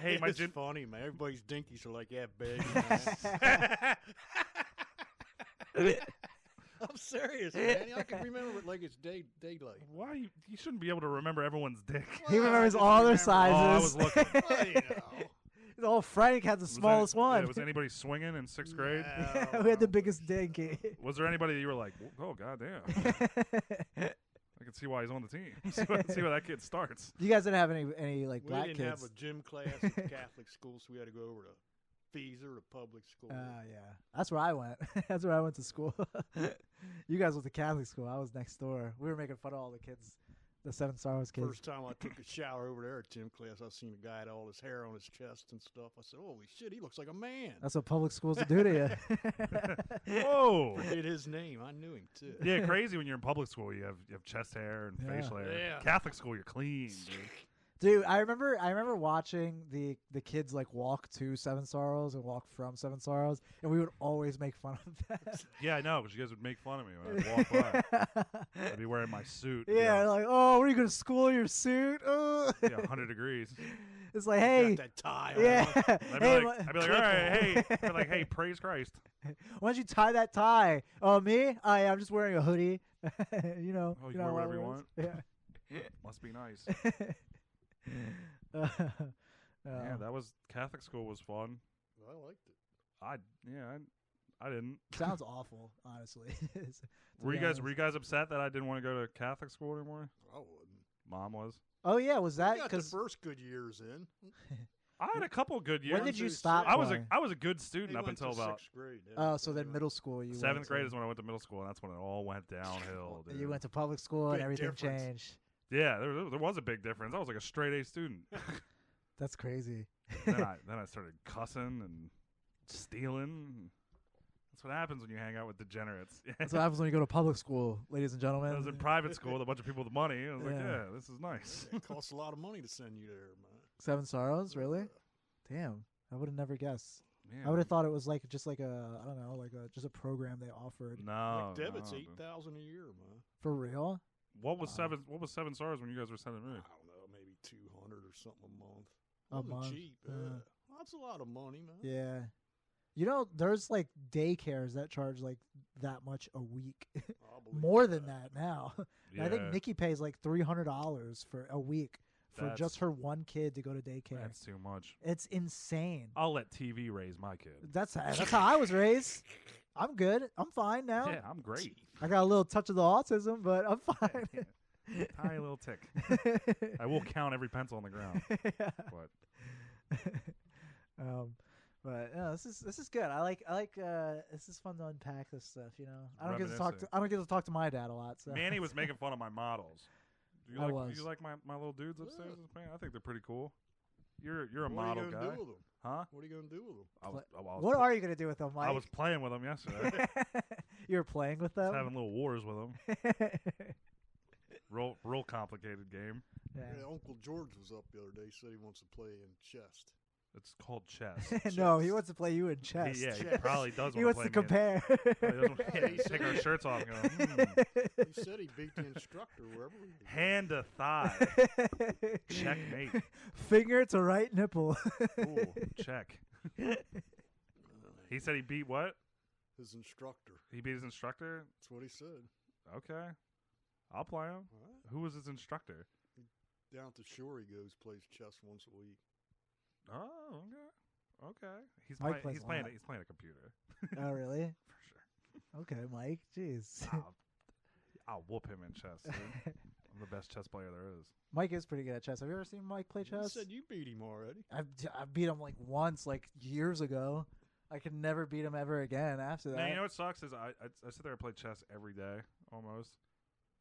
Speaker 1: hey, my
Speaker 3: it's
Speaker 1: gym.
Speaker 3: funny, man. Everybody's dinkies are like that big. man. I'm serious, man. I can remember it like it's day daylight.
Speaker 1: Why you, you shouldn't be able to remember everyone's dick?
Speaker 2: he
Speaker 3: Well, I
Speaker 2: remembers
Speaker 3: just
Speaker 2: all their
Speaker 1: Oh,
Speaker 2: sizes.
Speaker 1: I was looking.
Speaker 3: Well, you know.
Speaker 2: oh, Frank had the
Speaker 1: Was any-
Speaker 2: smallest
Speaker 1: yeah,
Speaker 2: one.
Speaker 1: was Oh, anybody swinging in sixth grade?
Speaker 3: No,
Speaker 2: we had the
Speaker 3: I
Speaker 2: biggest
Speaker 3: wish.
Speaker 2: dinky.
Speaker 1: Was there anybody that you were like, oh goddamn? I can see why he's on the team. See where, see where that kid starts.
Speaker 2: you guys didn't have any any like
Speaker 3: We
Speaker 2: black
Speaker 3: didn't
Speaker 2: kids.
Speaker 3: have a gym class at the Catholic school, so we had to go over to Feeser, a public school.
Speaker 2: Oh yeah, that's where I went. that's where I went to school. you guys went to Catholic school. I was next door. We were making fun of all the kids, the Seven Star Wars kids.
Speaker 3: First time I took a shower over there at gym class, I seen a guy had all his hair on his chest and stuff. I said, "Holy shit, he looks like a man."
Speaker 2: That's what public schools do to you.
Speaker 1: Whoa.
Speaker 3: Forget his name. I knew him too.
Speaker 1: Yeah, crazy when you're in public school. You have you have chest hair and
Speaker 2: Yeah.
Speaker 1: facial hair.
Speaker 3: Yeah.
Speaker 1: Catholic school, you're clean. Dude.
Speaker 2: Dude, I remember I remember watching the the kids like walk to Seven Sorrows and walk from Seven Sorrows, and we would always make fun of
Speaker 1: Yeah, I know, because you guys would make fun of me when I uh, walk by.
Speaker 2: that.
Speaker 1: I'd be wearing my suit.
Speaker 2: yeah, like, oh, were you going to school in your suit? Oh.
Speaker 1: You know, yeah, 100 degrees.
Speaker 2: It's like,
Speaker 3: You
Speaker 2: hey,
Speaker 3: got that tie. on.
Speaker 2: yeah.
Speaker 1: I'd be
Speaker 2: hey,
Speaker 1: like,
Speaker 2: wha-
Speaker 1: I'd be like, all
Speaker 3: clip
Speaker 1: right,
Speaker 2: on."
Speaker 1: hey, I'd be like, hey, praise Christ.
Speaker 2: why don't you tie that tie? Oh, me? Oh, yeah, I'm just wearing a hoodie. you know.
Speaker 1: Oh, you
Speaker 2: you
Speaker 1: wear
Speaker 2: know,
Speaker 1: whatever you
Speaker 2: all
Speaker 1: want.
Speaker 2: those-
Speaker 1: Must be nice.
Speaker 2: Yeah.
Speaker 1: yeah,
Speaker 2: Uh, Um,
Speaker 1: that was Catholic school was fun.
Speaker 3: I liked it.
Speaker 1: I yeah, I, I didn't.
Speaker 2: sounds awful, honestly. It's- to
Speaker 1: Were
Speaker 2: be
Speaker 1: you guys
Speaker 2: honest.
Speaker 1: were you guys upset that I didn't want to go to Catholic school anymore?
Speaker 3: I wouldn't.
Speaker 1: Mom was.
Speaker 2: oh yeah, was
Speaker 3: I
Speaker 2: that
Speaker 3: got the
Speaker 2: because
Speaker 3: first good years in.
Speaker 1: I had a couple good years.
Speaker 2: when did you
Speaker 3: through
Speaker 2: stop?
Speaker 1: I was a
Speaker 2: playing?
Speaker 1: I was a good
Speaker 3: He
Speaker 1: student up
Speaker 3: went
Speaker 1: until
Speaker 3: till
Speaker 1: about
Speaker 3: sixth grade. yeah.
Speaker 2: Oh, so
Speaker 3: That's
Speaker 2: then
Speaker 3: right.
Speaker 2: middle school you
Speaker 1: seventh
Speaker 2: went
Speaker 1: grade
Speaker 2: to,
Speaker 1: is when I went to middle school, and that's when it all went downhill. Dude.
Speaker 2: you went to public school and
Speaker 3: Big
Speaker 2: everything
Speaker 3: difference.
Speaker 2: changed.
Speaker 1: yeah, there, there was a big difference. I was like a straight A student.
Speaker 2: That's crazy.
Speaker 1: then I then I started cussing and stealing. That's what happens when you hang out with degenerates.
Speaker 2: That's what happens when you go to public school, ladies and gentlemen.
Speaker 1: I was in private school with a bunch of people with money. I was like,
Speaker 2: Yeah.
Speaker 1: yeah, this is nice.
Speaker 3: It costs a lot of money to send you there, man.
Speaker 2: Seven Sorrows, really?
Speaker 3: Uh,
Speaker 2: Damn, I would have never guessed.
Speaker 1: Yeah.
Speaker 2: I would have thought it was like just like a I don't know, like a just a program they offered
Speaker 1: No,
Speaker 3: Like debit's
Speaker 1: Oh, no,
Speaker 3: eight
Speaker 1: dude.
Speaker 3: thousand a year, man.
Speaker 2: for real.
Speaker 1: What was
Speaker 2: Wow.
Speaker 1: seven? What was seven stars when you guys were sending
Speaker 3: I
Speaker 1: me?
Speaker 3: don't know, maybe two hundred or something a month.
Speaker 2: A
Speaker 3: Wasn't
Speaker 2: month,
Speaker 3: cheap.
Speaker 2: yeah.
Speaker 3: yeah. That's a lot of money, man.
Speaker 2: Yeah, you know, there's like daycares that charge like that much a week,
Speaker 3: I believe
Speaker 2: more than that now.
Speaker 1: Yeah.
Speaker 2: I think Nikki pays like three hundred dollars for a week for
Speaker 1: That's-
Speaker 2: just her one kid to go to daycare.
Speaker 1: that's Oh. too much.
Speaker 2: It's insane.
Speaker 1: I'll let TV raise my kid.
Speaker 2: That's how, that's how I was raised. I'm good. I'm fine now.
Speaker 1: Yeah, I'm great.
Speaker 2: I got a little touch of the autism, but I'm fine.
Speaker 1: Tiny little tick. I will count every pencil on the ground.
Speaker 2: Yeah.
Speaker 1: But
Speaker 2: um, but no, this is this is good. I like I like uh, this is fun to unpack this stuff. You know, I don't get to talk to
Speaker 1: Reminiscing.
Speaker 2: I don't get to talk to my dad a lot. So
Speaker 1: Manny was making fun of my models. Do you
Speaker 2: I
Speaker 1: like
Speaker 2: was.
Speaker 1: you like my, my little dudes
Speaker 3: Yeah.
Speaker 1: upstairs? Man, I think they're pretty cool. You're you're a
Speaker 3: what
Speaker 1: model
Speaker 3: are you
Speaker 1: guy,
Speaker 3: gonna do with them?
Speaker 1: huh?
Speaker 3: What are you gonna do with them?
Speaker 1: I was, I was,
Speaker 2: what
Speaker 1: pl-
Speaker 2: are you gonna do with them, Mike?
Speaker 1: I was playing with them yesterday.
Speaker 2: you were playing
Speaker 1: Just
Speaker 2: with them.
Speaker 1: having little wars with them. Real real complicated game.
Speaker 2: Yeah.
Speaker 3: Yeah, Uncle George was up the other day. Said he wants to play in chess.
Speaker 1: It's called chess.
Speaker 2: no, he
Speaker 3: Chess.
Speaker 2: wants to play you in chess.
Speaker 1: He, yeah, he
Speaker 3: Chess.
Speaker 1: probably does.
Speaker 2: he
Speaker 1: wanna
Speaker 2: wants
Speaker 1: play
Speaker 2: to
Speaker 1: me in-
Speaker 2: compare.
Speaker 1: probably does wanna- yeah,
Speaker 3: He
Speaker 1: you take our
Speaker 3: said-
Speaker 1: shirts off. And go, "Hmm,
Speaker 3: He said he beat the instructor wherever. he was.
Speaker 1: hand to thigh. Hmm. Checkmate.
Speaker 2: Finger to right nipple. Oh,
Speaker 1: Cool. Check. He said he beat what?
Speaker 3: His instructor.
Speaker 1: He beat his instructor.
Speaker 3: That's what he said.
Speaker 1: Okay, I'll play him.
Speaker 3: All right.
Speaker 1: Who was his instructor?
Speaker 3: Down at the shore he goes, plays chess once a week.
Speaker 1: Oh, okay, okay. He's playing.
Speaker 2: Mike plays
Speaker 1: He's
Speaker 2: a
Speaker 1: playing.
Speaker 2: lot.
Speaker 1: He's playing a computer
Speaker 2: oh, really?
Speaker 1: for sure.
Speaker 2: Okay, Mike. Jeez.
Speaker 1: I'll, I'll whoop him in chess. dude. I'm the best chess player there is.
Speaker 2: Mike is pretty good at chess. Have you ever seen Mike play
Speaker 3: You
Speaker 2: chess?
Speaker 3: said you beat him already.
Speaker 2: I've, I beat him like once, like years ago. I could never beat him ever again after that.
Speaker 1: Now you know what sucks is I, I I sit there and play chess every day almost,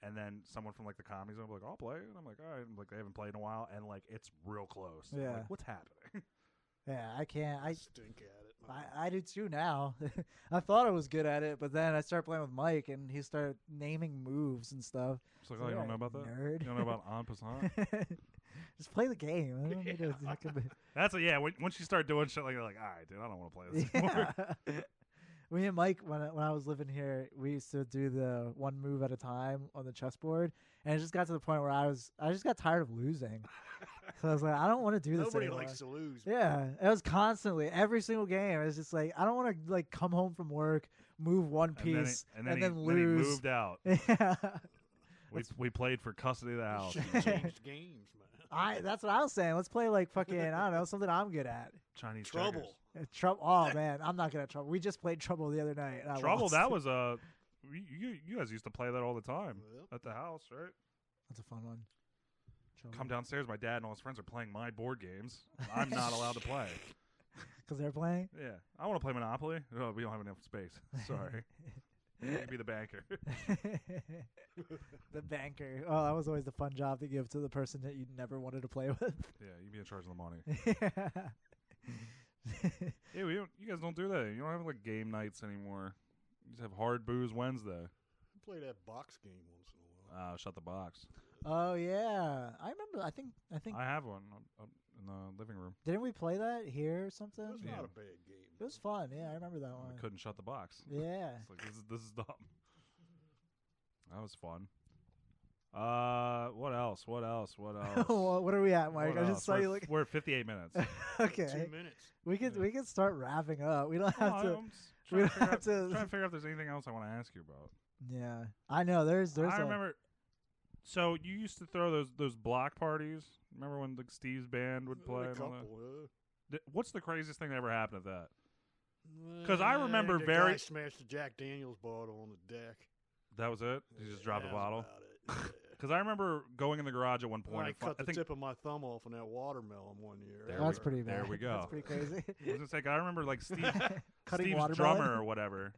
Speaker 1: and then someone from like the comedy zone will be like, "I'll play," it," and I'm like, "All right," I'm like they haven't played in a while, and like it's real close. I'm like,
Speaker 2: Yeah.
Speaker 1: what's happening?
Speaker 2: yeah, I can't. I,
Speaker 3: stink at it.
Speaker 2: I I do too now. I thought I was good at it, but then I started playing with Mike, and he started naming moves and stuff.
Speaker 1: It's like,
Speaker 2: So
Speaker 1: oh, you
Speaker 2: you're
Speaker 1: don't know
Speaker 2: a
Speaker 1: about that?
Speaker 2: nerd."
Speaker 1: You don't know about en passant?
Speaker 2: Just play the game. I don't need to-
Speaker 1: Yeah.
Speaker 2: I can-
Speaker 1: That's a, yeah. When, once you start doing shit like that, like, all right, dude, I don't want to play this anymore.
Speaker 2: Yeah. Me and Mike, when I, when I was living here, we used to do the one move at a time on the chessboard, and it just got to the point where I was, I just got tired of losing. so I was like, I don't want to do uh, this
Speaker 3: Nobody
Speaker 2: anymore.
Speaker 3: likes to lose.
Speaker 2: yeah, it was constantly every single game. It was just like I don't want to like come home from work, move one
Speaker 1: And then, he,
Speaker 2: piece,
Speaker 1: and then, he, then he
Speaker 2: lose.
Speaker 1: moved out.
Speaker 2: yeah,
Speaker 1: We, we played for custody of the
Speaker 3: You
Speaker 1: house.
Speaker 3: should change games, man.
Speaker 2: I that's what I was saying. Let's play like fucking I don't know something I'm good at.
Speaker 1: Chinese
Speaker 3: trouble.
Speaker 2: Trouble. Oh man, I'm not good at trouble. We just played trouble the other night. and I
Speaker 1: checkers. Trouble.
Speaker 2: lost.
Speaker 1: That was a. You you guys used to play that all the time
Speaker 3: Yep.
Speaker 1: at the house, right?
Speaker 2: That's a fun one. Um,
Speaker 1: Come downstairs, my dad and all his friends are playing my board games. I'm not allowed to play.
Speaker 2: because they're playing.
Speaker 1: Yeah, I want to play Monopoly. Oh, we don't have enough space. Sorry, you can be the banker.
Speaker 2: the banker. Oh, that was always the fun job to give to the person that you never wanted to play with.
Speaker 1: Yeah, you can be in charge of the money.
Speaker 2: Yeah.
Speaker 1: Yeah, we don't, you guys don't do that. You don't have like game nights anymore. You just have hard booze Wednesday.
Speaker 3: I play that box game once in a while.
Speaker 1: Uh, shut the box.
Speaker 2: oh yeah, I remember. I think. I think.
Speaker 1: I have one up, up in the living room.
Speaker 2: didn't we play that here or something?
Speaker 3: That's
Speaker 1: Uh, yeah.
Speaker 3: not a bad game.
Speaker 2: It was fun. Oh, Yeah, I remember that
Speaker 1: I
Speaker 2: one.
Speaker 1: couldn't shut the box.
Speaker 2: Yeah.
Speaker 1: It's like this is this is dumb. That was fun. Uh, what else? What else? What else?
Speaker 2: Wha- what are we at,
Speaker 1: What uh,
Speaker 2: Mike? I just
Speaker 1: else?
Speaker 2: saw
Speaker 1: we're,
Speaker 2: you like.
Speaker 1: we're at 58 minutes.
Speaker 2: okay,
Speaker 3: Two minutes.
Speaker 2: we could
Speaker 1: yeah.
Speaker 2: we could start wrapping up. We don't
Speaker 1: Come on,
Speaker 2: have to.
Speaker 1: I'm s-
Speaker 2: we
Speaker 1: trying
Speaker 2: don't
Speaker 1: to figure out-
Speaker 2: have to-
Speaker 1: trying to figure out if there's anything else I want to ask you about.
Speaker 2: Yeah, I know. There's there's.
Speaker 1: I
Speaker 2: a-
Speaker 1: remember. So you used to throw those those block parties. Remember when like Steve's band would
Speaker 3: There were
Speaker 1: play?
Speaker 3: a
Speaker 1: and all that?
Speaker 3: couple, uh,
Speaker 1: Th- What's the craziest thing that ever happened at that? 'Cause I remember
Speaker 3: uh, the
Speaker 1: very-
Speaker 3: guy smashed the Jack Daniels bottle on the deck.
Speaker 1: That was it. You just dropped a
Speaker 3: That
Speaker 1: bottle.
Speaker 3: was about it, yeah.
Speaker 1: Because I remember going in the garage at one point.
Speaker 3: Well, I
Speaker 1: and fi-
Speaker 3: cut
Speaker 1: I
Speaker 3: the
Speaker 1: think
Speaker 3: tip of my thumb off on that watermelon one year.
Speaker 1: There
Speaker 2: That's
Speaker 1: we-
Speaker 2: pretty bad.
Speaker 1: there we
Speaker 2: That's
Speaker 1: go.
Speaker 2: pretty crazy.
Speaker 1: I was gonna say, 'cause I remember like Steve,
Speaker 2: Cutting
Speaker 1: Steve's
Speaker 2: watermelon.
Speaker 1: drummer or whatever.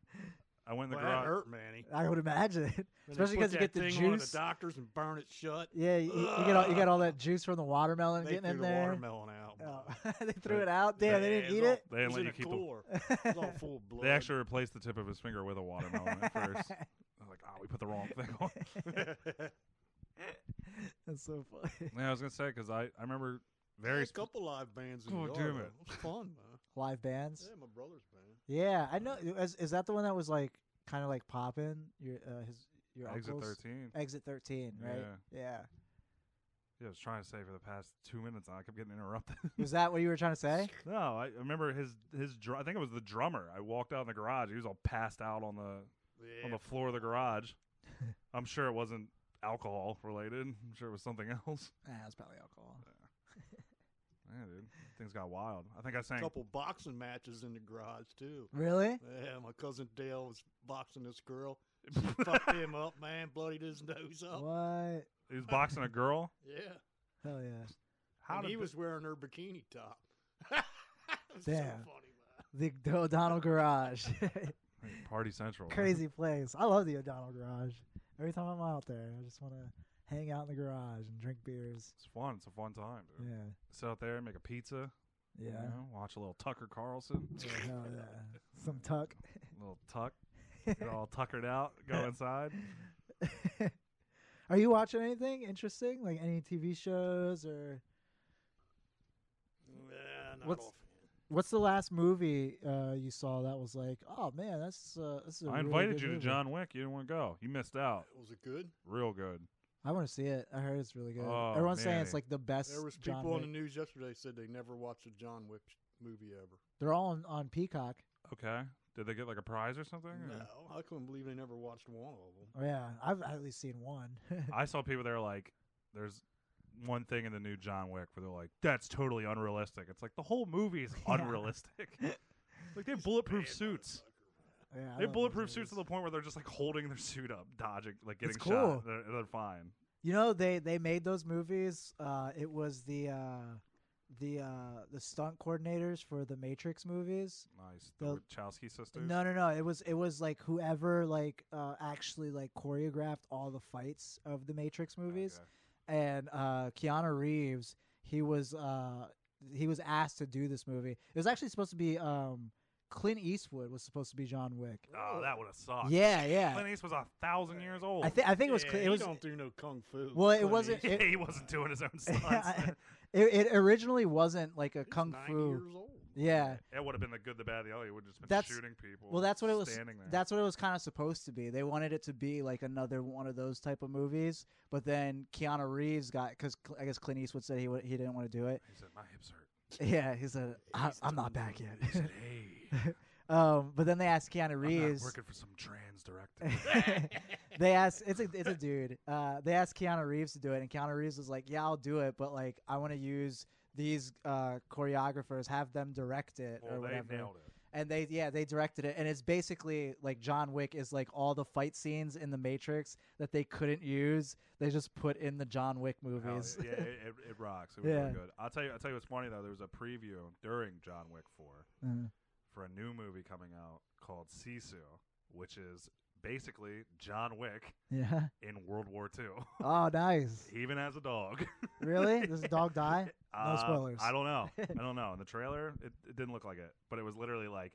Speaker 1: I went in the
Speaker 3: Well, that
Speaker 1: garage.
Speaker 3: hurt, Manny.
Speaker 2: I would imagine,
Speaker 3: When they
Speaker 2: especially
Speaker 3: put
Speaker 2: because you get
Speaker 3: that
Speaker 2: the
Speaker 3: thing on
Speaker 2: juice.
Speaker 3: the doctors and burn it shut.
Speaker 2: Yeah, you, you get all you got all that juice from the watermelon
Speaker 3: They
Speaker 2: getting
Speaker 3: threw
Speaker 2: in
Speaker 3: the
Speaker 2: there.
Speaker 3: watermelon out.
Speaker 2: Oh,
Speaker 3: man.
Speaker 2: they threw it out. Damn, they
Speaker 3: Yeah,
Speaker 2: didn't eat
Speaker 3: was all-
Speaker 2: it.
Speaker 1: They didn't
Speaker 3: was
Speaker 1: let
Speaker 3: in
Speaker 1: you
Speaker 3: a
Speaker 1: keep the-
Speaker 3: cooler. It was all full of blood.
Speaker 1: They actually replaced the tip of his finger with a watermelon at first. I was like, oh, we put the wrong thing on.
Speaker 2: That's so funny.
Speaker 1: Yeah, I was gonna say because I, I remember
Speaker 3: Had
Speaker 1: very
Speaker 3: a couple live bands in
Speaker 1: Oh,
Speaker 3: the
Speaker 1: damn
Speaker 3: yard.
Speaker 1: it.
Speaker 3: It was fun, man.
Speaker 2: Live bands.
Speaker 3: Yeah, my brother's band.
Speaker 2: Yeah, I know. Is, is that the one that was like kind of like popping your uh, his your
Speaker 1: sp- exit
Speaker 2: uncle's
Speaker 1: thirteen.
Speaker 2: exit thirteen, right? Yeah.
Speaker 1: Yeah, I was trying to say for the past two minutes, and I kept getting interrupted.
Speaker 2: Was that what you were trying to say?
Speaker 1: no, I I remember his his dr- I think it was the drummer. I walked out in the garage. He was all passed out on the
Speaker 3: Yeah.
Speaker 1: on the floor of the garage. I'm sure it wasn't alcohol related. I'm sure it was something else.
Speaker 2: Ah, it's probably alcohol.
Speaker 1: Yeah, dude, things got wild. I think I sang.
Speaker 3: couple boxing matches in the garage too.
Speaker 2: Really?
Speaker 3: Yeah, my cousin Dale was boxing this girl. She fucked him up, man. Bloodied his nose up.
Speaker 2: What?
Speaker 1: He was boxing a girl.
Speaker 3: Yeah.
Speaker 2: Hell yeah!
Speaker 1: How
Speaker 3: and
Speaker 1: did
Speaker 3: he
Speaker 1: th-
Speaker 3: was wearing her bikini top. It was
Speaker 2: Damn.
Speaker 3: So funny, man.
Speaker 2: The O'Donnell Garage,
Speaker 1: Hey, Party Central? man.
Speaker 2: crazy place. I love the O'Donnell Garage. Every time I'm out there, I just want to hang out in the garage and drink beers.
Speaker 1: It's fun. It's a fun time. Dude.
Speaker 2: Yeah,
Speaker 1: Sit out there, make a pizza.
Speaker 2: yeah,
Speaker 1: You know, watch a little Tucker Carlson,
Speaker 2: yeah hell yeah. Some tuck.
Speaker 1: a little tuck. Get all tuckered out. Go inside.
Speaker 2: Are you watching anything interesting, like any TV shows or?
Speaker 3: Yeah, not
Speaker 2: What's-
Speaker 3: offhand.
Speaker 2: What's the last movie uh, you saw that was like, oh man, that's uh, this is. I
Speaker 1: I invited you to John Wick. You didn't want to go. You missed out.
Speaker 3: Was it good?
Speaker 1: Real good.
Speaker 2: I want to see it. I heard it's really good.
Speaker 1: Oh,
Speaker 2: Everyone's saying it's
Speaker 1: Manny.
Speaker 2: like the best.
Speaker 3: There was
Speaker 2: John
Speaker 3: people on
Speaker 2: Wick.
Speaker 3: the news yesterday said they never watched a John Wick movie ever.
Speaker 2: They're all on, on Peacock.
Speaker 1: Okay. Did they get like a prize or something? or-
Speaker 3: No, I couldn't believe they never watched one of them.
Speaker 2: Oh, yeah, I've at least seen one.
Speaker 1: I saw people that are like, there's one thing in the new John Wick where they're like, that's totally unrealistic. It's like the whole movie is
Speaker 2: Yeah.
Speaker 1: unrealistic. like they have bulletproof
Speaker 3: Bad
Speaker 1: suits.
Speaker 3: motherfucker,
Speaker 2: yeah, I
Speaker 1: They have
Speaker 2: love
Speaker 1: bulletproof
Speaker 2: those
Speaker 1: suits to
Speaker 2: movies.
Speaker 1: the point where they're just like holding their suit up, dodging, like getting
Speaker 2: cool.
Speaker 1: shot. They're, they're fine.
Speaker 2: You know they they made those movies. Uh, it was the uh, the uh, the stunt coordinators for the Matrix movies.
Speaker 1: Nice. The
Speaker 2: The-
Speaker 1: Wachowski sisters.
Speaker 2: No, no, no. It was it was like whoever like uh, actually like choreographed all the fights of the Matrix movies.
Speaker 1: Okay.
Speaker 2: and uh, Keanu Reeves, he was uh, he was asked to do this movie. It was actually supposed to be um, Clint Eastwood was supposed to be John Wick.
Speaker 1: Oh, that would have sucked.
Speaker 2: Yeah, yeah.
Speaker 1: Clint Eastwood was a thousand years old.
Speaker 2: I think I think it was
Speaker 3: Yeah,
Speaker 2: Cl- it
Speaker 3: he
Speaker 2: was
Speaker 3: don't do no kung fu.
Speaker 2: well, it
Speaker 3: Clint
Speaker 2: wasn't-
Speaker 3: Eastwood.
Speaker 2: it-
Speaker 1: he wasn't doing his own stunts.
Speaker 2: I- it, it originally wasn't like a
Speaker 3: He's
Speaker 2: kung
Speaker 3: 90
Speaker 2: fu.
Speaker 3: Years old.
Speaker 2: Yeah.
Speaker 1: It would have been the good, the bad, the ugly. It would have just been
Speaker 2: That's-
Speaker 1: shooting people.
Speaker 2: Well, that's what it was.
Speaker 1: Standing there.
Speaker 2: That's what it was kind of supposed to be. They wanted it to be like another one of those type of movies, but then Keanu Reeves got because I guess Clint Eastwood said he would, he didn't want to do it.
Speaker 1: he said, "My hips hurt."
Speaker 2: Yeah, he said I,
Speaker 3: He's
Speaker 2: I'm not
Speaker 3: done.
Speaker 2: back
Speaker 1: He
Speaker 2: yet.
Speaker 1: said, "Hey,
Speaker 2: um, but then they asked Keanu
Speaker 1: I'm not
Speaker 2: Reeves.
Speaker 1: working for some trans director."
Speaker 2: they asked it's a it's a dude. Uh, they asked Keanu Reeves to do it, and Keanu Reeves was like, "Yeah, I'll do it, but like I want to use these uh, choreographers, have them direct it
Speaker 1: well,
Speaker 2: or
Speaker 1: they
Speaker 2: whatever."
Speaker 1: nailed it.
Speaker 2: And they yeah they directed it, and it's basically like John Wick is like all the fight scenes in the Matrix that they couldn't use, they just put in the John Wick
Speaker 1: Hell
Speaker 2: movies.
Speaker 1: Oh, yeah, it, it, it rocks. It was
Speaker 2: Yeah.
Speaker 1: really good. I'll tell you. I'll tell you what's funny though. There was a preview during John Wick Four
Speaker 2: Uh,
Speaker 1: for a new movie coming out called Sisu, which is basically John Wick
Speaker 2: yeah.
Speaker 1: in World War II.
Speaker 2: Oh, nice.
Speaker 1: He Even as a dog.
Speaker 2: Really? Does the dog die? No
Speaker 1: Uh,
Speaker 2: spoilers.
Speaker 1: I don't know. I don't know. In the trailer, it, it didn't look like it, but it was literally like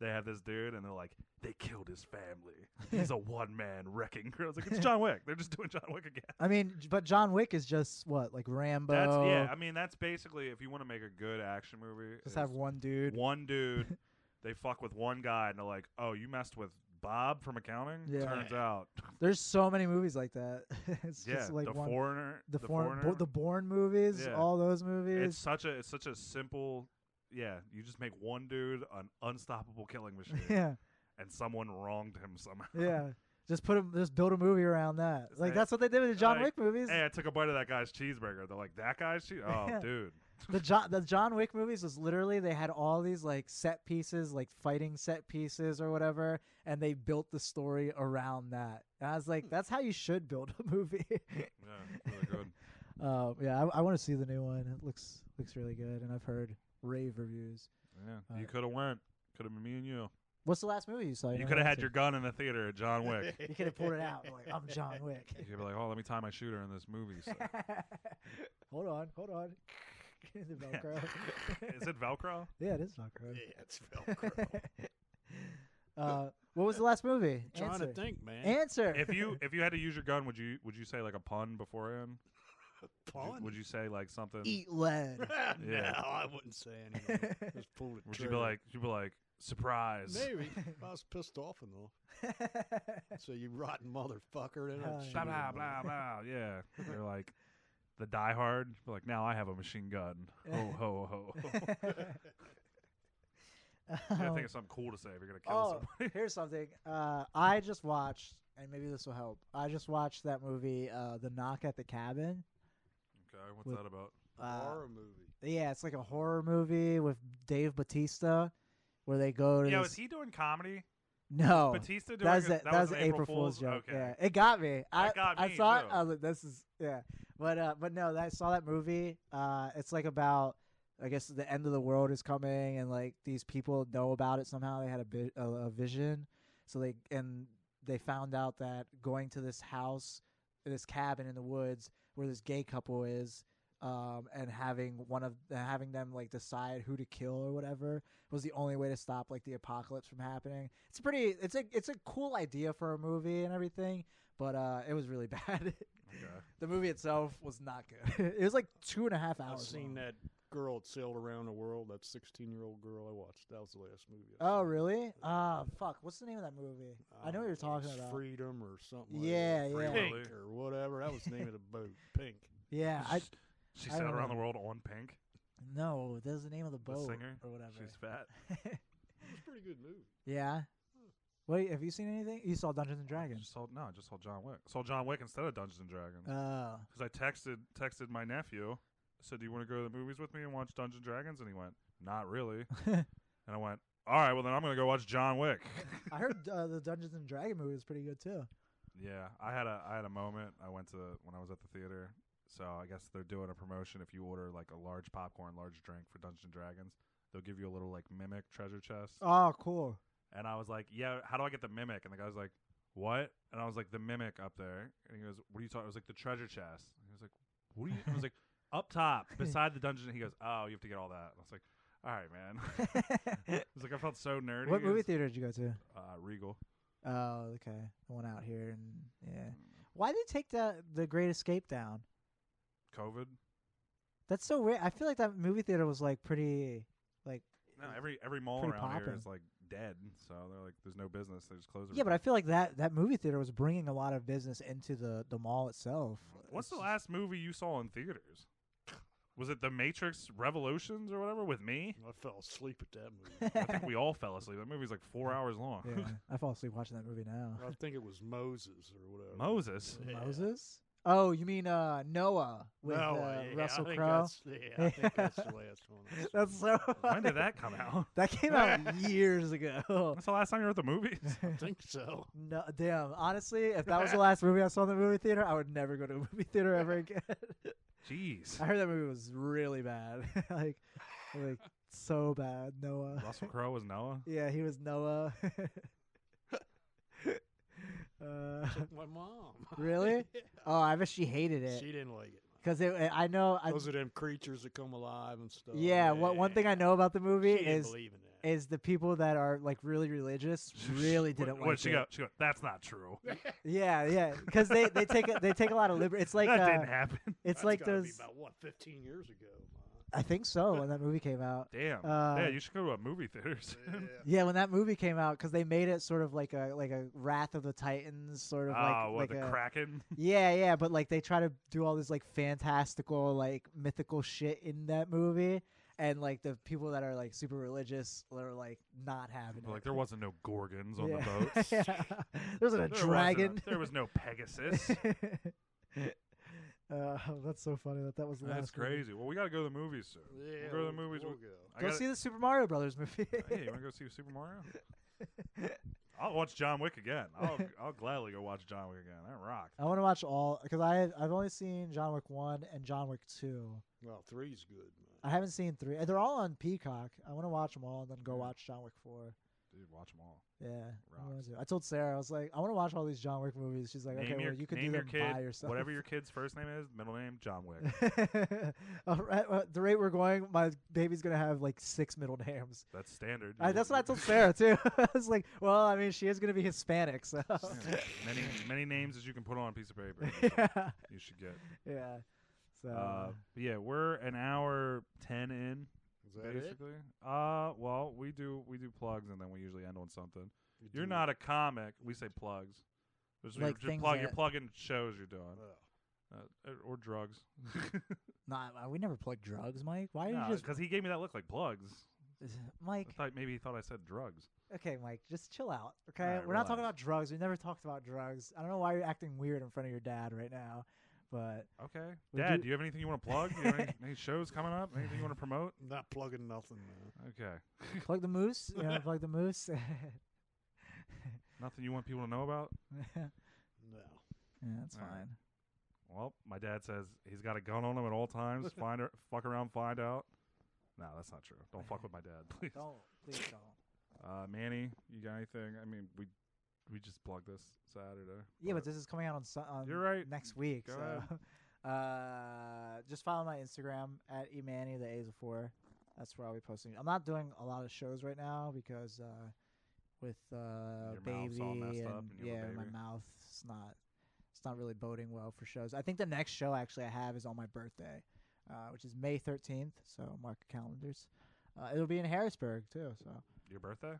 Speaker 1: they have this dude and they're like, they killed his family. He's a one man wrecking crew. I was like, it's John Wick. They're just doing John Wick again.
Speaker 2: I mean, j- but John Wick is just what like Rambo.
Speaker 1: That's yeah. I mean, that's basically if you want to make a good action movie,
Speaker 2: Just
Speaker 1: is
Speaker 2: have one dude.
Speaker 1: one dude. they fuck with one guy and they're like, oh, you messed with Bob from accounting.
Speaker 2: Yeah.
Speaker 1: Turns out,
Speaker 2: There's so many movies like that. it's
Speaker 1: yeah,
Speaker 2: just like
Speaker 1: the
Speaker 2: one.
Speaker 1: foreigner,
Speaker 2: the,
Speaker 1: the
Speaker 2: foreign,
Speaker 1: foreigner,
Speaker 2: Bo- the Bourne movies,
Speaker 1: Yeah.
Speaker 2: all those
Speaker 1: it's
Speaker 2: movies.
Speaker 1: such a it's such a simple. Yeah, you just make one dude an unstoppable killing machine,
Speaker 2: yeah,
Speaker 1: and someone wronged him somehow.
Speaker 2: yeah. Just put 'em- just build a movie around that.
Speaker 1: It's
Speaker 2: Like
Speaker 1: like-
Speaker 2: that's what they did with the John
Speaker 1: like,
Speaker 2: Wick movies.
Speaker 1: Hey, I took a bite of that guy's cheeseburger. They're like, that guy's cheese. Oh,
Speaker 2: Yeah.
Speaker 1: dude.
Speaker 2: The John the John Wick movies was literally they had all these like set pieces, like fighting set pieces or whatever, and they built the story around that. And I was like, that's how you should build a movie.
Speaker 1: Yeah, really good.
Speaker 2: uh, yeah, I, I want to see the new one. It looks looks really good, and I've heard rave reviews.
Speaker 1: Yeah,
Speaker 2: Uh,
Speaker 1: you could have went. Could have been me and you.
Speaker 2: What's the last movie you saw?
Speaker 1: You
Speaker 2: never
Speaker 1: could have had
Speaker 2: answered.
Speaker 1: your gun in the theater at John Wick.
Speaker 2: You could have pulled it out. and Like I'm John Wick.
Speaker 1: you could be like, oh, let me tie my shooter in this movie. So.
Speaker 2: hold on, hold on. the Velcro.
Speaker 1: Is it Velcro?
Speaker 2: yeah, it is Velcro.
Speaker 3: Yeah, it's Velcro.
Speaker 2: uh, what was the last movie?
Speaker 4: Trying
Speaker 2: Answer.
Speaker 4: to think, man.
Speaker 2: Answer.
Speaker 1: If you if you had to use your gun, would you would you say like a pun beforehand? Would you-
Speaker 4: Pun?
Speaker 1: Would you say like something?
Speaker 2: eat lead.
Speaker 4: no, I wouldn't say anything.
Speaker 3: Just pull the
Speaker 1: Would you be like you'd be like surprise?
Speaker 3: Maybe. If I was pissed off enough. So you rotten motherfucker. Then
Speaker 2: Hell
Speaker 3: I'd
Speaker 2: yeah.
Speaker 3: shoot
Speaker 1: Blah blah
Speaker 3: him.
Speaker 1: blah blah. Yeah, they're like the Die Hard. Be Like now I have a machine gun. Ho ho ho. ho. You gotta
Speaker 2: Um,
Speaker 1: think of something cool to say if you're gonna kill
Speaker 2: oh,
Speaker 1: somebody.
Speaker 2: here's something. Uh, I just watched, and maybe this will help. I just watched that movie, uh, The Knock at the Cabin.
Speaker 1: okay, what's
Speaker 2: With-
Speaker 1: that about?
Speaker 2: Uh,
Speaker 3: Horror movie.
Speaker 2: yeah, it's like a horror movie with Dave Batista, where they go to.
Speaker 1: Yeah,
Speaker 2: this- Oh.
Speaker 1: was he doing comedy?
Speaker 2: no,
Speaker 1: Batista doing
Speaker 2: that was
Speaker 1: a-
Speaker 2: the, that was
Speaker 1: an
Speaker 2: the April Fool's joke.
Speaker 1: Okay.
Speaker 2: Yeah, it got me. I
Speaker 1: got
Speaker 2: I
Speaker 1: me,
Speaker 2: saw it.
Speaker 1: too.
Speaker 2: I was like, this is yeah. But uh, but no, that, I saw that movie. Uh, it's like about I guess the end of the world is coming, and like these people know about it somehow. They had a bit a, a vision, so they and they found out that going to this house, this cabin in the woods where this gay couple is. Um, and having one of having them like decide who to kill or whatever was the only way to stop like the apocalypse from happening. It's pretty. It's a it's a cool idea for a movie and everything, but uh, it was really bad.
Speaker 1: Okay.
Speaker 2: the movie itself was not good. it was like two and a half
Speaker 3: I've
Speaker 2: hours. long.
Speaker 3: seen that girl that sailed around the world, that 16 year old girl I watched. That was the last movie. I
Speaker 2: Oh
Speaker 3: seen.
Speaker 2: really? Ah, fuck. What's the name of that movie? I know what
Speaker 3: Uh,
Speaker 2: you're
Speaker 3: it
Speaker 2: talking
Speaker 3: was
Speaker 2: about.
Speaker 3: Freedom or something.
Speaker 2: Yeah,
Speaker 3: like
Speaker 2: yeah.
Speaker 3: that. Pink
Speaker 1: Pink.
Speaker 3: or whatever. That was the name of the boat. Pink.
Speaker 2: Yeah, I
Speaker 1: she
Speaker 2: I
Speaker 1: sailed
Speaker 2: don't
Speaker 1: around
Speaker 2: know.
Speaker 1: the world on pink.
Speaker 2: no. There's the name of the
Speaker 1: The
Speaker 2: boat
Speaker 1: singer?
Speaker 2: or whatever.
Speaker 1: She's fat.
Speaker 3: It was a pretty good movie.
Speaker 2: yeah. Wait, have you seen anything? You saw Dungeons and
Speaker 1: I
Speaker 2: Dragons.
Speaker 1: just saw, no, I just saw John Wick. Saw John Wick instead of Dungeons and Dragons
Speaker 2: Oh,
Speaker 1: because I texted texted my nephew. said, "Do you want to go to the movies with me and watch Dungeons and Dragons?" And he went, "Not really." and I went, "All right, well then I'm gonna go watch John Wick."
Speaker 2: I heard uh, the Dungeons and Dragon movie was pretty good too.
Speaker 1: yeah, I had a I had a moment. I went to when I was at the theater. So I guess they're doing a promotion. If you order like a large popcorn, large drink for Dungeons and Dragons, they'll give you a little like mimic treasure chest.
Speaker 2: Oh, cool.
Speaker 1: And I was like, "Yeah, how do I get the mimic?" And the guy's like, "What?" And I was like, "The mimic up there." And he goes, "What are you talking?" I was like, "The treasure chest." And he was like, "What are you?" I was like, "Up top, beside the dungeon." He goes, "Oh, you have to get all that." And I was like, "All right, man." I was like, "I felt so nerdy."
Speaker 2: what
Speaker 1: He
Speaker 2: movie
Speaker 1: goes,
Speaker 2: theater did you go to?
Speaker 1: Uh, Regal.
Speaker 2: Oh, okay. The one out here and yeah.
Speaker 1: Mm,
Speaker 2: Why did they take the the Great Escape down?
Speaker 1: COVID.
Speaker 2: That's so weird. I feel like that movie theater was like pretty like
Speaker 1: No, every every mall
Speaker 2: Pretty
Speaker 1: around here
Speaker 2: poppin'.
Speaker 1: is like dead. So they're like, "There's no business. They just close."
Speaker 2: Yeah, but I
Speaker 1: everything."
Speaker 2: feel like that that movie theater was bringing a lot of business into the the mall itself.
Speaker 1: What's
Speaker 2: It's
Speaker 1: the
Speaker 2: just-
Speaker 1: last movie you saw in theaters? Was it The Matrix Revolutions or whatever with me?
Speaker 3: I fell asleep at that movie.
Speaker 1: I think we all fell asleep. That movie's like four hours long.
Speaker 2: Yeah. I fall asleep watching that movie now.
Speaker 3: I think it was Moses or whatever.
Speaker 1: Moses.
Speaker 3: Yeah.
Speaker 2: Moses? Oh, you mean uh Noah with
Speaker 3: No,
Speaker 2: uh,
Speaker 3: yeah,
Speaker 2: Russell
Speaker 3: I think
Speaker 2: Crowe?
Speaker 3: that's- Yeah, I think that's the last one. I saw.
Speaker 2: That's so
Speaker 1: when
Speaker 2: funny.
Speaker 1: did that come out?
Speaker 2: That came out years ago.
Speaker 1: That's the last time you were at the movies.
Speaker 3: I think so.
Speaker 2: No, damn. Honestly, if that was the last movie I saw in the movie theater, I would never go to a movie theater ever again.
Speaker 1: Jeez.
Speaker 2: I heard that movie was really bad, like, like so bad. Noah.
Speaker 1: Russell Crowe was Noah.
Speaker 2: Yeah, he was Noah. uh,
Speaker 3: Took my mom.
Speaker 2: Really?
Speaker 3: Yeah.
Speaker 2: oh, I bet she hated
Speaker 3: She
Speaker 2: it
Speaker 3: didn't like it.
Speaker 2: because it, I know. I,
Speaker 3: Those are them creatures that come alive and stuff.
Speaker 2: yeah, what one thing I know about the
Speaker 3: She
Speaker 2: movie
Speaker 3: didn't
Speaker 2: is
Speaker 3: believe in that.
Speaker 2: is the people that are like really religious really
Speaker 1: What-
Speaker 2: didn't
Speaker 1: what,
Speaker 2: like
Speaker 1: she
Speaker 2: it.
Speaker 1: go? She go. That's not true.
Speaker 2: Yeah, yeah, because they they take a, they take a lot of liberty. It's like
Speaker 1: that
Speaker 2: uh,
Speaker 1: didn't happen.
Speaker 2: it's
Speaker 3: That's
Speaker 2: like
Speaker 3: gotta be
Speaker 2: those.
Speaker 3: about what 15 years ago. Ma.
Speaker 2: I think so. When that movie came out.
Speaker 1: Damn.
Speaker 2: Uh,
Speaker 1: yeah, you should go to a movie theater. soon.
Speaker 2: Yeah, when that movie came out, because they made it sort of like a like a Wrath of the Titans sort of like
Speaker 1: Ah, what
Speaker 2: like
Speaker 1: the
Speaker 2: a,
Speaker 1: Kraken?
Speaker 2: Yeah, yeah, but like they try to do all this like fantastical, like mythical shit in that movie, and like the people that are like super religious are like not having it.
Speaker 1: Like there wasn't no gorgons on
Speaker 2: Yeah.
Speaker 1: the boat. There
Speaker 2: yeah. There wasn't a
Speaker 1: wasn't a-
Speaker 2: dragon.
Speaker 1: there was no Pegasus.
Speaker 2: uh, that's so funny that that was the
Speaker 1: That's
Speaker 2: last movie.
Speaker 1: crazy. Well, we gotta go to the movies soon.
Speaker 3: Yeah,
Speaker 1: go to the
Speaker 3: we'll-
Speaker 1: movies
Speaker 3: We'll
Speaker 1: with-
Speaker 3: go.
Speaker 1: I
Speaker 2: Go
Speaker 1: gotta-
Speaker 2: see the Super Mario Brothers movie.
Speaker 1: Hey, you wanna go see Super Mario? I'll watch John Wick again. I'll I'll gladly go watch John Wick again. That rocked.
Speaker 2: I want to watch all because I I've only seen John Wick one and John Wick two.
Speaker 3: Well, three's good.
Speaker 2: I
Speaker 3: Man.
Speaker 2: haven't seen three. and They're all on Peacock. I want to watch them all and then go
Speaker 1: Yeah.
Speaker 2: watch John Wick four.
Speaker 1: Dude, watch them all.
Speaker 2: Yeah, I, wanna
Speaker 1: Rocks.
Speaker 2: do- I told Sarah I was like, I want to watch all these John Wick movies. She's like,
Speaker 1: name
Speaker 2: okay,
Speaker 1: your,
Speaker 2: well, you can do
Speaker 1: name your
Speaker 2: them
Speaker 1: kid,
Speaker 2: by yourself.
Speaker 1: whatever your kid's first name is, middle name John Wick.
Speaker 2: All right, well, the rate we're going, my baby's gonna have like six middle names.
Speaker 1: That's standard.
Speaker 2: I, that's what I told Sarah too. I was like, well, I mean, she is gonna be Hispanic, so
Speaker 1: Yeah, many many names as you can put on a piece of paper.
Speaker 2: yeah,
Speaker 1: You should get.
Speaker 2: yeah. So
Speaker 1: Uh, but yeah, we're an hour ten in
Speaker 3: Is that it?
Speaker 1: basically. Uh, well, we do we do plugs and then we usually end on something.
Speaker 3: You
Speaker 1: You're
Speaker 3: do-
Speaker 1: not a comic. We say plugs. Just, you're
Speaker 2: Like
Speaker 1: just
Speaker 2: things
Speaker 1: plug, you're
Speaker 2: that-
Speaker 1: plugging shows you're doing,
Speaker 3: Oh.
Speaker 1: uh, or drugs.
Speaker 2: nah, uh, we never plug drugs, Mike. Why did you
Speaker 1: Because he gave me that look like plugs.
Speaker 2: just, Mike?
Speaker 1: I thought maybe he thought I said drugs.
Speaker 2: Okay, Mike, just chill out. Okay,
Speaker 1: Alright,
Speaker 2: we're not talking
Speaker 1: relax.
Speaker 2: about drugs. We never talked about drugs. I don't know why you're acting weird in front of your dad right now, but
Speaker 1: Okay,
Speaker 2: We
Speaker 1: Dad,
Speaker 2: do-
Speaker 1: do, you have anything you want to plug? you have any, any shows coming up? Anything you want to promote?
Speaker 3: Not plugging nothing, man.
Speaker 1: Okay,
Speaker 2: plug the moose. You know, plug the moose.
Speaker 1: nothing you want people to know about?
Speaker 2: yeah,
Speaker 3: No.
Speaker 2: that's
Speaker 1: Alright.
Speaker 2: fine.
Speaker 1: Well, my dad says he's got a gun on him at all times. Find her, fuck around, find out. No, that's not true. Don't fuck with my dad, please.
Speaker 2: Don't please don't.
Speaker 1: Uh, Manny, you got anything? I mean, we we just plugged this Saturday. Uh,
Speaker 2: Yeah, but this is coming out on, Sun- on
Speaker 1: You're right.
Speaker 2: next week.
Speaker 1: Go
Speaker 2: so, uh, just follow my Instagram at emanny the A's of four. That's where I'll be posting. I'm not doing a lot of shows right now because uh, with
Speaker 1: Your
Speaker 2: uh,
Speaker 1: mouth's
Speaker 2: baby
Speaker 1: all messed
Speaker 2: and
Speaker 1: up and you
Speaker 2: yeah,
Speaker 1: have a
Speaker 2: my
Speaker 1: baby.
Speaker 2: mouth's not it's not really boding well for shows. I think the next show actually I have is on my birthday, uh, which is May 13th. So mark your calendars. Uh, it'll be in Harrisburg too. So
Speaker 1: your birthday.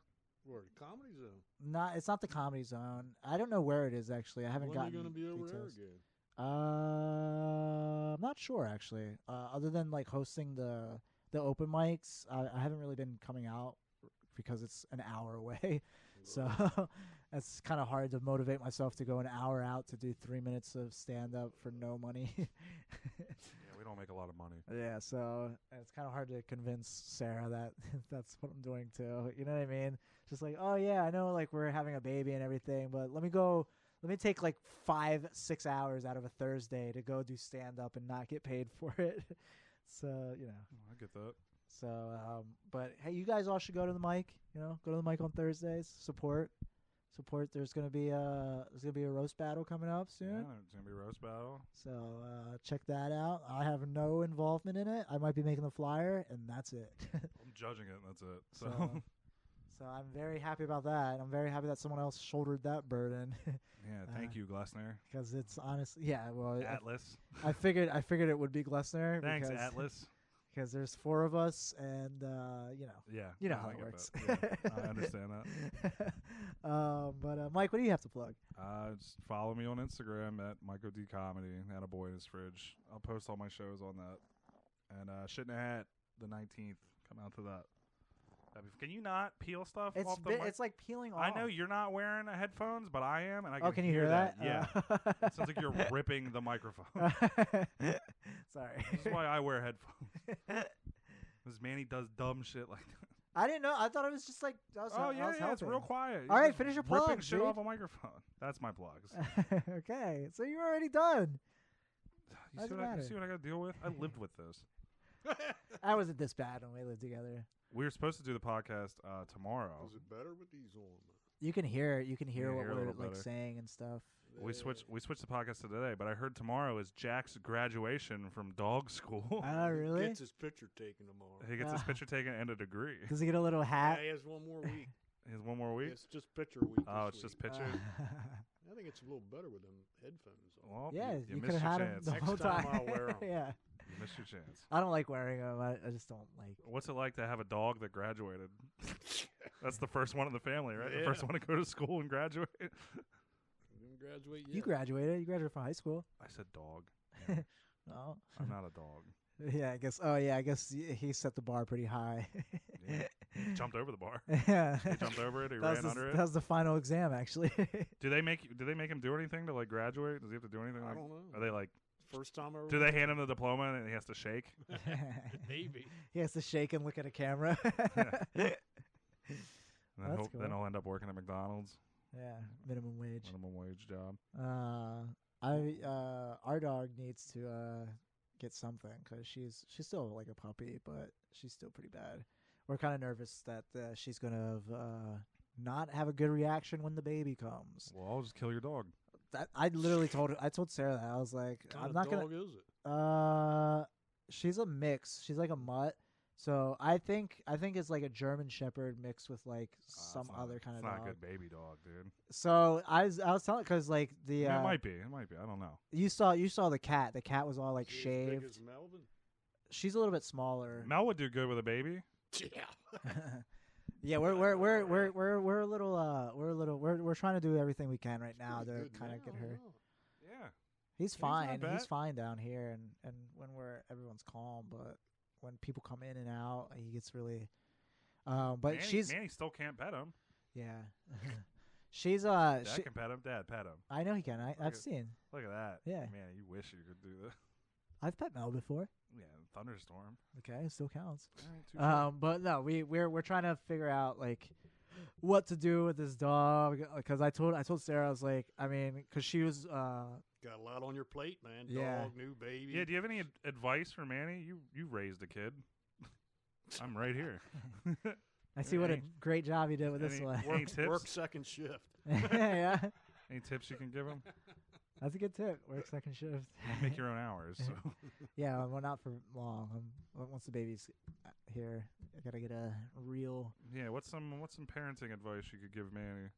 Speaker 3: We're at Comedy Zone.
Speaker 2: not it's not the comedy zone. I don't know where it is actually. I haven't
Speaker 3: when are
Speaker 2: gotten
Speaker 3: you going to be over there
Speaker 2: details.
Speaker 3: again?
Speaker 2: Uh, I'm not sure actually. Uh, other than like hosting the the open mics, I, I haven't really been coming out because it's an hour away. So that's kind of hard to motivate myself to go an hour out to do three minutes of stand up for no money.
Speaker 1: Yeah, we don't make a lot of money.
Speaker 2: yeah, so it's kind of hard to convince Sarah that that's what I'm doing too. You know what I mean? Just like, oh yeah, I know like we're having a baby and everything, but let me go. Let me take like five, six hours out of a Thursday to go do stand up and not get paid for it. so you know.
Speaker 1: Oh, I get that.
Speaker 2: So, um, but hey, you guys all should go to the mic. You know, go to the mic on Thursdays. Support, support. There's gonna be a there's gonna be a roast battle coming up soon.
Speaker 1: Yeah, it's gonna be a roast battle.
Speaker 2: So uh, check that out. I have no involvement in it. I might be making the flyer, and that's it.
Speaker 1: I'm judging it. and That's it. So,
Speaker 2: so, uh, so I'm very happy about that. I'm very happy that someone else shouldered that burden
Speaker 1: yeah, thank you, Glessner.
Speaker 2: because it's honestly, yeah. Well, uh, I-
Speaker 1: Atlas.
Speaker 2: I, figured I figured it would be Glessner
Speaker 1: Thanks,
Speaker 2: because
Speaker 1: Atlas.
Speaker 2: because there's four of us, and uh, you know.
Speaker 1: Yeah,
Speaker 2: You know
Speaker 1: I
Speaker 2: how it
Speaker 1: get
Speaker 2: works.
Speaker 1: that. Yeah, I understand that.
Speaker 2: um, but uh, Mike, what do you have to plug?
Speaker 1: Uh, just follow me on Instagram at Michael D Comedy and a boy in his fridge. I'll post all my shows on that. And uh, shit in a hat the nineteenth. Come out to that. That'd be- Can you not peel stuff
Speaker 2: It's
Speaker 1: off the?
Speaker 2: bit,
Speaker 1: mic?
Speaker 2: it's like peeling off.
Speaker 1: I know you're not wearing headphones, but I am, and I can.
Speaker 2: Oh, can you hear, that?
Speaker 1: Yeah.
Speaker 2: Uh,
Speaker 1: It sounds like you're ripping the microphone.
Speaker 2: Sorry.
Speaker 1: this is why I wear headphones. Because Manny does dumb shit like that.
Speaker 2: I didn't know. I thought it was just like I was,
Speaker 1: oh,
Speaker 2: I
Speaker 1: yeah,
Speaker 2: was
Speaker 1: yeah, it's real
Speaker 2: helping.
Speaker 1: quiet.
Speaker 2: All
Speaker 1: You're
Speaker 2: right,
Speaker 1: just
Speaker 2: finish your
Speaker 1: ripping
Speaker 2: plugs,
Speaker 1: shit
Speaker 2: dude.
Speaker 1: off a microphone. That's my plugs.
Speaker 2: okay, so you're already done.
Speaker 1: You
Speaker 2: Doesn't
Speaker 1: see, what I, you
Speaker 2: matter.
Speaker 1: see what I got to deal with? I lived with this.
Speaker 2: I wasn't this bad when we lived together.
Speaker 1: We were supposed to do the podcast uh, tomorrow.
Speaker 3: Is it better with these on?
Speaker 2: You can hear it. You can hear
Speaker 1: can
Speaker 2: what
Speaker 1: hear a
Speaker 2: we're
Speaker 1: little
Speaker 2: like
Speaker 1: better.
Speaker 2: saying and stuff.
Speaker 1: We switched we switched the podcast to today, but I heard tomorrow is Jack's graduation from dog school.
Speaker 2: Oh, really?
Speaker 3: Gets his picture taken tomorrow.
Speaker 1: he gets his
Speaker 2: Ah.
Speaker 1: picture taken and a degree.
Speaker 2: Does he get a little
Speaker 3: Yeah,
Speaker 2: hat?
Speaker 3: he has one more week.
Speaker 1: He has one more week.
Speaker 3: It's just picture week.
Speaker 1: Oh,
Speaker 3: this
Speaker 1: it's just
Speaker 3: week.
Speaker 1: picture.
Speaker 2: Ah.
Speaker 3: I think it's a little better with them headphones on.
Speaker 1: well,
Speaker 2: yeah,
Speaker 1: Oh, you, you
Speaker 2: you could
Speaker 1: missed
Speaker 2: have
Speaker 1: your
Speaker 2: had him
Speaker 1: chance.
Speaker 2: the
Speaker 3: Next
Speaker 2: whole
Speaker 3: time
Speaker 2: time.
Speaker 3: I'll wear 'em.
Speaker 2: yeah.
Speaker 1: You missed your chance.
Speaker 2: I don't like wearing them. I, I just don't like.
Speaker 1: What's it like to have a dog that graduated? That's the first one in the family, right? The
Speaker 4: Yeah.
Speaker 1: first one to go to school and graduate.
Speaker 4: Didn't graduate yet.
Speaker 2: You graduated. You graduated from high school.
Speaker 1: I said dog.
Speaker 2: Oh.
Speaker 1: I'm not a dog.
Speaker 2: Yeah, I guess. Oh, yeah, I guess y- he set the bar pretty high.
Speaker 1: Yeah. Jumped over the bar.
Speaker 2: yeah.
Speaker 1: He jumped over it. He
Speaker 2: that, was
Speaker 1: ran
Speaker 2: the,
Speaker 1: under
Speaker 2: that
Speaker 1: it.
Speaker 2: was the final exam, actually.
Speaker 1: Do they make? you- Do they make him do anything to like graduate? Does he have to do anything?
Speaker 3: I
Speaker 1: Like,
Speaker 3: don't
Speaker 1: are
Speaker 3: know.
Speaker 1: they like?
Speaker 4: First time I ever.
Speaker 1: Do they hand him the diploma and he has to shake?
Speaker 4: Maybe.
Speaker 2: he has to shake and look at a camera. yeah.
Speaker 1: And then,
Speaker 2: That's
Speaker 1: he'll, then
Speaker 2: cool.
Speaker 1: he'll end up working at McDonald's,
Speaker 2: minimum wage.
Speaker 1: minimum wage job.
Speaker 2: Uh, I uh, our dog needs to uh get something 'cause she's she's still like a puppy, but she's still pretty bad. We're kind of nervous that uh, she's gonna uh not have a good reaction when the baby comes.
Speaker 1: Well, I'll just kill your dog.
Speaker 2: That I literally told her. I told Sarah that I was like,
Speaker 4: Kind
Speaker 2: I'm
Speaker 4: of
Speaker 2: not gonna.
Speaker 4: dog is it?
Speaker 2: Uh, she's a mix. She's like a mutt. So I think I think it's like a German Shepherd mixed with like
Speaker 1: Ah, it's
Speaker 2: some
Speaker 1: not-
Speaker 2: other kind
Speaker 1: it's
Speaker 2: of
Speaker 1: not
Speaker 2: dog.
Speaker 1: a good baby dog, dude.
Speaker 2: So I was I was telling because like the
Speaker 1: Yeah,
Speaker 2: uh,
Speaker 1: it might be. It might be. I don't know.
Speaker 2: you saw you saw the cat. The cat was all like
Speaker 4: Is he as big
Speaker 2: shaved.
Speaker 4: as Melvin?
Speaker 2: She's a little bit smaller.
Speaker 1: Mel would do good with a baby.
Speaker 4: Yeah.
Speaker 2: yeah, we're we're we're we're we're we're a little uh we're a little we're we're trying to do everything we can right now to kind of get her.
Speaker 1: Yeah.
Speaker 2: He's
Speaker 1: not
Speaker 2: fine. He's,
Speaker 1: bad.
Speaker 2: fine down here, and and when we're everyone's calm, but when people come in and out, he gets really. Um, but
Speaker 1: Manny,
Speaker 2: she's
Speaker 1: Manny still can't pet him.
Speaker 2: yeah, she's uh,
Speaker 1: Dad
Speaker 2: she,
Speaker 1: can pet him. Dad pet him.
Speaker 2: I know he can. I, I've
Speaker 1: it.
Speaker 2: seen.
Speaker 1: Look at that.
Speaker 2: Yeah.
Speaker 1: Man, you wish you could do that.
Speaker 2: I've pet Mel before.
Speaker 1: Yeah, thunderstorm.
Speaker 2: Okay, it still counts.
Speaker 1: Alright, touche.
Speaker 2: Um, but no, we we're we're trying to figure out like what to do with this dog because I told I told Sarah I was like I mean because she was uh
Speaker 4: Got a lot on your plate, man.
Speaker 2: Yeah.
Speaker 4: Dog, new baby.
Speaker 1: yeah. Do you have any ad- advice for Manny? You you raised a kid. I'm right here.
Speaker 2: I see what a
Speaker 1: Any-
Speaker 2: great job you did with this
Speaker 1: any,
Speaker 2: one.
Speaker 1: any tips?
Speaker 4: Work second shift.
Speaker 2: yeah,
Speaker 1: Any tips you can give him?
Speaker 2: that's a good tip. Work second shift.
Speaker 1: Make your own hours. So
Speaker 2: yeah, well, not for long. i once the baby's uh, here, I gotta get a real.
Speaker 1: yeah. What's some what's some parenting advice you could give Manny?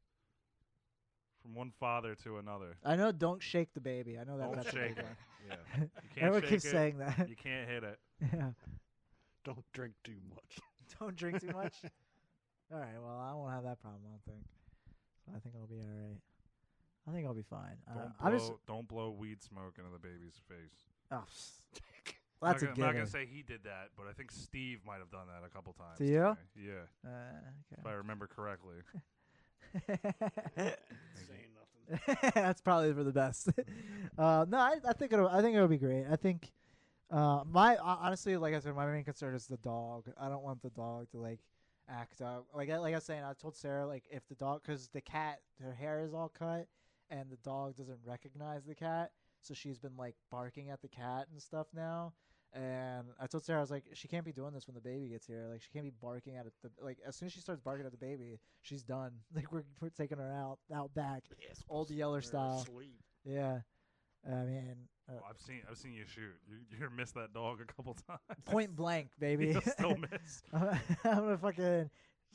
Speaker 1: From one father to another.
Speaker 2: I know. Don't shake the baby. I know that.
Speaker 1: Don't
Speaker 2: that's a
Speaker 1: shake
Speaker 2: big
Speaker 1: it.
Speaker 2: one.
Speaker 1: Yeah. You can't
Speaker 2: Everyone
Speaker 1: shake
Speaker 2: keeps
Speaker 1: it.
Speaker 2: saying that.
Speaker 1: You can't hit it.
Speaker 2: yeah.
Speaker 4: Don't drink too much.
Speaker 2: Don't drink too much. all right. Well, I won't have that problem. I don't think. So I think I'll be all right. I think I'll be fine. Uh, I
Speaker 1: Don't
Speaker 2: don't- I'm
Speaker 1: blow
Speaker 2: just.
Speaker 1: don't blow weed smoke into the baby's face.
Speaker 2: Oh, pfft.
Speaker 1: I'm
Speaker 2: that's
Speaker 1: not gonna- I'm
Speaker 2: a
Speaker 1: not
Speaker 2: given.
Speaker 1: gonna say he did that, but I think Steve might have done that a couple times.
Speaker 2: To you?
Speaker 1: today. Yeah, if I
Speaker 2: Uh,
Speaker 1: remember correctly.
Speaker 2: okay.
Speaker 4: Saying nothing.
Speaker 2: That's probably for the best. uh, no, I, I think it'll. I think it'll be great. I think uh, my uh, honestly, like I said, my main concern is the dog. I don't want the dog to like act up. Like I, like I was saying, I told Sarah like if the dog, because the cat, her hair is all cut, and the dog doesn't recognize the cat, so she's been like barking at the cat and stuff now. And I told Sarah I was like, she can't be doing this when the baby gets here. Like she can't be barking at it. The, like as soon as she starts barking at the baby, she's done. Like we're, we're taking her out out back.
Speaker 4: Yes,
Speaker 2: Old Yeller
Speaker 4: they're
Speaker 2: style.
Speaker 4: asleep.
Speaker 2: Yeah, I mean, uh,
Speaker 1: Well, I've seen I've seen you shoot. You you missed that dog a couple times.
Speaker 2: point blank, baby.
Speaker 1: You'll still miss.
Speaker 2: I'm gonna fucking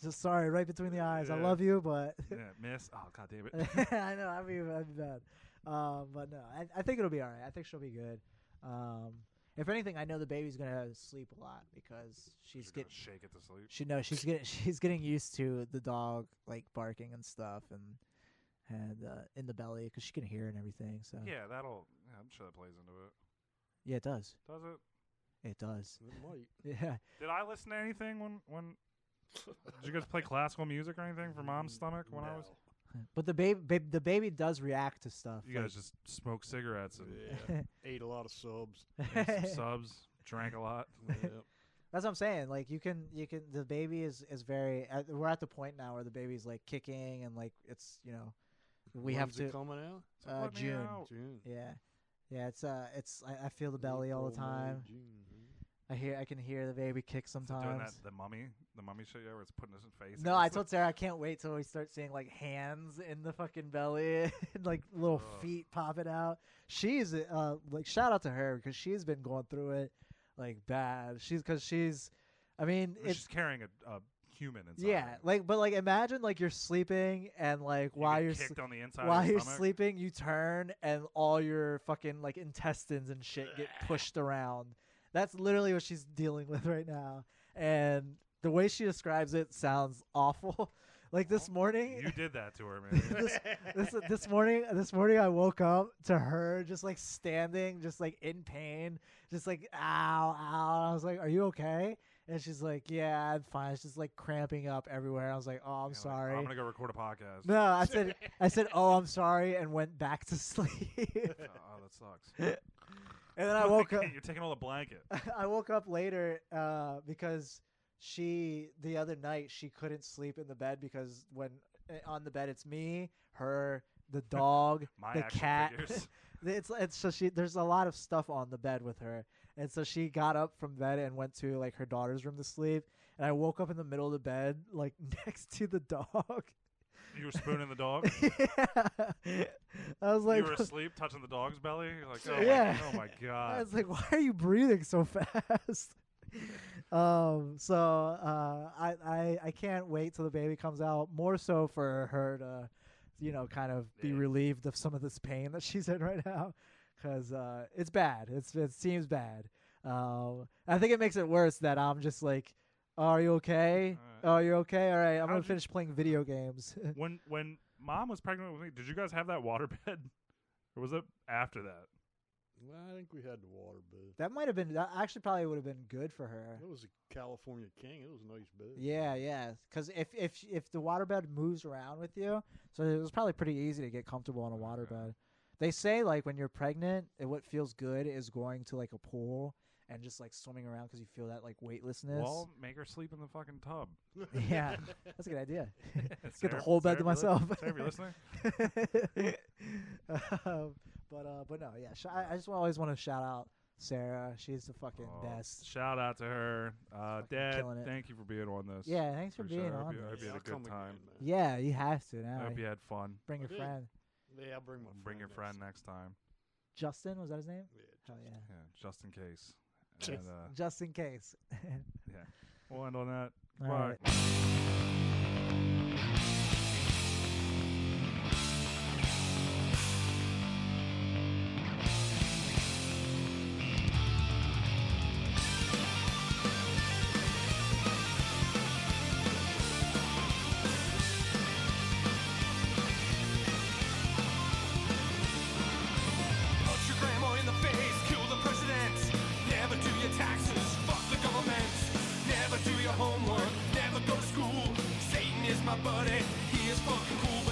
Speaker 2: just sorry right between the eyes. I
Speaker 1: Yeah.
Speaker 2: love you, but
Speaker 1: Yeah, miss. Oh god damn it.
Speaker 2: I know I'd be, I'd be bad. Um, but no, I, I think it'll be all right. I think she'll be good. Um, if anything, I know the baby's gonna sleep a lot because she's
Speaker 1: gonna
Speaker 2: getting
Speaker 1: shake it to sleep.
Speaker 2: she no she's getting she's getting used to the dog like barking and stuff and and uh, in the belly because she can hear and everything. So
Speaker 1: Yeah, that'll. Yeah, I'm sure that plays into it.
Speaker 2: yeah, it does.
Speaker 1: Does it?
Speaker 2: It does.
Speaker 3: It might.
Speaker 2: Yeah.
Speaker 1: Did I listen to anything when when? Did you guys play classical music or anything for mom's stomach when I was?
Speaker 4: No.
Speaker 2: But the baby, bab the baby does react to stuff.
Speaker 1: You guys just smoked cigarettes and
Speaker 4: Yeah. Ate a lot of subs.
Speaker 1: ate some subs, drank a lot.
Speaker 4: Yep.
Speaker 2: That's what I'm saying. Like you can, you can. The baby is is very. At, we're at the point now where the baby's like kicking and like it's you know, we have
Speaker 4: When's it
Speaker 2: to.
Speaker 4: coming out?
Speaker 1: So
Speaker 2: Uh,
Speaker 1: let me
Speaker 2: June.
Speaker 1: out.
Speaker 4: June.
Speaker 2: Yeah, yeah. It's uh, it's. I, I feel the belly all the
Speaker 4: April, May,
Speaker 2: time.
Speaker 4: June, huh?
Speaker 2: I hear, I can hear the baby kick
Speaker 1: Is it Doing that,
Speaker 2: sometimes.
Speaker 1: the mummy, the mummy shit, yeah, where it's putting his face.
Speaker 2: No, I
Speaker 1: against the-
Speaker 2: told Sarah I can't wait till we start seeing like hands in the fucking belly and like little
Speaker 1: Ugh.
Speaker 2: feet popping out. She's uh like shout out to her because she's been going through it like bad. She's because she's, I mean,
Speaker 1: I mean,
Speaker 2: it's
Speaker 1: she's carrying a, a human inside.
Speaker 2: Yeah,
Speaker 1: her.
Speaker 2: like but like imagine like you're sleeping and like
Speaker 1: You
Speaker 2: while
Speaker 1: get
Speaker 2: you're
Speaker 1: kicked
Speaker 2: sl-
Speaker 1: on the inside, of
Speaker 2: while
Speaker 1: your
Speaker 2: you're
Speaker 1: stomach.
Speaker 2: sleeping, you turn and all your fucking like intestines and shit get pushed around. That's literally what she's dealing with right now. And the way she describes it sounds awful. Like this morning,
Speaker 1: You did that to her, man.
Speaker 2: this, this this morning this morning I woke up to her just like standing, just like in pain, just like ow ow. And I was like, "Are you okay?" And she's like, "Yeah, I'm fine." She's like cramping up everywhere. I was like, "Oh, I'm
Speaker 1: You're like,
Speaker 2: sorry."
Speaker 1: I'm gonna go record a podcast.
Speaker 2: no, I said I said, "Oh, I'm sorry," and went back to sleep.
Speaker 1: oh, oh, that sucks.
Speaker 2: and then I woke up.
Speaker 1: You're taking all the blanket.
Speaker 2: I woke up later uh, because she the other night she couldn't sleep in the bed because when eh, on the bed it's me, her, the dog,
Speaker 1: My
Speaker 2: the
Speaker 1: action
Speaker 2: cat.
Speaker 1: figures.
Speaker 2: it's it's so she there's a lot of stuff on the bed with her, and so she got up from bed and went to like her daughter's room to sleep, and I woke up in the middle of the bed like next to the dog.
Speaker 1: You were spooning the dog.
Speaker 2: yeah. I was like.
Speaker 1: you were
Speaker 2: "What-
Speaker 1: asleep, touching the dog's belly. You're like, oh,
Speaker 2: Yeah.
Speaker 1: my, oh my
Speaker 2: I
Speaker 1: god.
Speaker 2: was like, why are you breathing so fast? um, so uh, I, I I can't wait till the baby comes out. More so for her to, you know, kind of be
Speaker 1: Yeah.
Speaker 2: relieved of some of this pain that she's in right now, because uh, it's bad. It's it seems bad. Um, I think it makes it worse that I'm just like, are you okay?
Speaker 1: Alright.
Speaker 2: Are you okay? All right, I'm
Speaker 1: How'd
Speaker 2: gonna
Speaker 1: you-
Speaker 2: finish playing video games.
Speaker 1: When when mom was pregnant with me, did you guys have that water bed, or was it after that?
Speaker 3: Well, I think we had the water bed.
Speaker 2: that might have been that actually probably would have been good for her.
Speaker 3: It was a California King. It was a nice bed.
Speaker 2: Yeah, yeah. Because if if sh- if the waterbed moves around with you, so it was probably pretty easy to get comfortable on a
Speaker 1: Okay.
Speaker 2: waterbed. They say like when you're pregnant, it, what feels good is going to like a pool and just like swimming around because you feel that like weightlessness.
Speaker 1: Well, make her sleep in the fucking tub.
Speaker 2: yeah, that's a good idea.
Speaker 1: Sarah-
Speaker 2: the whole bed
Speaker 1: Sarah,
Speaker 2: to
Speaker 1: if you're li-
Speaker 2: myself.
Speaker 1: Sarah, if you're listening,
Speaker 2: um, but uh, but no, yeah. Sh- I, I just wa- always want to shout out Sarah. She's the fucking
Speaker 1: Oh,
Speaker 2: best.
Speaker 1: Shout out to her, uh,
Speaker 2: Fucking
Speaker 1: Dad.
Speaker 2: killing it.
Speaker 1: Thank you for being on this.
Speaker 2: Yeah, thanks for
Speaker 1: Appreciate it.
Speaker 2: being
Speaker 1: I hope
Speaker 2: on.
Speaker 1: you- I hope
Speaker 2: this.
Speaker 1: you had
Speaker 3: I'll
Speaker 1: a good
Speaker 3: come again,
Speaker 1: time.
Speaker 3: man.
Speaker 2: Yeah, you have to
Speaker 1: I
Speaker 2: now.
Speaker 1: hope you had fun.
Speaker 2: Bring your
Speaker 3: did.
Speaker 2: friend
Speaker 3: Yeah, I'll bring my
Speaker 1: Bring
Speaker 3: friend
Speaker 1: your
Speaker 3: next
Speaker 1: friend next time.
Speaker 2: Justin. Was that his name? Hell
Speaker 3: time. Yeah, just-
Speaker 2: yeah.
Speaker 1: Yeah, just in case.
Speaker 2: Just,
Speaker 1: And, uh,
Speaker 2: just in case.
Speaker 1: we'll end on that.
Speaker 2: All
Speaker 1: Bye.
Speaker 2: right.
Speaker 5: Punch your grandma in the face, kill the president. Never do your taxes, fuck the government. Never do your homework, never go to school. Satan is my buddy, he is fucking cool, but E, E.